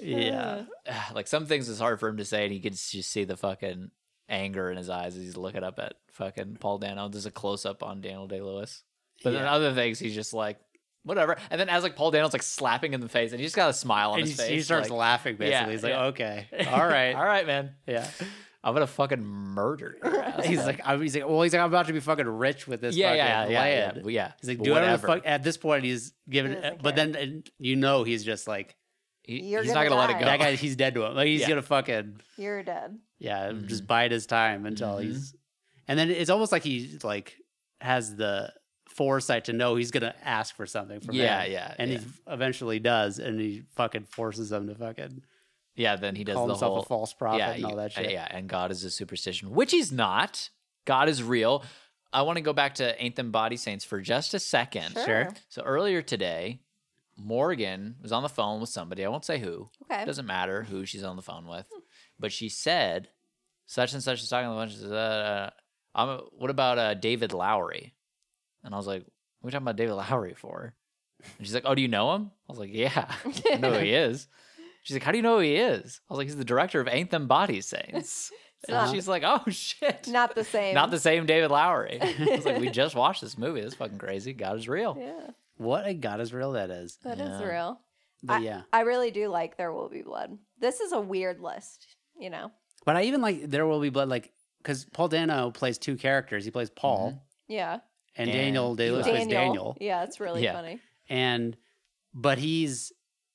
S2: yeah.
S4: like some things it's hard for him to say, and he can just see the fucking anger in his eyes as he's looking up at fucking Paul Dano. There's a close up on Daniel Day Lewis, but then
S2: Yeah.
S4: other things he's just like, whatever. And then as like Paul Dano's like slapping him in the face, and he just got a smile on
S2: And
S4: his
S2: he,
S4: face.
S2: he starts
S4: like,
S2: laughing basically.
S4: yeah,
S2: he's like,
S4: yeah.
S2: okay, all right,
S4: all right, man.
S2: yeah.
S4: I'm gonna fucking murder. your ass."
S2: He's like, I'm, he's like, well, he's like, I'm about to be fucking rich with this
S4: yeah,
S2: fucking
S4: yeah, yeah, yeah,
S2: land.
S4: yeah, yeah.
S2: He's like,
S4: But
S2: do whatever.
S4: whatever.
S2: the fuck. At this point, he's giving,
S3: He doesn't
S2: but then and you know he's just like
S4: He-
S3: You're
S4: he's not
S3: gonna
S4: gonna let
S3: die.
S4: it go.
S2: that guy. He's dead to him. Like he's
S4: Yeah.
S2: gonna fucking
S3: You're dead.
S2: yeah, just bide his time until
S4: Mhm.
S2: he's. And then it's almost like he like has the foresight to know he's gonna ask for something from
S4: Yeah,
S2: him.
S4: yeah,
S2: and
S4: yeah.
S2: he eventually does, and he fucking forces him to fucking
S4: yeah, then he does
S2: call
S4: the
S2: himself
S4: whole
S2: a false prophet
S4: yeah,
S2: and
S4: you-
S2: all that
S4: uh,
S2: shit.
S4: Yeah, and God is a superstition, which he's not. God is real. I want to go back to Ain't Them Body Saints for just a second.
S3: Sure. Sure.
S4: So earlier today, Morgan was on the phone with somebody. I won't say who.
S3: Okay.
S4: It doesn't matter who she's on the phone with, but she said such and such is talking to a bunch of. Uh, I'm, what about uh, David Lowry? And I was like, "What are we talking about David Lowry for?" And she's like, "Oh, do you know him?" I was like, "Yeah, I know who he is." She's like, "How do you know who he is?" I was like, "He's the director of Ain't Them Body Saints." and
S3: not-
S4: she's like, "Oh shit,
S3: Not the same.
S4: not the same David Lowry." I was like, "We just watched this movie. This is fucking crazy. God is real."
S3: Yeah,
S2: What a god is real that is.
S3: that is
S4: Yeah.
S3: real.
S2: But yeah.
S3: I really do like There Will Be Blood. This is a weird list, you know.
S2: But I even like There Will Be Blood, like because Paul Dano plays two characters. He plays Paul
S3: Yeah,
S2: and,
S4: Mm-hmm. And
S2: Daniel Day Lewis
S4: Eli.
S2: plays Daniel,
S3: Yeah, it's really
S4: Yeah.
S3: funny.
S2: and but he's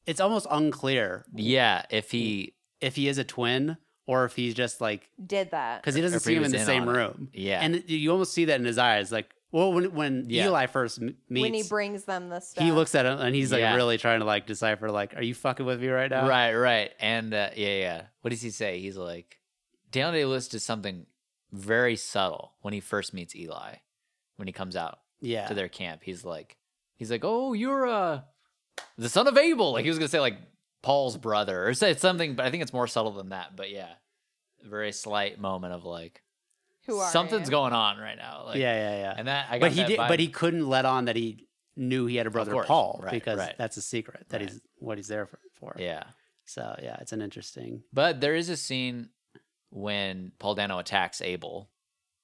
S2: it's almost unclear
S4: Yeah, if he,
S2: if he is a twin or if he's just like
S3: Did that?
S2: because he doesn't
S4: If he
S2: see him in
S4: was
S2: the
S4: in
S2: same
S4: on it.
S2: room,
S4: yeah,
S2: and you almost see that in his eyes. Like, well, when when
S4: Yeah.
S2: Eli first m- meets,
S3: when he brings them the stuff,
S2: he looks at him and he's like
S4: Yeah.
S2: really trying to like decipher, like, are you fucking with me right now?
S4: Right, right. And uh, yeah, yeah. What does he say? He's like, Daniel Day Lewis does something very subtle when he first meets Eli. When he comes out
S2: Yeah.
S4: to their camp, he's like, he's like, oh, you're uh, the son of Abel. Like he was gonna say like Paul's brother or say something, but I think it's more subtle than that. But yeah, a very slight moment of like
S3: Who are
S4: something's
S3: you?
S4: going on right now. Like,
S2: yeah, yeah, yeah.
S4: And that I got
S2: but he
S4: that
S2: did,
S4: vibe.
S2: but he couldn't let on that he knew he had a brother
S4: course.
S2: Paul
S4: Right,
S2: because
S4: right.
S2: that's a secret that
S4: Right.
S2: he's what he's there for. for.
S4: yeah.
S2: So yeah, it's an interesting.
S4: But there is a scene when Paul Dano attacks Abel,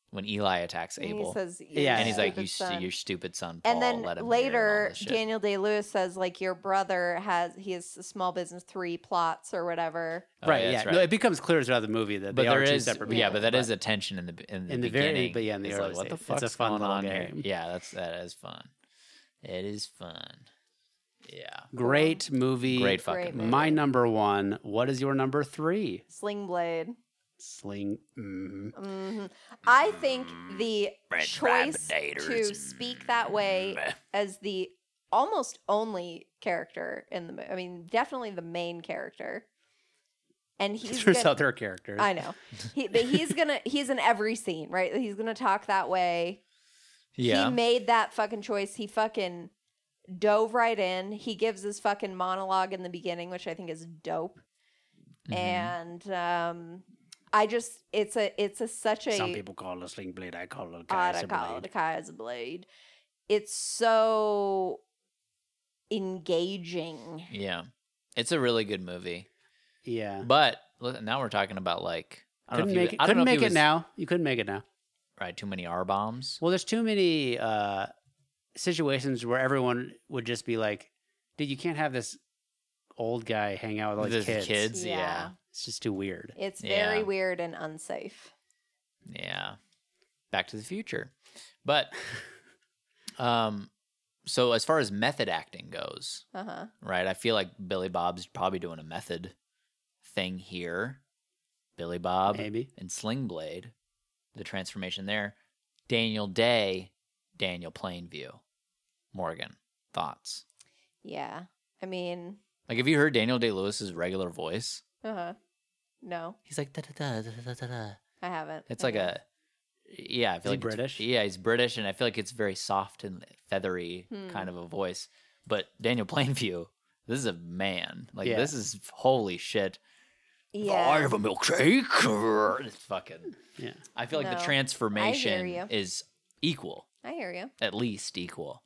S4: when Eli attacks
S3: And
S4: Abel.
S3: He says, "You're
S2: Yeah,
S4: and he's like,
S3: stupid
S4: "You, stu-
S3: son."
S4: your stupid son." Paul,
S3: And then
S4: let him
S3: later,
S4: Daniel.
S3: Daniel Day Lewis says, like, your brother has he has a small business, three plots or whatever.
S4: Oh,
S2: right. Yeah. No, it becomes clear throughout the movie that
S4: but
S2: they
S4: there
S2: are two
S4: is,
S2: separate.
S4: yeah,
S2: people,
S4: but that is a tension in the in the,
S2: in the very-
S4: beginning.
S2: but yeah, in the
S4: it's
S2: early
S4: like, what the
S2: stages. It's
S4: fuck's
S2: a fun
S4: going on
S2: little
S4: here?
S2: game.
S4: Yeah, that's that is fun. It is fun. Yeah,
S2: great movie.
S4: great fucking.
S3: Great
S4: movie.
S3: movie.
S2: My number one. What is your number three?
S3: Sling Blade.
S2: Sling. Mm.
S3: hmm I think
S4: Mm-hmm.
S3: the
S4: French fried
S3: choice to
S4: potatoes.
S3: speak that way as the almost only character in the mo- I mean, definitely the main character. And he's
S2: There's
S3: gonna-
S2: other characters.
S3: I know. He, but he's gonna he's in every scene, right? He's gonna talk that way.
S4: Yeah,
S3: He made that fucking choice. He fucking dove right in. He gives his fucking monologue in the beginning, which I think is dope.
S2: Mm-hmm.
S3: Mm-hmm.
S4: Mhm.
S3: And um I just it's a it's a such
S2: Some
S3: a
S2: people call it a sling blade. I call it a
S3: odd I
S2: Kaiser
S3: call it a
S2: blade.
S3: Kai's blade. It's so engaging.
S4: yeah, it's a really good movie.
S2: Yeah.
S4: But li- now we're talking about like I don't
S2: Couldn't
S4: know if
S2: make
S4: he,
S2: it,
S4: I don't know
S2: couldn't
S4: if he
S2: make it
S4: was-
S2: now. You couldn't make it now.
S4: Right, too many R bombs.
S2: Well, there's too many uh, situations where everyone would just be like, "Dude, you can't have this old guy hang out with all
S4: The
S2: these kids.
S4: kids, yeah,
S2: It's just too weird."
S3: It's very
S4: Yeah.
S3: weird and unsafe.
S4: Yeah. Back to the future. But um so as far as method acting goes,
S3: Uh-huh.
S4: right? I feel like Billy Bob's probably doing a method thing here. Billy Bob
S2: Maybe.
S4: and Sling Blade, the transformation there. Daniel Day, Daniel Plainview. Morgan, thoughts?
S3: Yeah. I mean,
S4: Like, have you heard Daniel Day Lewis's regular voice?
S3: uh huh. No,
S4: He's like da da da da da da da.
S3: I haven't. Uh-huh.
S4: It's
S3: I
S4: like
S3: guess.
S4: a yeah. I feel
S2: he
S4: like it's-
S2: British?
S4: Yeah, he's British, and I feel like it's very soft and feathery
S3: Hmm.
S4: kind of a voice. But Daniel Plainview, this is a man. Like
S2: Yeah.
S4: this is holy shit. Oh, I
S3: Yeah.
S4: have a milkshake. It's fucking.
S2: Yeah.
S4: I feel like
S3: No, I
S4: the
S3: hear you.
S4: transformation is equal,
S3: I hear you.
S4: at least equal.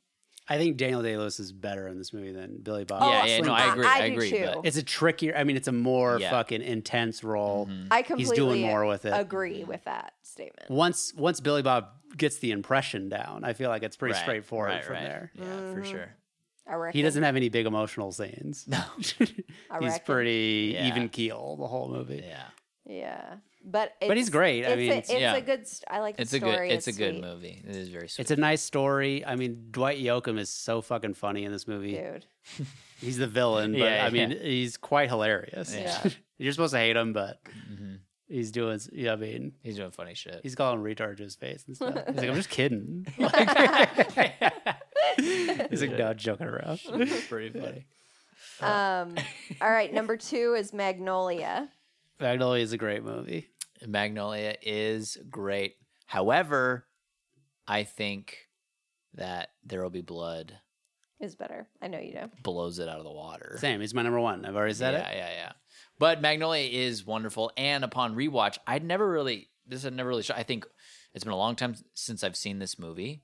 S2: I think Daniel Day Lewis is better in this movie than Billy Bob.
S4: yeah, yeah.
S2: Sling
S4: No,
S3: I-
S4: I agree.
S3: I
S4: I,
S3: do
S4: agree.
S3: too.
S4: But
S2: It's a trickier. I mean, it's a more
S4: Yeah. Mm-hmm.
S2: fucking intense role.
S3: I
S2: He's
S3: completely
S2: doing more with it.
S3: agree with that statement.
S2: Once once Billy Bob gets the impression down, I feel like it's pretty
S4: Right,
S2: straightforward
S4: right,
S2: from
S4: right.
S2: there.
S4: Yeah,
S3: Mm-hmm.
S4: for sure.
S3: I reckon.
S2: He doesn't have any big emotional scenes.
S4: No.
S2: he's
S3: reckon.
S2: pretty
S4: Yeah.
S2: even keel the whole movie.
S4: Yeah.
S3: Yeah. But it's,
S2: But he's great. I
S3: It's
S2: mean,
S3: a,
S2: it's-
S3: it's
S4: yeah.
S3: a good. St- I like the
S4: It's a
S3: story.
S4: good. It's, a good
S3: sweet,
S4: movie. It is very sweet.
S2: It's a nice story. I mean, Dwight Yoakam is so fucking funny in this movie.
S3: dude.
S2: He's the villain, but
S4: Yeah,
S2: I mean,
S4: yeah.
S2: he's quite hilarious.
S4: Yeah.
S2: You're supposed to hate him, but
S4: Mhm.
S2: he's doing, s- yeah, I mean,
S4: He's doing funny shit.
S2: he's calling retard to his face and stuff. He's like, I'm just kidding. He's like, no, joking around.
S4: pretty funny.
S2: Oh.
S3: Um, all right, number two is Magnolia.
S2: Magnolia is a great movie.
S4: Magnolia is great. However, I think that There Will Be Blood
S3: Is better. I know you do.
S4: blows it out of the water.
S2: Same. He's my number one. I've already said
S4: yeah,
S2: it.
S4: yeah, yeah. But Magnolia is wonderful. And upon rewatch, I'd never really, this had never really, shot. I think it's been a long time since I've seen this movie.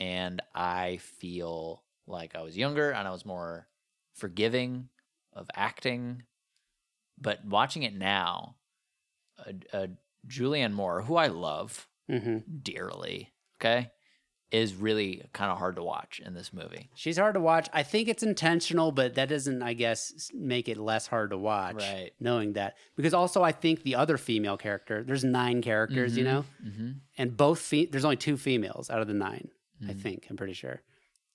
S4: And I feel like I was younger and I was more forgiving of acting. But watching it now, uh, uh, Julianne Moore, who I love
S2: hmm
S4: dearly, okay, is really kind of hard to watch in this movie.
S2: She's hard to watch. I think it's intentional, but that doesn't, I guess, s- make it less hard to watch.
S4: Right.
S2: Knowing that, because also I think the other female character, there's nine characters, you know,
S4: Mm-hmm.
S2: and both fe- there's only two females out of the 9 I
S4: Mhm.
S2: think I'm pretty sure,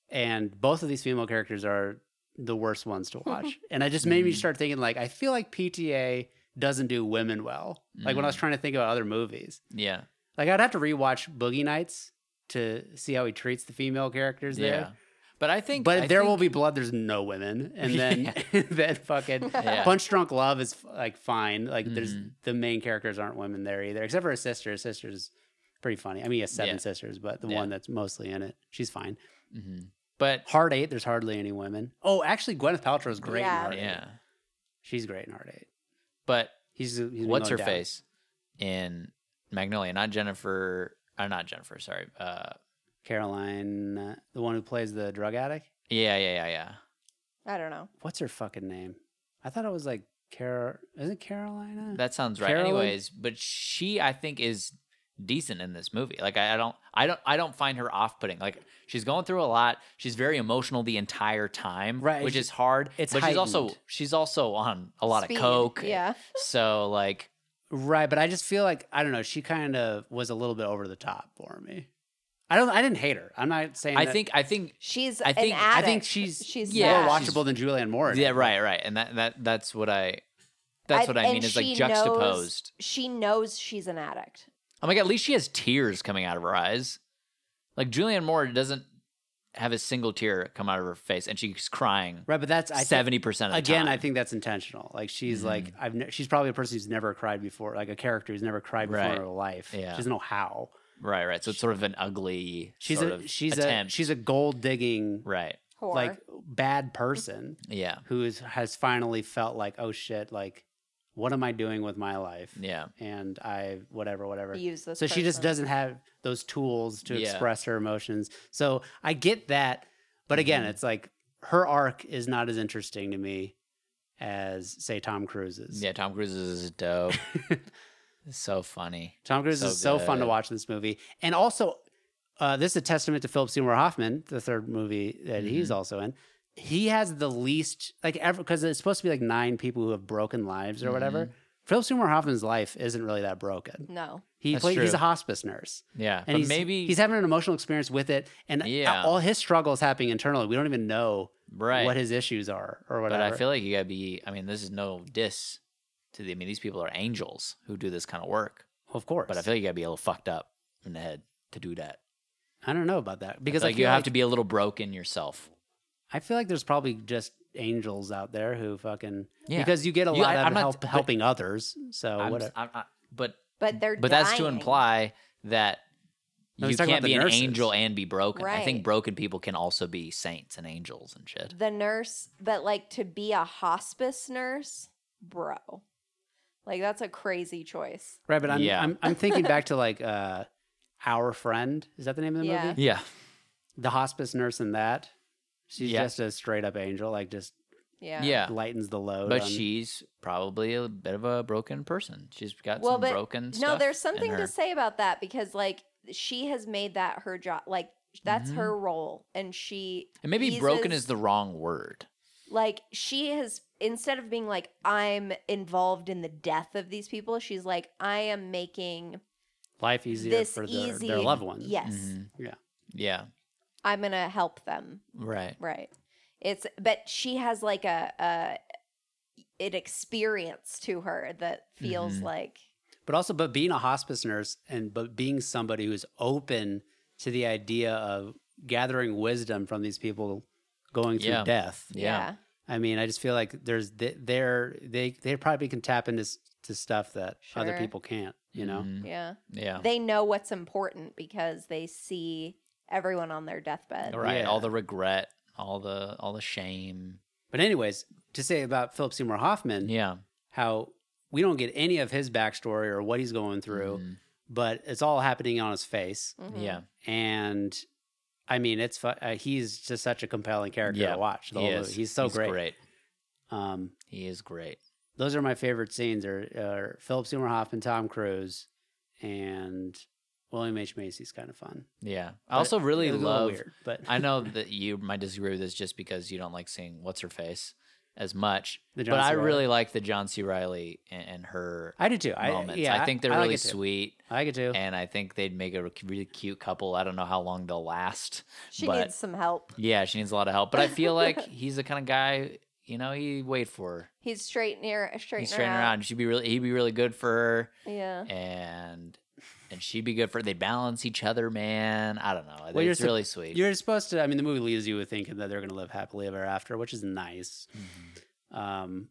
S2: and both of these female characters are the worst ones to watch. and I just made me
S4: Mhm.
S2: start thinking like I feel like PTA doesn't do women well. Like when I was
S4: Mm.
S2: trying to think about other movies,
S4: Yeah.
S2: like I'd have to rewatch Boogie Nights to see how he treats the female characters
S4: yeah.
S2: there.
S4: But I think.
S2: But
S4: I
S2: there will
S4: think-
S2: be blood. There's no women, and then then fucking
S4: Yeah.
S2: Punch Drunk Love is like fine. Like there's
S4: Mhm.
S2: the main characters aren't women there either, except for his sister. His sister's pretty funny. I mean, he has seven
S4: Yeah.
S2: sisters, but the
S4: Yeah.
S2: one that's mostly in it, she's fine.
S4: Mhm. But
S2: Heart Eight, there's hardly any women. Oh, actually, Gwyneth Paltrow's great
S3: Yeah.
S2: in Heart Eight.
S4: yeah.
S2: she's great in Heart Eight.
S4: But
S2: He's, he's been
S4: what's her
S2: going down.
S4: face in Magnolia? Not Jennifer. Or not Jennifer. Sorry. Uh,
S2: Caroline, uh, the one who plays the drug addict.
S4: yeah, yeah, yeah, yeah.
S3: I don't know.
S2: What's her fucking name? I thought it was like Carol. Is it Carolina?
S4: That sounds right.
S2: Hmm. Carolyn?
S4: Anyways, but she, I think, is decent in this movie. Like, I, I don't, I don't, I don't find her off-putting. Like, she's going through a lot. She's very emotional the entire time,
S2: Right,
S4: Which
S2: it's-
S4: is hard.
S2: it's
S4: but she's also,
S2: heightened.
S4: she's also on a lot
S3: Speed,
S4: of coke.
S3: Yeah.
S4: So like,
S2: Right, but I just feel like I don't know. She kind of was a little bit over the top for me. I don't. I didn't hate her. I'm not saying.
S4: I
S2: that-
S4: think, I think
S3: She's
S4: I think-
S3: an
S4: I
S2: I
S3: addict.
S2: think she's
S3: she's
S4: yeah,
S2: more
S3: sad.
S2: watchable than Julianne Moore.
S4: Yeah, right, right, and that that that's what I that's
S3: I-
S4: what I
S3: and
S4: mean is like
S3: she knows-
S4: juxtaposed.
S3: She knows she's an addict.
S4: I'm like, at least she has tears coming out of her eyes. Like Julianne Moore doesn't have a single tear come out of her face, and she's crying
S2: Right, but that's I
S4: seventy percent of
S2: Think,
S4: the
S2: again,
S4: time. Mm-hmm.
S2: I think that's intentional. Like she's like I've. Ne- she's probably a person who's never cried before. Like a character who's never cried before
S4: Right.
S2: in her life.
S4: Yeah.
S2: She doesn't know how.
S4: right, right. So it's sort of an ugly
S2: She's
S4: sort
S2: a
S4: of
S2: she's
S4: attempt.
S2: a she's a gold digging
S4: right,
S3: Whore.
S2: like bad person
S4: yeah,
S2: who is has finally felt like oh shit like what am I doing with my life
S4: yeah,
S2: and I whatever whatever
S3: use this.
S2: so she just
S3: person.
S2: doesn't have those tools to
S4: Yeah.
S2: express her emotions so i get that but again
S4: Mhm.
S2: it's like her arc is not as interesting to me as say tom cruise's
S4: yeah. Tom Cruise is dope. It's so funny.
S2: tom cruise
S4: So
S2: is so fun to
S4: good.
S2: watch in this movie and also uh, this is a testament to philip seymour hoffman the third movie that
S4: Mm-hmm.
S2: he's also in he has the least like ever because it's supposed to be like nine people who have broken lives or
S4: Mm-hmm.
S2: whatever philip seymour hoffman's life isn't really that broken
S3: No.
S2: he
S4: That's
S2: played, he's
S4: true.
S2: a hospice nurse
S4: Yeah,
S2: and
S4: but
S2: he's,
S4: maybe
S2: he's having an emotional experience with it, and
S4: Yeah.
S2: all his struggles happening internally. We don't even know
S4: right.
S2: what his issues are or whatever.
S4: But I feel like you gotta be. I mean, this is no diss to the, I mean, these people are angels who do this kind of work.
S2: Of course.
S4: But I feel you gotta be a little fucked up in the head to do that.
S2: I don't know about that
S4: Because
S2: because
S4: like you have to be a little broken yourself.
S2: I feel like there's probably just angels out there who fucking
S4: Yeah.
S2: because you get a
S4: You-
S2: lot
S4: I-
S2: out
S4: I'm
S2: of
S4: not-
S2: help,
S4: but-
S2: helping others. So
S4: I'm-
S2: Oh, whatever.
S4: I'm- I- but
S3: But they're
S4: but that's to
S3: dying.
S4: imply that
S2: No,
S4: you
S2: he's talking about
S4: can't
S2: the
S4: be an
S2: nurses.
S4: angel and be broken. I think
S3: Right.
S4: broken people can also be saints and angels and shit.
S3: the nurse, but like to be a hospice nurse, bro. Like that's a crazy choice.
S2: Right, but I'm,
S4: Yeah.
S2: I'm I'm thinking back to like uh Our Friend. Is that the name of the
S3: Yeah.
S2: movie?
S4: Yeah,
S2: The hospice nurse in that. She's
S4: Yeah.
S2: just a straight up angel, like just
S3: Yeah.
S4: yeah.
S2: lightens the load.
S4: But
S2: on-
S4: she's probably a bit of a broken person. She's got
S3: Well,
S4: some
S3: but
S4: broken stuff.
S3: No, there's
S4: in
S3: something
S4: her.
S3: to say about that because like she has made that her job. Like that's
S4: Mhm.
S3: her role, and she
S4: And maybe broken
S3: eases-
S4: is the wrong word.
S3: like she has instead of being like I'm involved in the death of these people, she's like I am making
S2: life easier
S3: this
S2: for their,
S3: easy.
S2: their loved ones.
S3: Yes,
S4: Mhm.
S2: Yeah.
S4: Yeah.
S3: I'm gonna help them.
S4: Right.
S3: Right. It's but she has like a, a an experience to her that feels
S4: Mhm.
S3: like
S2: But also but being a hospice nurse and but being somebody who's open to the idea of gathering wisdom from these people going through
S4: Yeah.
S2: death.
S4: Yeah. Mm-hmm.
S3: yeah.
S2: I mean, I just feel like there's th- they're they they probably can tap into s- to stuff that other
S3: Sure.
S2: people can't, you know.
S4: Mhm.
S3: Yeah.
S4: Yeah.
S3: They know what's important because they see everyone on their deathbed.
S4: Right. All
S2: Yeah.
S4: the regret, all the all the shame. Mm-hmm.
S2: But anyways, to say about Philip Seymour Hoffman,
S4: Yeah.
S2: how we don't get any of his backstory or what he's going through,
S4: Mm-hmm.
S2: but it's all happening on his face.
S3: Mhm.
S4: Mhm. Yeah.
S2: And I mean, it's fu- uh, he's just such a compelling character
S4: Yeah,
S2: to watch. The
S4: He
S2: whole
S4: is.
S2: movie. he's so great. Um,
S4: He is great.
S2: those are my favorite scenes: are, are Philip Seymour Hoffman, Tom Cruise, and William H Macy's kind of fun.
S4: Yeah. I
S2: But
S4: also really
S2: it was a little
S4: love
S2: weird, but
S4: I know that you might disagree with this just because you don't like seeing what's her face as much.
S2: The
S4: but
S2: John C.
S4: I
S2: Reilly.
S4: really like the John C. Riley and, and her
S2: I do too. I
S4: moments.
S2: yeah,
S4: I think they're
S2: like
S4: really
S2: it too.
S4: sweet.
S2: I could too.
S4: And I think they'd make a really cute couple. I don't know how long they'll last.
S3: She
S4: but
S3: needs some help.
S4: yeah, she needs a lot of help. But I feel like he's the kind of guy, you know, he'd wait for her.
S3: He's straighten her
S4: He's
S3: straightening her
S4: straighten her out.
S3: out.
S4: and She'd be really he'd be really good for her.
S3: Yeah.
S4: and and she'd be good for they balance each other, man. I don't know.
S2: Well, you're
S4: it's
S2: sup-
S4: really sweet.
S2: You're supposed to. I mean, the movie leaves you with thinking that they're going to live happily ever after, which is nice.
S4: Mm-hmm.
S2: Um,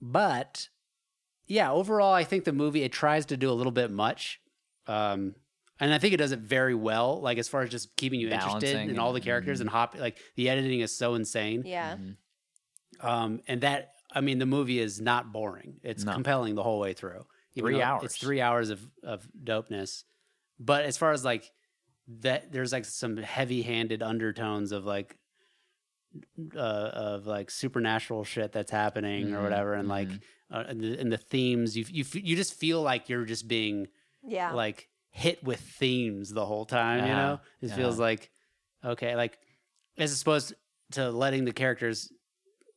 S2: but yeah, overall, I think the movie it tries to do a little bit much, um, and I think it does it very well. Like as far as just keeping you
S4: Balancing
S2: interested in all the
S4: and- mm-hmm.
S2: characters and hop. Like the editing is so insane.
S3: Yeah.
S4: Mhm.
S2: Um, and that I mean, the movie is not boring. It's
S4: No.
S2: compelling the whole way through. even
S4: Three
S2: though
S4: hours.
S2: It's three hours of of dopeness. But as far as like that, there's like some heavy handed undertones of like uh, of like supernatural shit that's happening or
S4: Mhm,
S2: whatever, and like uh, and, the, and the themes you you f- you just feel like you're just being
S4: Mm-hmm.
S3: Yeah.
S2: like hit with themes the whole time. You
S4: Uh-huh,
S2: know, it feels
S4: uh-huh.
S2: like okay, like as opposed to letting the characters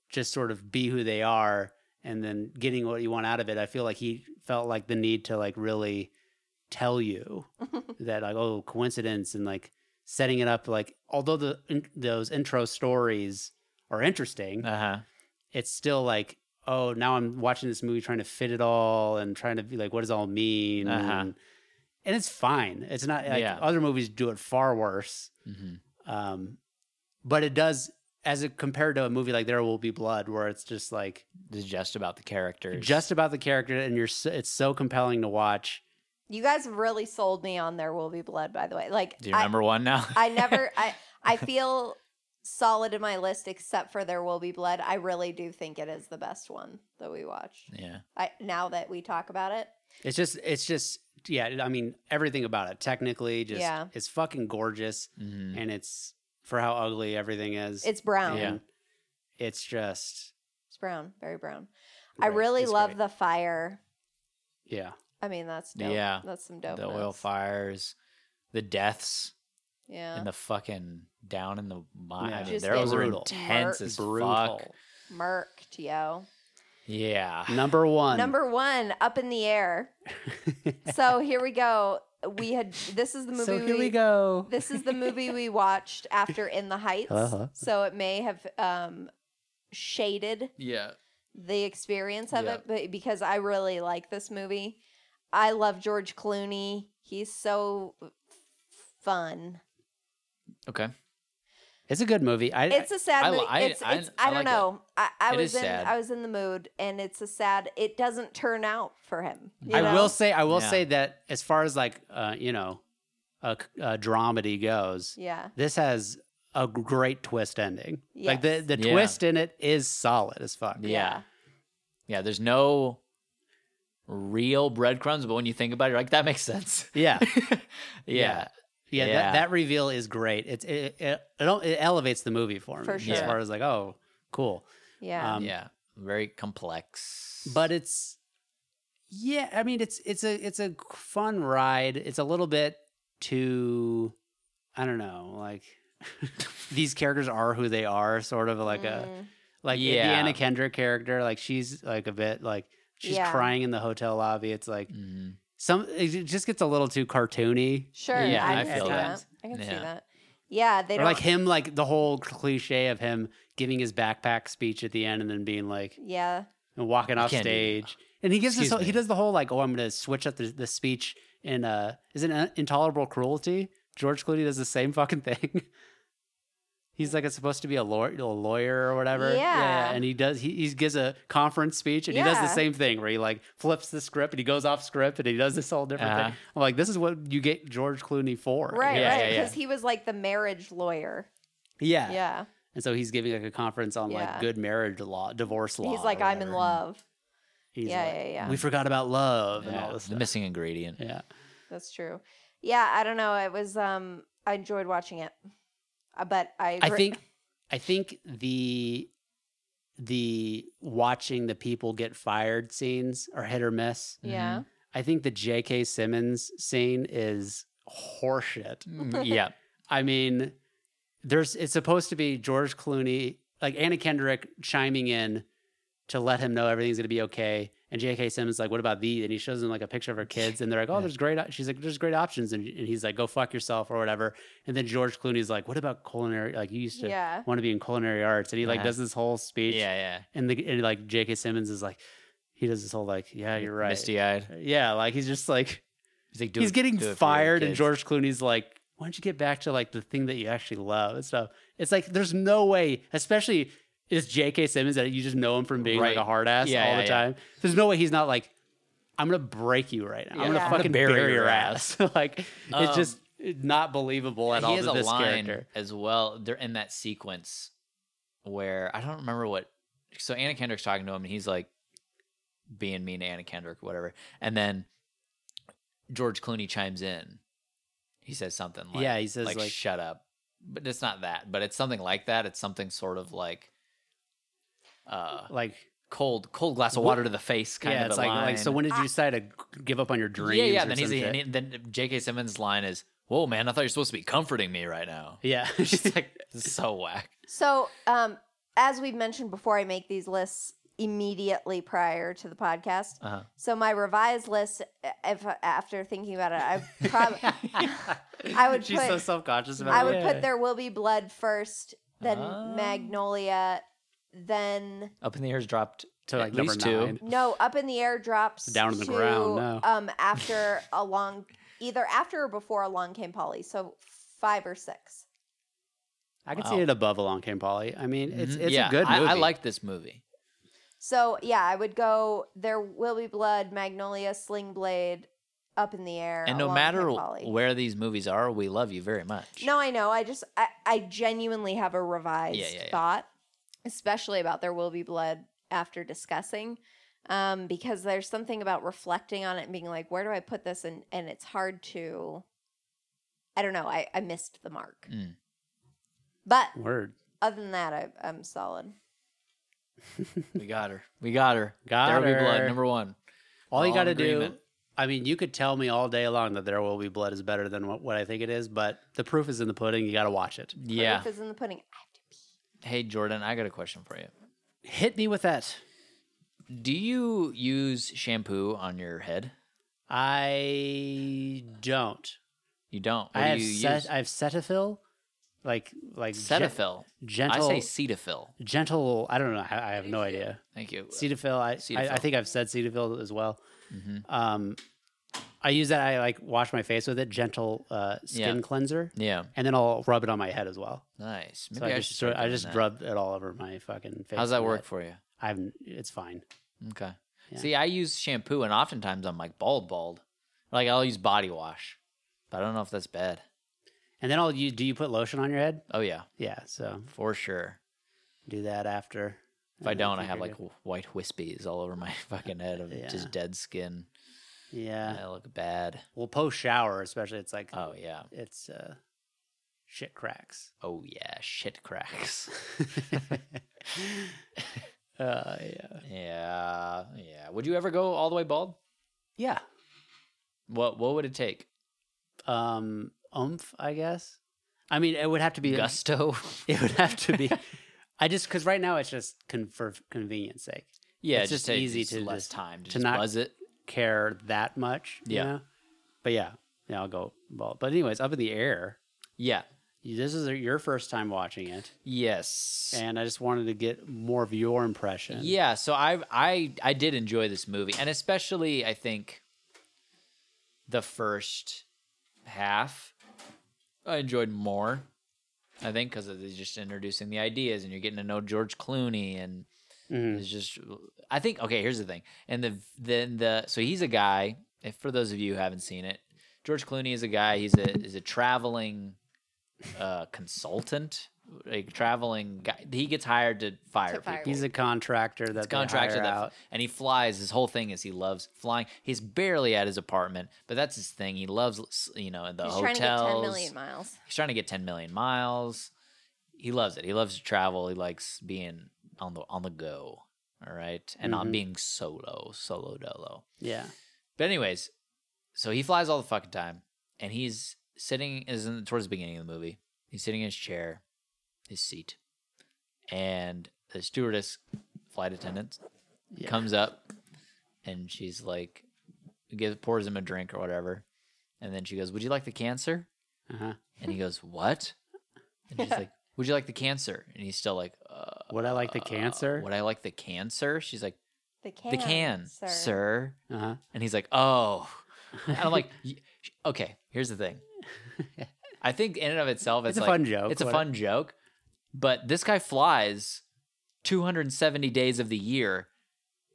S2: just sort of be who they are and then getting what you want out of it. I feel like he felt like the need to like really tell you that like oh coincidence and like setting it up like although the in, those intro stories are interesting
S4: Uh-huh.
S2: it's still like oh now i'm watching this movie trying to fit it all and trying to be like what does it all mean
S4: Uh-huh.
S2: and, and it's fine it's not like
S4: Yeah.
S2: other movies do it far worse
S4: Mhm.
S2: um but it does as it compared to a movie like there will be blood where it's just like
S4: This is just about the characters.
S2: just about the character and you're so, it's so compelling to watch
S3: You guys really sold me on There Will Be Blood, by the way. Like
S4: Do you
S3: I-
S4: remember one now?
S3: I never I I feel solid in my list except for There Will Be Blood. I really do think it is the best one that we watched.
S4: yeah.
S3: I now that we talk about it.
S2: it's just it's just yeah i mean everything about it technically just
S3: Yeah.
S2: it's fucking gorgeous
S4: Mhm.
S2: and it's for how ugly everything is
S3: It's brown.
S4: Yeah.
S2: And it's just
S3: It's brown, very brown. I
S2: great.
S3: really
S2: It's
S3: love
S2: great.
S3: the fire.
S2: yeah
S3: I mean, that's dope.
S4: Yeah.
S3: That's some dope.
S4: The oil
S3: fire.
S4: fires, the deaths,
S3: Yeah.
S4: and the fucking down in the mine.
S2: Yeah.
S4: I mean,
S3: Just
S4: those are
S2: brutal.
S4: intense as
S2: brutal
S4: fuck.
S3: Murked, yo.
S4: Yeah.
S2: number one
S3: Number one, up in the air. so here we go. We had this is the movie
S2: so here
S3: we
S2: we go
S3: This is the movie we watched after In the Heights,
S2: Uh-huh.
S3: so it may have um, shaded
S4: Yeah.
S3: the experience of
S4: Yeah.
S3: it, but because I really like this movie. I love George Clooney. He's so f- fun.
S4: Okay.
S2: It's a good movie. I,
S3: It's a sad
S4: I li-
S3: movie.
S4: I-
S3: it's,
S4: I-
S3: it's,
S4: I
S3: I, don't
S4: like it.
S3: know. I, I
S4: It
S3: was
S4: is
S3: in
S4: sad.
S3: I was in the mood and it's a sad it doesn't turn out for him. you
S2: I
S3: know?
S2: will say I will
S4: Yeah.
S2: say that as far as like uh, you know a, c- a dramedy goes,
S3: Yeah.
S2: this has a great twist ending. Like the
S3: Yes.
S2: the
S4: Yeah.
S2: twist in it is solid as fuck.
S4: Yeah. Yeah. There's no real breadcrumbs, but when you think about it, you're like, that makes sense.
S2: Yeah,
S4: yeah.
S2: Yeah. yeah.
S4: Yeah.
S2: That, that reveal is great. It's it it, it, el- it elevates the movie for me
S3: For
S2: as
S4: sure.
S2: far as like oh cool,
S3: Yeah.
S2: Um,
S4: yeah. Very complex.
S2: but it's yeah. I mean it's it's a it's a fun ride. It's a little bit too I don't know like these characters are who they are. Sort of like a
S3: Mm.
S2: like the
S4: Yeah.
S2: Anna Kendrick character, like she's like a bit like she's
S3: Yeah.
S2: crying in the hotel lobby. It's like
S4: Mhm.
S2: some it just gets a little too cartoony.
S3: Sure.
S4: Yeah,
S3: I,
S4: I
S3: can
S4: feel
S3: see
S4: that.
S3: that. I can see
S4: Yeah.
S3: that. Yeah, they
S2: Or
S3: don't
S2: like him, like the whole cliche of him giving his backpack speech at the end and then being like
S3: Yeah.
S2: and walking
S4: You
S2: off
S4: can't do that.
S2: stage. And he gives this
S4: Excuse
S2: whole, he
S4: me.
S2: does the whole like, oh, I'm gonna switch up the, the speech in uh is it in- intolerable cruelty? George Clooney does the same fucking thing. He's like it's supposed to be a lawyer, a lawyer or whatever.
S3: Yeah.
S2: And he does he, he gives a conference speech and he does
S3: Yeah.
S2: the same thing where he like flips the script and he goes off script and he does this whole different
S4: Uh-huh.
S2: thing. I'm like, this is what you get George Clooney for.
S3: Right,
S4: Yeah,
S3: right.
S4: yeah,
S3: Because he was like the marriage lawyer.
S2: Yeah.
S3: Yeah.
S2: And so he's giving like a conference on
S3: Yeah.
S2: like good marriage law, divorce law.
S3: He's
S2: or
S3: like, I'm in
S2: whatever."
S3: love.
S2: He's
S3: yeah,
S2: like,
S3: yeah, yeah.
S2: We forgot about love and
S4: Yeah,
S2: all this
S4: the
S2: stuff.
S4: missing ingredient.
S2: Yeah.
S3: That's true. Yeah, I don't know. It was um I enjoyed watching it. Uh, But I
S2: I
S3: agree-
S2: think I think the the watching the people get fired scenes are hit or miss.
S3: Yeah.
S2: I think the J.K. Simmons scene is horseshit.
S4: Mm, yeah.
S2: I mean, there's it's supposed to be George Clooney, like Anna Kendrick chiming in to let him know everything's gonna be okay. And J.K. Simmons is like, what about these? And he shows him like a picture of her kids, and they're like, oh,
S4: Yeah.
S2: there's great. op- She's like, there's great options, and, and he's like, go fuck yourself or whatever. And then George Clooney's like, what about culinary? Like you used to
S3: Yeah.
S2: want to be in culinary arts, and he like
S4: Uh-huh.
S2: does this whole speech,
S4: Yeah. Yeah.
S2: and the and like J.K. Simmons is like, he does this whole like, yeah, you're right,
S4: Misty eyed.
S2: yeah, like he's just like
S4: He's, like,
S2: he's getting fired, and George Clooney's like, "Why don't you get back to like the thing that you actually love and stuff?" It's like there's no way, especially it's J.K. Simmons that you just know him from being like
S4: Right.
S2: a hard ass
S4: Yeah,
S2: all
S4: yeah,
S2: the
S4: yeah.
S2: time. There's no way he's not like, "I'm gonna break you right now. I'm gonna
S3: Yeah.
S2: fucking bury, your ass." like
S4: Um,
S2: it's just not believable at all
S4: He has
S2: that
S4: a
S2: this
S4: line
S2: character.
S4: as well. They're in that sequence where I don't remember what. So Anna Kendrick's talking to him, and he's like being mean to Anna Kendrick, whatever. And then George Clooney chimes in. He says something like,
S2: yeah, he says
S4: like,
S2: like,
S4: shut up. But it's not that. But it's something like that. It's something sort of like uh
S2: like
S4: cold cold glass of
S2: What-
S4: water to the face kind
S2: yeah,
S4: of
S2: it's
S4: a
S2: like,
S4: line.
S2: like so. When did you
S3: I-
S2: decide to g- give up on your dreams?
S4: yeah, yeah.
S2: or
S4: Then
S2: some
S4: he's
S2: shit?
S4: and he- then J.K. Simmons' line is, "Whoa, man! I thought you're supposed to be comforting me right now."
S2: yeah.
S4: She's like, "This is so whack."
S3: so um as we've mentioned before I make these lists immediately prior to the podcast.
S4: Uh-huh.
S3: So my revised list uh, if after thinking about it, I probably I would
S2: She's
S3: put
S2: so self conscious about.
S3: I
S2: it.
S3: would
S2: Yeah.
S3: put There Will Be Blood first, then
S4: Ah.
S3: Magnolia, then
S4: Up in the air's dropped
S2: to like
S4: at
S2: number
S4: least two.
S2: nine.
S3: No, up in the air drops
S2: Down on the
S3: to,
S2: ground, no.
S3: Um, after a long, either after or before along came Polly. So five or six.
S2: I could
S4: Wow.
S2: see it above Along Came Polly. I mean, it's
S4: Mhm.
S2: it's
S4: yeah,
S2: a good
S4: I,
S2: movie.
S4: I like this movie.
S3: So yeah, I would go. There will be blood, Magnolia, Sling Blade, up in the air,
S4: And no
S3: Along
S4: matter
S3: Came Polly.
S4: where these movies are, we love you very much.
S3: No, I know. I just I, I genuinely have a revised
S4: Yeah, yeah, yeah.
S3: thought, especially about there will be blood after discussing. Um, because there's something about reflecting on it and being like, where do I put this? And and it's hard to I don't know, I, I missed the mark.
S4: Mm.
S3: But
S2: Word.
S3: other than that, I I'm solid.
S4: we got her. We got her.
S2: Got
S4: there will be blood.
S2: her.
S4: Number one.
S2: All you
S4: All
S2: got to
S4: in
S2: do.
S4: agreement.
S2: I mean, you could tell me all day long that There Will Be Blood is better than what, what I think it is, but the proof is in the pudding. You got to watch it.
S4: Yeah.
S3: Proof is in the pudding. I have to pee.
S4: Hey Jordan, I got a question for you.
S2: Hit me with that.
S4: Do you use shampoo on your head?
S2: I don't.
S4: You don't. What
S2: I
S4: do
S2: have
S4: you
S2: Cet-
S4: use?
S2: I have Cetaphil, like like gen-
S4: Cetaphil. I
S2: gentle
S4: say Cetaphil.
S2: gentle. I don't know. I, I have no idea.
S4: Thank you.
S2: Cetaphil. I, I I
S4: Cetaphil.
S2: think I've said Cetaphil as well.
S4: Mhm.
S2: Um, I use that. I like wash my face with it. Gentle uh, skin
S4: Yeah.
S2: cleanser,
S4: Yeah,
S2: and then I'll rub it on my head as well.
S4: nice.
S2: So
S4: Maybe
S2: I,
S4: I,
S2: just
S4: should
S2: sort
S4: start
S2: I
S4: doing
S2: just
S4: that.
S2: rubbed it all over my fucking face.
S4: How's that
S2: and
S4: work for you?
S2: I'm. It's fine.
S4: Okay.
S2: Yeah.
S4: See, I use shampoo, and oftentimes I'm like bald, bald. Like I'll use body wash, but I don't know if that's bad.
S2: And then I'll you do you put lotion on your head?
S4: Oh yeah,
S2: Yeah. So
S4: for sure.
S2: do that after.
S4: If I
S2: And
S4: don't, I
S2: think
S4: have
S2: you're
S4: like w- white wispies all over my fucking head of
S2: Yeah.
S4: just dead skin.
S2: good. yeah.
S4: I look bad.
S2: Well, post shower, especially, it's like
S4: Oh yeah.
S2: it's uh, shit cracks.
S4: Oh yeah. Shit cracks.
S2: Uh, yeah.
S4: yeah. Yeah. Would you ever go all the way bald?
S2: Yeah.
S4: What What would it take?
S2: Um, umph, I guess. I mean, it would have to be
S4: Gusto.
S2: It would have to be. I just because right now it's just con- for convenience sake.
S4: yeah.
S2: It's just
S4: take
S2: easy to
S4: less
S2: just-
S4: time to,
S2: to
S4: just
S2: not-
S4: buzz it.
S2: Care that much? you
S4: Yeah.
S2: know? But yeah, yeah, I'll go bald. But anyways, up in the air.
S4: Yeah.
S2: You- This is your first time watching it,
S4: Yes.
S2: and I just wanted to get more of your impression.
S4: Yeah, so I I I did enjoy this movie, and especially I think the first half I enjoyed more. I think because they're just introducing the ideas, and you're getting to know George Clooney, and
S2: Mhm.
S4: it's just I think okay. Here's the thing, and the then the so he's a guy. If for those of you who haven't seen it, George Clooney is a guy. He's a is a traveling uh, consultant, a traveling guy. He gets hired to fire
S3: To fire
S4: people
S2: he's a contractor that's
S4: contractor that,
S2: out.
S4: and he flies. His whole thing is he loves flying. He's barely at his apartment, but that's his thing. He loves, you know, the
S3: He's
S4: hotels.
S3: trying to get 10 million miles.
S4: He's trying to get 10 million miles. He loves it. He loves to travel. He likes being on the on the go. All right, and on
S2: Mhm.
S4: being solo, solo dolo.
S2: Yeah,
S4: But anyways, so he flies all the fucking time, and he's sitting is in towards the beginning of the movie. He's sitting in his chair, his seat, and the stewardess, flight attendant,
S2: Yeah.
S4: comes up, and she's like, gives pours him a drink or whatever, and then she goes, "Would you like the cancer?"
S2: uh-huh.
S4: And he goes, "What?" And she's like, "Would you like the cancer?" And he's still like, uh,
S2: Would I like the cancer?
S4: Would I like the cancer?" She's like,
S3: The can.
S4: "The can, sir.
S2: uh-huh.
S4: And he's like, "Oh," and I'm like, "Y- sh- "Okay, here's the thing." I think in and of itself,
S2: It's
S4: it's,
S2: a
S4: like-
S2: fun joke,
S4: It's a
S2: what-
S4: fun joke, but this guy flies 270 days of the year.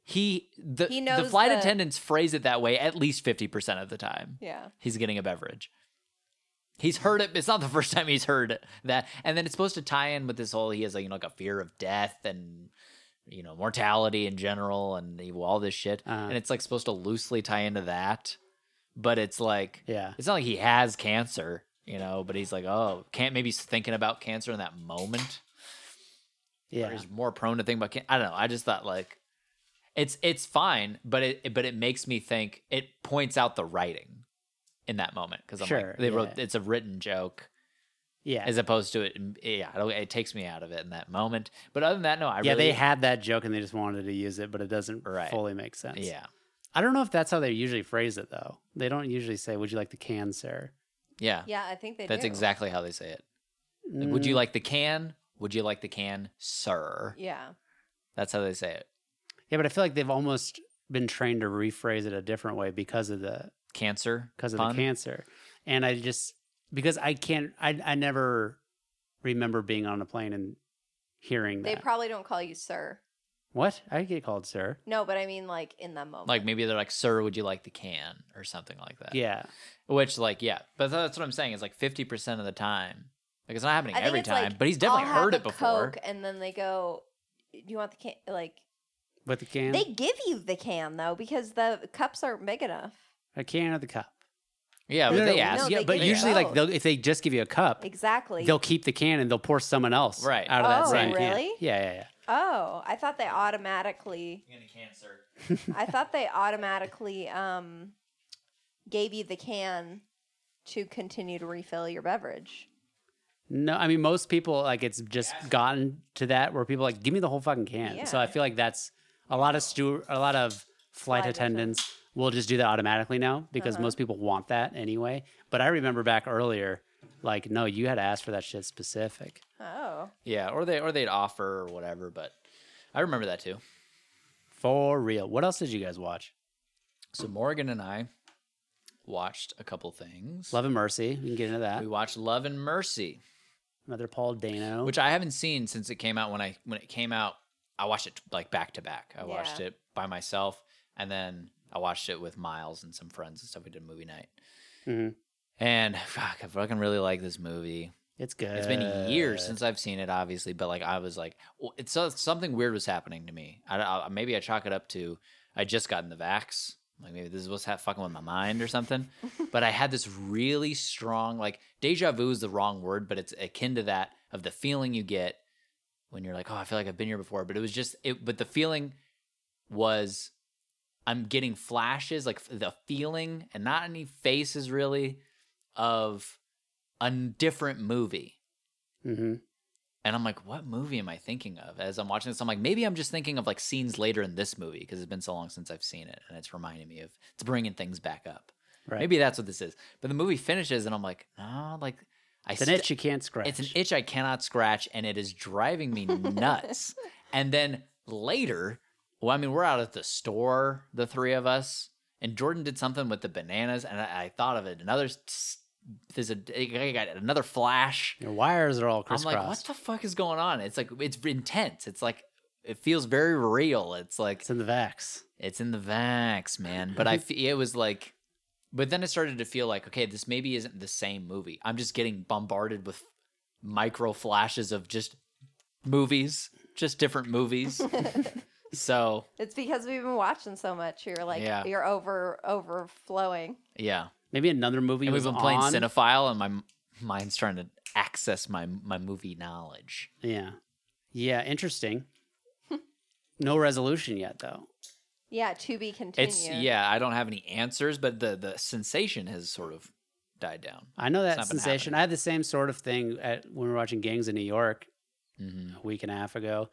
S4: He the
S3: He
S4: the
S3: knows
S4: flight
S3: the-
S4: attendants phrase it that way at least 50 percent of the time.
S3: Yeah.
S4: He's getting a beverage. He's heard it. It's not the first time he's heard that. And then it's supposed to tie in with this whole he has like you know like a fear of death and you know mortality in general and the- all this shit.
S2: Uh-huh.
S4: And it's like supposed to loosely tie into that, but it's like
S2: Yeah.
S4: it's not like he has cancer, you know. But he's like oh can't maybe he's thinking about cancer in that moment
S2: Yeah.
S4: or is more prone to think about can- I don't know. I just thought like it's it's fine, but it it- but it makes me think it points out the writing in that moment because I'm
S2: Sure,
S4: like they wrote
S2: yeah.
S4: it's a written joke
S2: yeah.
S4: as opposed to it yeah I don't- it takes me out of it in that moment. But other than that, no, I
S2: yeah,
S4: really,
S2: they had that joke and they just wanted to use it, but it doesn't
S4: Right.
S2: fully make sense.
S4: yeah
S2: I don't know if that's how they usually phrase it though. They don't usually say, "Would you like the can, sir?"
S4: yeah,
S3: Yeah, I think they
S4: that's
S3: do.
S4: exactly how they say it. Like, Would you
S2: Mm,
S4: like the can? Would you like the can, sir?
S3: Yeah.
S4: That's how they say it.
S2: Yeah, but I feel like they've almost been trained to rephrase it a different way because of the
S4: Cancer
S2: because of
S4: pun?
S2: the cancer. And I just because I can't I I never remember being on a plane and hearing
S3: They
S2: that.
S3: probably don't call you sir.
S2: what? I get called sir.
S3: No, but I mean like in that moment.
S4: Like maybe they're like, sir, would you like the can or something like that?
S2: Yeah.
S4: Which, like, yeah, but that's what I'm saying. It's like 50% of the time. Like, it's not happening
S3: I think
S4: every
S3: it's like,
S4: time, but he's definitely
S3: I'll have
S4: heard
S3: a
S4: it before.
S3: Coke, and then they go, "Do you want the can?" Like
S2: But the can
S3: they give you the can though because the cups aren't big enough.
S2: a can of the cup.
S4: Yeah, but
S2: No,
S4: they
S2: no,
S4: ask.
S3: no,
S2: Oh, yeah,
S3: they
S2: but
S3: give you
S2: usually like
S3: both.
S2: they'll, if they just give you a cup,
S3: Exactly.
S2: they'll keep the can and they'll pour someone else
S4: Right.
S2: out of that
S3: Oh,
S2: same can.
S3: really?
S2: Yeah, yeah, yeah.
S3: Oh, I thought they automatically.
S4: You're gonna cancer.
S3: I thought they automatically um, gave you the can to continue to refill your beverage.
S2: No, I mean most people like it's just gotten to that where people are like give me the whole fucking can. So
S3: Yeah.
S2: I feel like that's a lot of stu- a lot of flight
S3: Flight
S2: attendants
S3: Uh-huh.
S2: will just do that automatically now because most people want that anyway. But I remember back earlier Like, no, you had to ask for that shit specific.
S3: Oh.
S4: Yeah, or they or they'd offer or whatever. But I remember that too.
S2: For real. What else did you guys watch?
S4: So Morgan and I watched a couple things.
S2: Love and Mercy. We can get into that.
S4: we watched Love and Mercy,
S2: Another Paul Dano.
S4: which I haven't seen since it came out. When I when it came out, I watched it like back to back. I watched
S3: Yeah.
S4: it by myself, and then I watched it with Miles and some friends and stuff. We did movie night,
S2: Mhm.
S4: and fuck, I fucking really like this movie.
S2: it's good.
S4: It's been years since I've seen it, obviously, but like I was like, well, it's so- something weird was happening to me. I, I maybe I chalk it up to I just gotten the vax. Like maybe this is what's ha- fucking with my mind or something. but I had this really strong like deja vu is the wrong word, but it's akin to that of the feeling you get when you're like, oh, I feel like I've been here before. But it was just it. But the feeling was I'm getting flashes, like the feeling, and not any faces really of a different movie.
S2: hmm
S4: And I'm like, what movie am I thinking of? As I'm watching this, I'm like, maybe I'm just thinking of like scenes later in this movie because it's been so long since I've seen it and it's reminding me of it's bringing things back up.
S2: Right.
S4: Maybe that's what this is. But the movie finishes and I'm like, no, like I
S2: It's an
S4: st-
S2: itch you can't scratch.
S4: it's an itch I cannot scratch, and it is driving me nuts. and then later, well, I mean, we're out at the store, the three of us, and Jordan did something with the bananas, and I, I thought of it. Another, s- there's a, I got another flash.
S2: Your wires are all
S4: I'm
S2: crisscrossed.
S4: like, what the fuck is going on? It's like it's intense. It's like it feels very real. It's like
S2: It's in the Vax.
S4: it's in the vax, man. But I fe- it was like, but then it started to feel like, okay, this maybe isn't the same movie. I'm just getting bombarded with micro flashes of just movies, just different movies. so
S3: It's because we've been watching so much. You're like
S4: Yeah.
S3: you're over overflowing.
S4: yeah,
S2: Maybe another movie
S4: and we've
S2: was
S4: been playing
S2: on.
S4: Cinephile, and my m- mind's trying to access my my movie knowledge.
S2: yeah. Yeah, interesting.
S4: Hmm.
S2: no resolution yet, though.
S3: Yeah, to be continued.
S4: It's yeah, I don't have any answers, but the the sensation has sort of died down.
S2: I know that
S4: not been
S2: sensation.
S4: happening.
S2: I had the same sort of thing at, when we were watching Gangs in New York
S4: hmm
S2: a week and a half ago,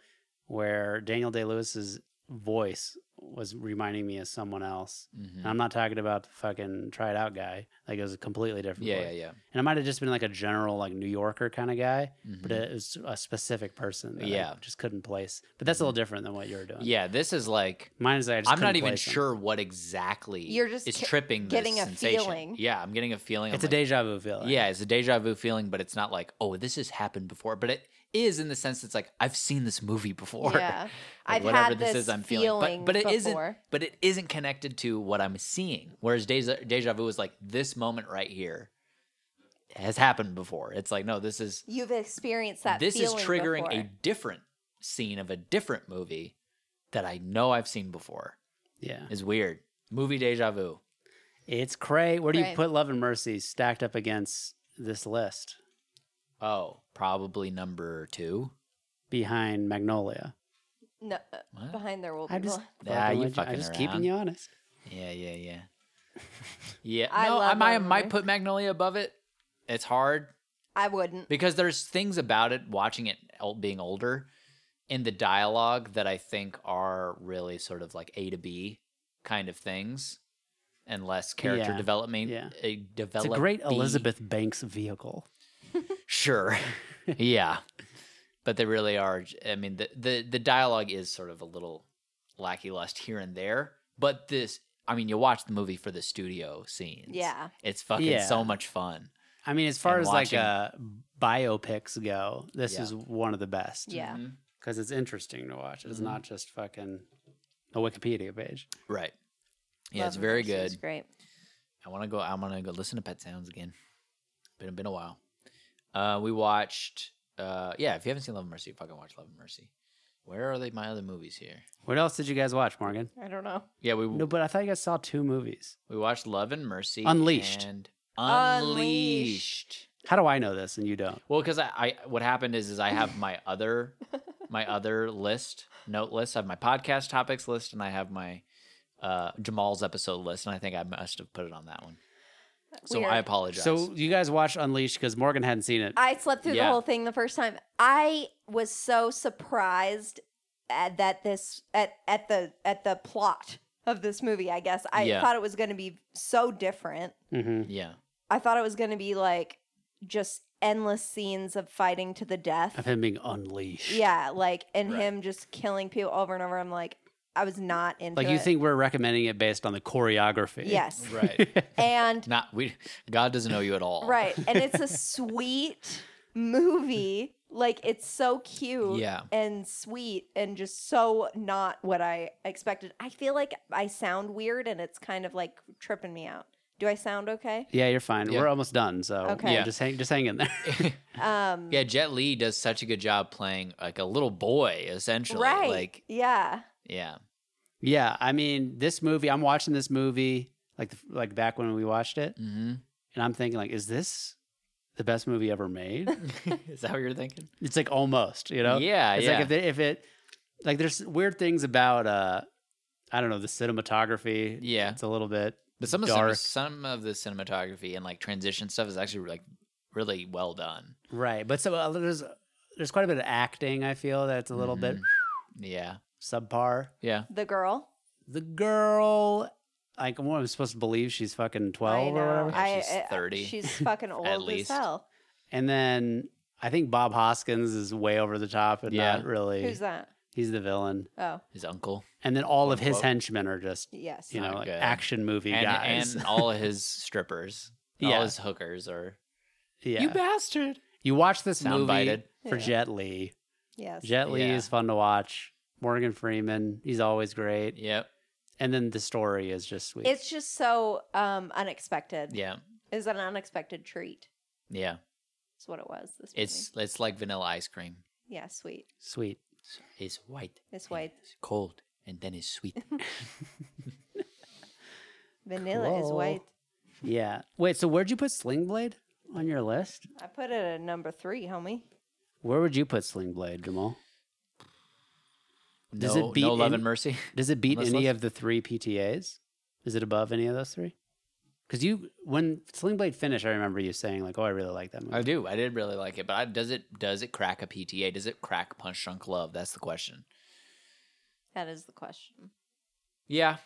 S2: where Daniel Day Lewis's voice was reminding me of someone else.
S4: hmm
S2: And I'm not talking about the fucking try it out guy. Like it was a completely different
S4: Yeah,
S2: voice.
S4: yeah, yeah.
S2: And I might have just been like a general like New Yorker kind of guy, but uh,
S4: Mhm.
S2: it was a specific person. That I
S4: Yeah. Mm-hmm.
S2: just couldn't place. But that's a little different than what you were doing.
S4: yeah, this is like
S2: Mine is I just
S4: I'm not
S2: couldn't
S4: even
S2: place them.
S4: sure what exactly
S3: You're just
S4: is
S3: ca-
S4: tripping this
S3: getting a
S4: sensation.
S3: feeling.
S4: Yeah, I'm getting a feeling.
S2: It's
S4: I'm
S2: a
S4: like-
S2: deja vu feeling.
S4: Yeah, it's a deja vu feeling, but it's not like oh this has happened before. But it is in the sense it's like I've seen this movie before.
S3: Yeah.
S4: Like,
S3: I've
S4: whatever
S3: had
S4: this,
S3: this
S4: is, I'm feeling.
S3: feeling
S4: But, but it not
S3: before.
S4: But it isn't connected to what I'm seeing. Whereas deja, deja vu is like this moment right here has happened before. It's like no, this is
S3: You've experienced that
S4: this is
S3: feeling
S4: triggering
S3: before.
S4: a different scene of a different movie that I know I've seen before.
S2: Yeah.
S4: Is weird. Movie deja vu.
S2: It's cray. Where do you
S3: Cray.
S2: put Love and Mercy stacked up against this list?
S4: Oh, probably number two.
S2: Behind Magnolia.
S3: no, uh,
S4: What?
S3: behind there will be
S2: I'm just
S3: blood.
S4: Nah, you
S2: with I'm
S4: fucking
S2: just
S4: around.
S2: keeping you honest.
S4: Yeah, yeah, yeah. yeah.
S3: I
S4: no, I,
S3: love
S4: might, I
S3: Love and
S4: might
S3: Mercy.
S4: put Magnolia above it. It's hard
S3: I wouldn't.
S4: because there's things about it, watching it ol- being older, in the dialogue that I think are really sort of like A to B kind of things, and less character
S2: Yeah,
S4: development.
S2: yeah.
S4: uh,
S2: It's a
S4: develop-
S2: great
S4: B.
S2: Elizabeth Banks vehicle.
S4: Sure. yeah. But they really are I mean the, the the dialogue is sort of a little lackey-lust here and there, but this I mean you watch the movie for the studio scenes.
S3: Yeah.
S4: It's fucking
S2: Yeah.
S4: so much fun.
S2: I mean, as far
S4: And
S2: as
S4: watching-
S2: like uh, biopics go, this
S4: Yeah.
S2: is one of the best.
S3: Yeah.
S4: Mm-hmm.
S2: Because it's interesting to watch. It's
S4: Mhm.
S2: not just fucking a Wikipedia page.
S4: Right. Yeah,
S3: Love
S4: it's
S3: and
S4: very
S3: Mercy is
S4: good.
S3: great.
S4: I want to go I want to go listen to Pet Sounds again. Been been a while. Uh we watched uh yeah, if you haven't seen Love and Mercy, fucking watch Love and Mercy. Where are they my other movies here?
S2: What else did you guys watch, Morgan?
S3: I don't know.
S4: Yeah, we
S2: No, but I thought you guys saw two movies.
S4: we watched Love and Mercy
S2: Unleashed.
S4: and
S3: Unleashed.
S4: Unleashed.
S2: How do I know this and you don't?
S4: Well, because I, I what happened is is I have my other my other list note list. I have my podcast topics list, and I have my uh, Jamal's episode list, and I think I must have put it on that one. So
S3: Weird.
S4: I apologize.
S2: So you guys watched Unleashed because Morgan hadn't seen it.
S3: I slept through
S4: Yeah.
S3: the whole thing the first time. I was so surprised at that this at at the at the plot of this movie. I guess I
S4: Yeah.
S3: thought it was going to be so different.
S2: hmm
S4: yeah,
S3: I thought it was going to be like just endless scenes of fighting to the death.
S2: of him being unleashed.
S3: Yeah, like and
S4: Right.
S3: him just killing people over and over. I'm like, I was not into
S2: Like you
S3: it.
S2: think we're recommending it based on the choreography.
S3: Yes.
S4: Right.
S3: And
S4: Not we. God doesn't know you at all.
S3: right. And it's a sweet movie. Like it's so cute
S4: Yeah.
S3: and sweet and just so not what I expected. I feel like I sound weird and it's kind of like tripping me out. Do I sound okay?
S2: Yeah, you're fine.
S4: Yeah.
S2: We're almost done, so
S3: Okay.
S4: Yeah.
S2: just hang just hang in there.
S3: Um
S4: Yeah, Jet Li does such a good job playing like a little boy, essentially.
S3: right.
S4: Like,
S3: yeah.
S4: yeah,
S2: yeah, I mean, this movie. I'm watching this movie like the, like back when we watched it,
S4: hmm
S2: and I'm thinking like, is this the best movie ever made?
S4: is that what you're thinking?
S2: it's like almost, you know.
S4: Yeah,
S2: It's
S4: yeah.
S2: like if, they, if it like there's weird things about uh I don't know the cinematography.
S4: Yeah.
S2: it's a little bit
S4: But some of the,
S2: dark.
S4: some of the cinematography and like transition stuff is actually like really well done.
S2: Right, but so uh, there's there's quite a bit of acting. I feel that's a little bit
S4: Mhm. Yeah,
S2: subpar.
S4: yeah,
S3: The girl.
S2: The girl, like, what am I supposed to believe? She's fucking twelve
S3: I
S2: or
S3: know.
S2: whatever.
S3: I,
S4: She's
S3: I-
S4: 30.
S3: She's fucking old
S4: least.
S3: as hell.
S2: And then I think Bob Hoskins is way over the top and
S4: Yeah.
S2: not really.
S3: Who's that?
S2: He's the villain.
S3: Oh,
S4: his uncle
S2: And then all of his
S4: Unquote.
S2: henchmen are just
S3: yes.
S2: you know
S4: Not
S2: like
S4: good.
S2: action movie
S4: and,
S2: guys.
S4: and all of his strippers,
S2: Yeah.
S4: all his hookers are
S2: yeah,
S4: you
S2: you,
S4: bastard.
S2: watch this movie
S4: Soundbited.
S2: for
S3: Yeah.
S2: Jet Li.
S3: Yes.
S2: Jet Li
S4: Yeah.
S2: is fun to watch. Morgan Freeman, he's always great.
S4: Yep.
S2: And then the story is just sweet.
S3: It's just so um unexpected.
S4: Yeah.
S3: It's an unexpected treat.
S4: Yeah.
S3: Is what it was. This
S4: It's it's like vanilla ice cream.
S3: movie. yeah, sweet.
S2: sweet.
S4: It's white.
S3: It's
S4: and
S3: white.
S4: It's cold and then it's sweet.
S3: Vanilla is
S2: Cool.
S3: white.
S2: Yeah. Wait, so where'd you put Sling Blade on your list?
S3: I put it at number three, homie.
S2: Where would you put Sling Blade, Jamal?
S4: no,
S2: Does it beat
S4: no love
S2: any-
S4: and mercy.
S2: Does it beat
S4: On this
S2: any
S4: list?
S2: of the three PTAs? Is it above any of those three? Because you, when Sling Blade finished, I remember you saying like, "Oh, I really like that movie."
S4: I do. I did really like it, but I, does it does it crack a PTA? Does it crack Punch Drunk Love? That's the question.
S3: That is the question.
S4: Yeah,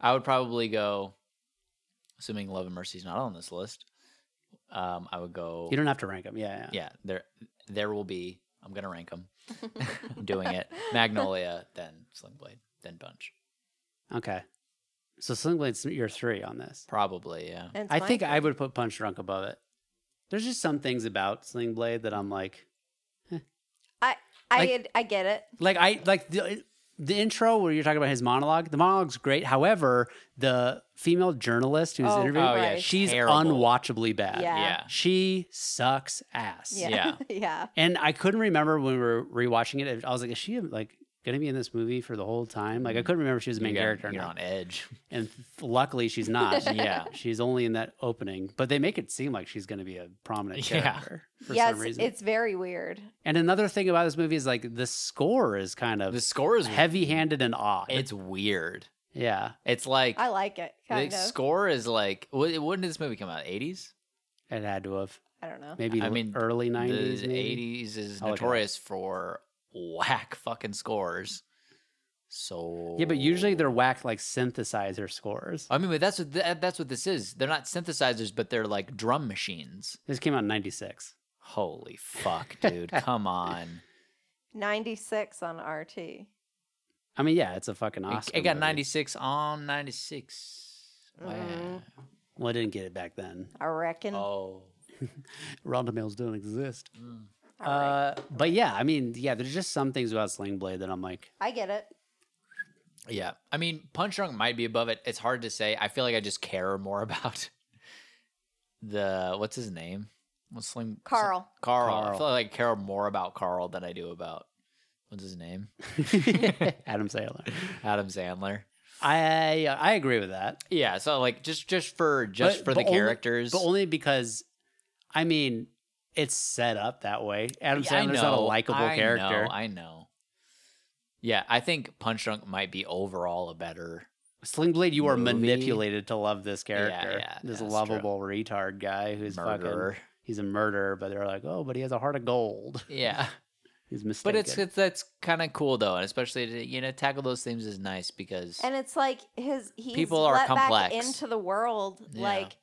S4: I would probably go. Assuming Love and Mercy's not on this list, um, I would go.
S2: You don't have to rank them. Yeah, yeah.
S4: yeah, there there will be. I'm gonna rank them. I'm doing it. Magnolia, then Sling Blade, then Punch.
S2: Okay. So Sling Blade's your three on this.
S4: Probably, yeah.
S3: And it's
S2: I
S3: my
S2: think I
S3: turn.
S2: would put Punch Drunk above it. There's just some things about Sling Blade that I'm like,
S3: I
S2: like-
S3: get- I get it.
S2: like I like the the intro where you're talking about his monologue. The monologue's great. However, the female journalist who's
S3: Oh,
S2: interviewing,
S3: Oh, yeah, Christ.
S2: she's
S4: terrible.
S2: unwatchably bad.
S3: Yeah.
S4: Yeah.
S2: She sucks ass.
S3: Yeah.
S4: Yeah.
S3: yeah.
S2: And I couldn't remember when we were rewatching it. I was like, is she like going to be in this movie for the whole time? Like, I couldn't remember if she was the main
S4: You're-
S2: character or
S4: You're
S2: not.
S4: on edge.
S2: And luckily, she's not.
S4: Yeah.
S2: she's only in that opening, but they make it seem like she's going to be a prominent
S4: Yeah.
S2: character for
S3: yeah,
S2: some
S3: it's,
S2: reason.
S3: it's very weird.
S2: and another thing about this movie is like the score is kind of
S4: The score is
S2: heavy-handed and odd.
S4: It's weird.
S2: yeah,
S4: It's like
S3: I like it.
S4: the
S3: Kind of.
S4: score is like. wh- When did this movie come out? 80s.
S2: it had to have
S3: I don't know.
S2: maybe
S4: I
S2: l-
S4: mean,
S2: early nineties,
S4: the
S2: maybe.
S4: 80s is
S2: I'll look it up.
S4: notorious for whack fucking scores. So
S2: Yeah, but usually they're whack like synthesizer scores.
S4: I mean, but that's what th- that's what this is. They're not synthesizers, but they're like drum machines.
S2: This came out in '96.
S4: Holy fuck, dude! Come on,
S3: Ninety six on RT.
S2: I mean, yeah, it's a fucking
S4: it,
S2: Oscar.
S4: it got
S2: movie.
S4: ninety six on ninety six.
S3: Mm.
S2: Well, I didn't get it back then.
S3: I reckon.
S4: Oh,
S2: Ronda Mills don't exist.
S4: Mm.
S2: Uh, but yeah, I mean, yeah, there's just some things about Sling Blade that I'm like,
S3: I get it.
S4: yeah. I mean, Punch Drunk might be above it. It's hard to say. I feel like I just care more about the what's his name? What's Sling
S3: Carl.
S4: Carl. I
S2: Carl.
S4: feel like I care more about Carl than I do about what's his name?
S2: Adam Sandler.
S4: Adam Sandler.
S2: I I agree with that,
S4: Yeah, so like just just for just
S2: But-
S4: for
S2: but
S4: the
S2: only-
S4: characters.
S2: but only because, I mean, it's set up that way. Adam
S4: Yeah, I
S2: Sandler's not a
S4: know,
S2: likable
S4: I
S2: character.
S4: know, I know. Yeah, I think Punch Drunk might be overall a better.
S2: Sling Blade, you are
S4: Movie.
S2: manipulated to love this character,
S4: yeah,
S2: this
S4: that's
S2: lovable retard guy who's
S4: Murderer.
S2: fucking. He's a murderer, but they're like, oh, but he has a heart of gold.
S4: Yeah,
S2: He's mistaken.
S4: but it's it's that's kind of cool though, and especially to you know tackle those themes is nice because
S3: And it's like his he's
S4: People are
S3: let
S4: complex.
S3: back into the world.
S4: Yeah.
S3: Like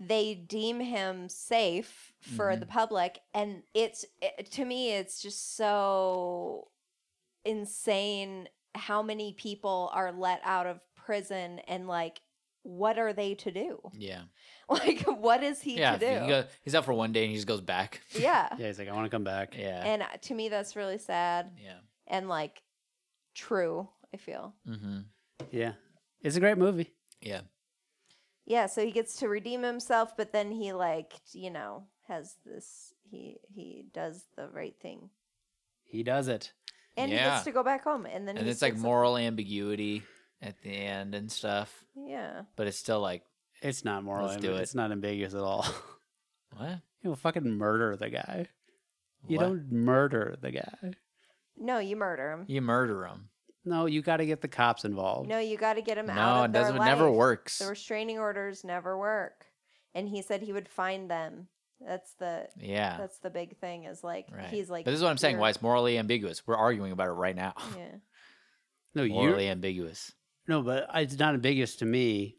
S3: they deem him safe for
S4: Mhm.
S3: the public and it's it, to me it's just so insane how many people are let out of prison and like what are they to do
S4: Yeah.
S3: like what is he
S4: yeah.
S3: to do
S4: if he go- he's out for one day and he just goes back.
S3: yeah.
S2: Yeah, he's like, I want to come back.
S4: Yeah.
S3: and uh, to me that's really sad
S4: Yeah.
S3: and like true i feel
S4: Mm-hmm.
S2: Yeah. It's a great movie.
S4: Yeah.
S3: yeah so he gets to redeem himself but then he like you know has this he he does the right thing
S2: He does it.
S3: and he
S4: Yeah.
S3: gets to go back home and then
S4: And
S3: he
S4: it's like
S3: sticks-
S4: moral ambiguity at the end and stuff,
S3: yeah
S4: but it's still like,
S2: It's not moral.
S4: Let's
S2: ambi-
S4: do it.
S2: It's not ambiguous at all.
S4: what?
S2: You'll fucking murder the guy. You
S4: What?
S2: don't murder the guy.
S3: no you murder him
S4: You murder him.
S2: No, you got to get the cops involved.
S3: no you got to get him
S4: No,
S3: out of
S4: it
S3: their
S4: doesn't. It never
S3: life.
S4: works.
S3: the restraining orders never work and he said he would find them that's the
S4: yeah.
S3: that's the big thing is like
S4: Right.
S3: he's like
S4: but this is what I'm saying.
S3: "You're-"
S4: Why it's morally ambiguous. We're arguing about it right now.
S3: yeah
S2: no, you.
S4: morally ambiguous.
S2: No, but it's not ambiguous to me.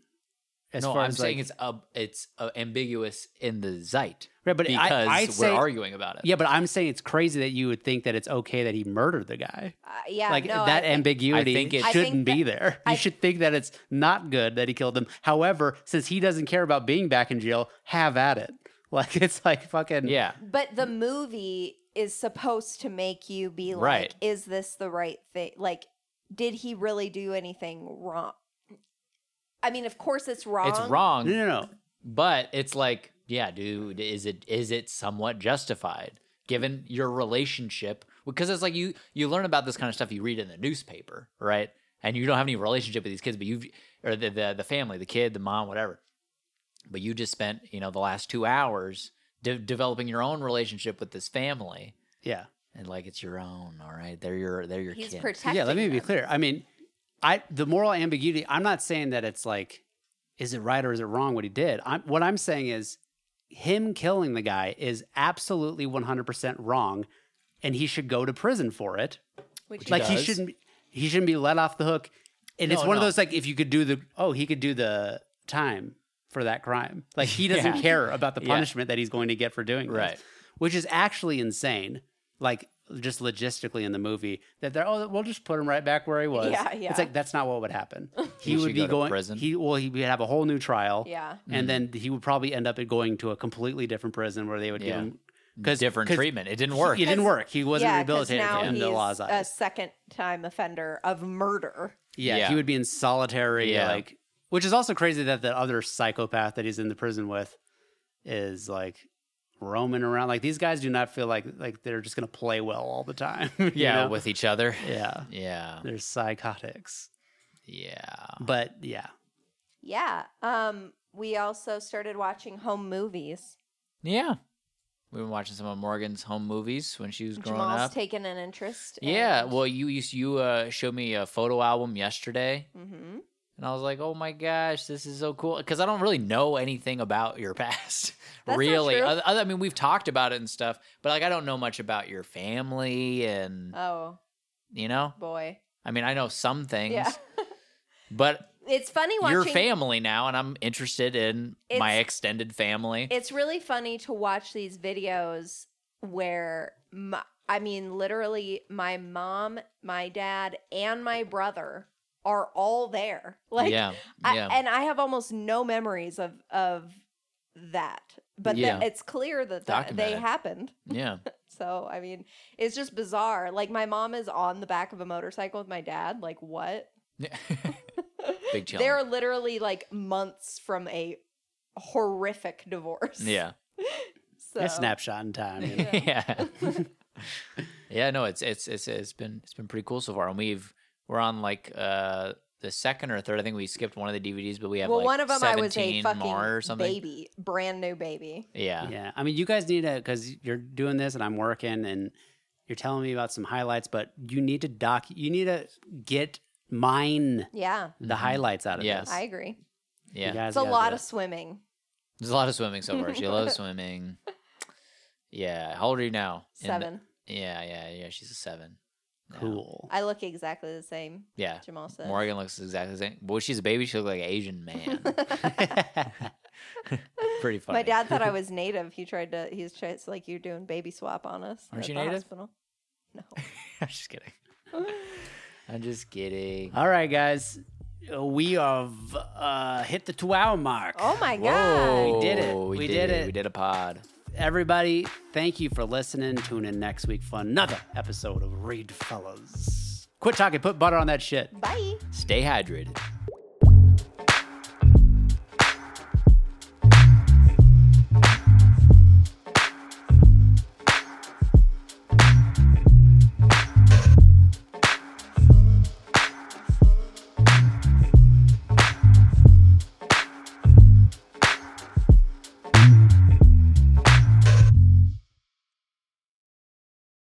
S2: As
S4: no,
S2: far
S4: I'm
S2: as
S4: saying
S2: like,
S4: it's uh, it's uh, ambiguous in the zeit
S2: right, but
S4: because
S2: I, I'd
S4: we're
S2: say,
S4: arguing about it.
S2: yeah, but I'm saying it's crazy that you would think that it's okay that he murdered the guy.
S3: Uh, yeah
S2: like
S3: no,
S2: that
S3: I think-
S2: ambiguity
S4: I think it-
S3: I think
S2: shouldn't be there. You
S3: I-
S2: should think that it's not good that he killed him. However, since he doesn't care about being back in jail, have at it. Like it's like fucking
S4: Yeah.
S3: But the movie is supposed to make you be like,
S4: Right.
S3: is this the right thing? Like, did he really do anything wrong? I mean, of course it's wrong.
S4: It's wrong,
S2: No, no, no.
S4: but it's like, yeah, dude, is it is it somewhat justified given your relationship? Because it's like you you learn about this kind of stuff you read in the newspaper, right? And you don't have any relationship with these kids, but you've or the the, the family, the kid, the mom, whatever. But you just spent you know the last two hours de- developing your own relationship with this family,
S2: Yeah.
S4: and like it's your own. All right, they're your they're your
S3: He's
S4: kids.
S3: protecting.
S2: yeah, let me be
S3: them.
S2: clear. I mean, I the moral ambiguity, I'm not saying that it's like is it right or is it wrong what he did? I'm what I'm saying is him killing the guy is absolutely 100% wrong and he should go to prison for it
S3: Which
S2: like he
S4: does.
S2: shouldn't be- he shouldn't be let off the hook and it's
S4: No,
S2: one of
S4: no.
S2: those like if you could do the oh he could do the time for that crime like he doesn't
S4: Yeah.
S2: care about the
S4: Yeah.
S2: punishment that he's going to get for doing this,
S4: Right.
S2: which is actually insane like just logistically in the movie that they're oh we'll just put him right back where he was
S3: Yeah, yeah.
S2: it's like that's not what would happen he,
S4: He
S2: would
S4: should
S2: be
S4: go to
S2: going
S4: prison. Mm-hmm.
S2: he well he would have a whole new trial
S3: yeah.
S2: and then he would probably end up going to a completely different prison where they would
S4: Yeah.
S2: give him because
S4: Different treatment. It didn't work.
S2: it didn't work he wasn't
S3: yeah, 'cause
S2: rehabilitated
S3: now
S2: in
S3: he's
S2: the law's eyes
S3: a second time offender of murder.
S2: Yeah,
S4: Yeah.
S2: he would be in solitary,
S4: Yeah.
S2: like, which is also crazy that the other psychopath that he's in the prison with is like roaming around. Like these guys do not feel like like they're just gonna play well all the time. you
S4: Yeah,
S2: know?
S4: with each other.
S2: yeah,
S4: Yeah,
S2: they're psychotics.
S4: yeah.
S2: But yeah,
S3: Yeah. Um. We also started watching home movies.
S4: Yeah. We've been watching some of Morgan's home movies when she was growing
S3: Jamal's
S4: up.
S3: taken an interest.
S4: yeah, well, you you, you uh, showed me a photo album yesterday,
S3: hmm
S4: and I was like, "Oh my gosh, this is so cool!" Because I don't really know anything about your past,
S3: That's not
S4: really.
S3: true.
S4: Other, other- I mean, we've talked about it and stuff, but like, I don't know much about your family, and
S3: Oh
S4: you know,
S3: boy.
S4: I mean, I know some things,
S3: Yeah.
S4: but
S3: It's funny watching
S4: your family now, and I'm interested in my
S3: It's-
S4: extended family.
S3: It's really funny to watch these videos where, my, I mean, literally, my mom, my dad, and my brother are all there. Like,
S4: yeah,
S3: I,
S4: yeah,
S3: and I have almost no memories of of that, but
S4: Yeah.
S3: the, it's clear that the, they
S4: Documented.
S3: happened.
S4: yeah.
S3: So, I mean, it's just bizarre. Like, my mom is on the back of a motorcycle with my dad. Like, what?
S4: Big challenge.
S3: They're literally like months from a horrific divorce.
S4: yeah.
S3: So.
S2: a snapshot in time. you know?
S4: yeah. yeah, no, it's it's it's it's been it's been pretty cool so far. And we've we're on like uh the second or third. I think we skipped one of the DVDs, but we have
S3: well,
S4: like
S3: one of them I was a
S4: 17
S3: fucking
S4: more or something.
S3: baby, brand new baby.
S4: Yeah.
S2: yeah, I mean, you guys need to because you're doing this and I'm working and you're telling me about some highlights, but you need to doc. You need to get mine
S3: Yeah,
S2: the highlights out of
S4: Yeah.
S2: this.
S3: I agree.
S2: You
S4: Mm-hmm. Yeah.
S2: guys
S3: It's a
S2: gotta do
S3: lot
S2: it.
S3: of swimming.
S4: There's a lot of swimming so far. She loves swimming. Yeah. How old are you now? In the-
S3: Seven.
S4: yeah, yeah, yeah. She's a seven. now.
S2: cool.
S3: I look exactly the same.
S4: Yeah.
S3: Jamal says.
S4: Morgan looks exactly the same. Well, she's a baby. She looks like an Asian man. pretty funny.
S3: My dad thought I was native. He tried to. He's trying. It's like you're doing baby swap on us.
S4: Aren't
S3: at
S4: you
S3: the
S4: native?
S3: Hospital. No.
S4: I'm just kidding. I'm just kidding.
S2: All right, guys. We have uh, hit the two hour mark.
S3: Oh my
S4: Whoa,
S3: god.
S2: did it. We did it.
S4: We did a pod.
S2: Everybody, thank you for listening. Tune in next week for another episode of Read Fellas. Quit talking, put butter on that shit.
S3: Bye.
S4: Stay hydrated.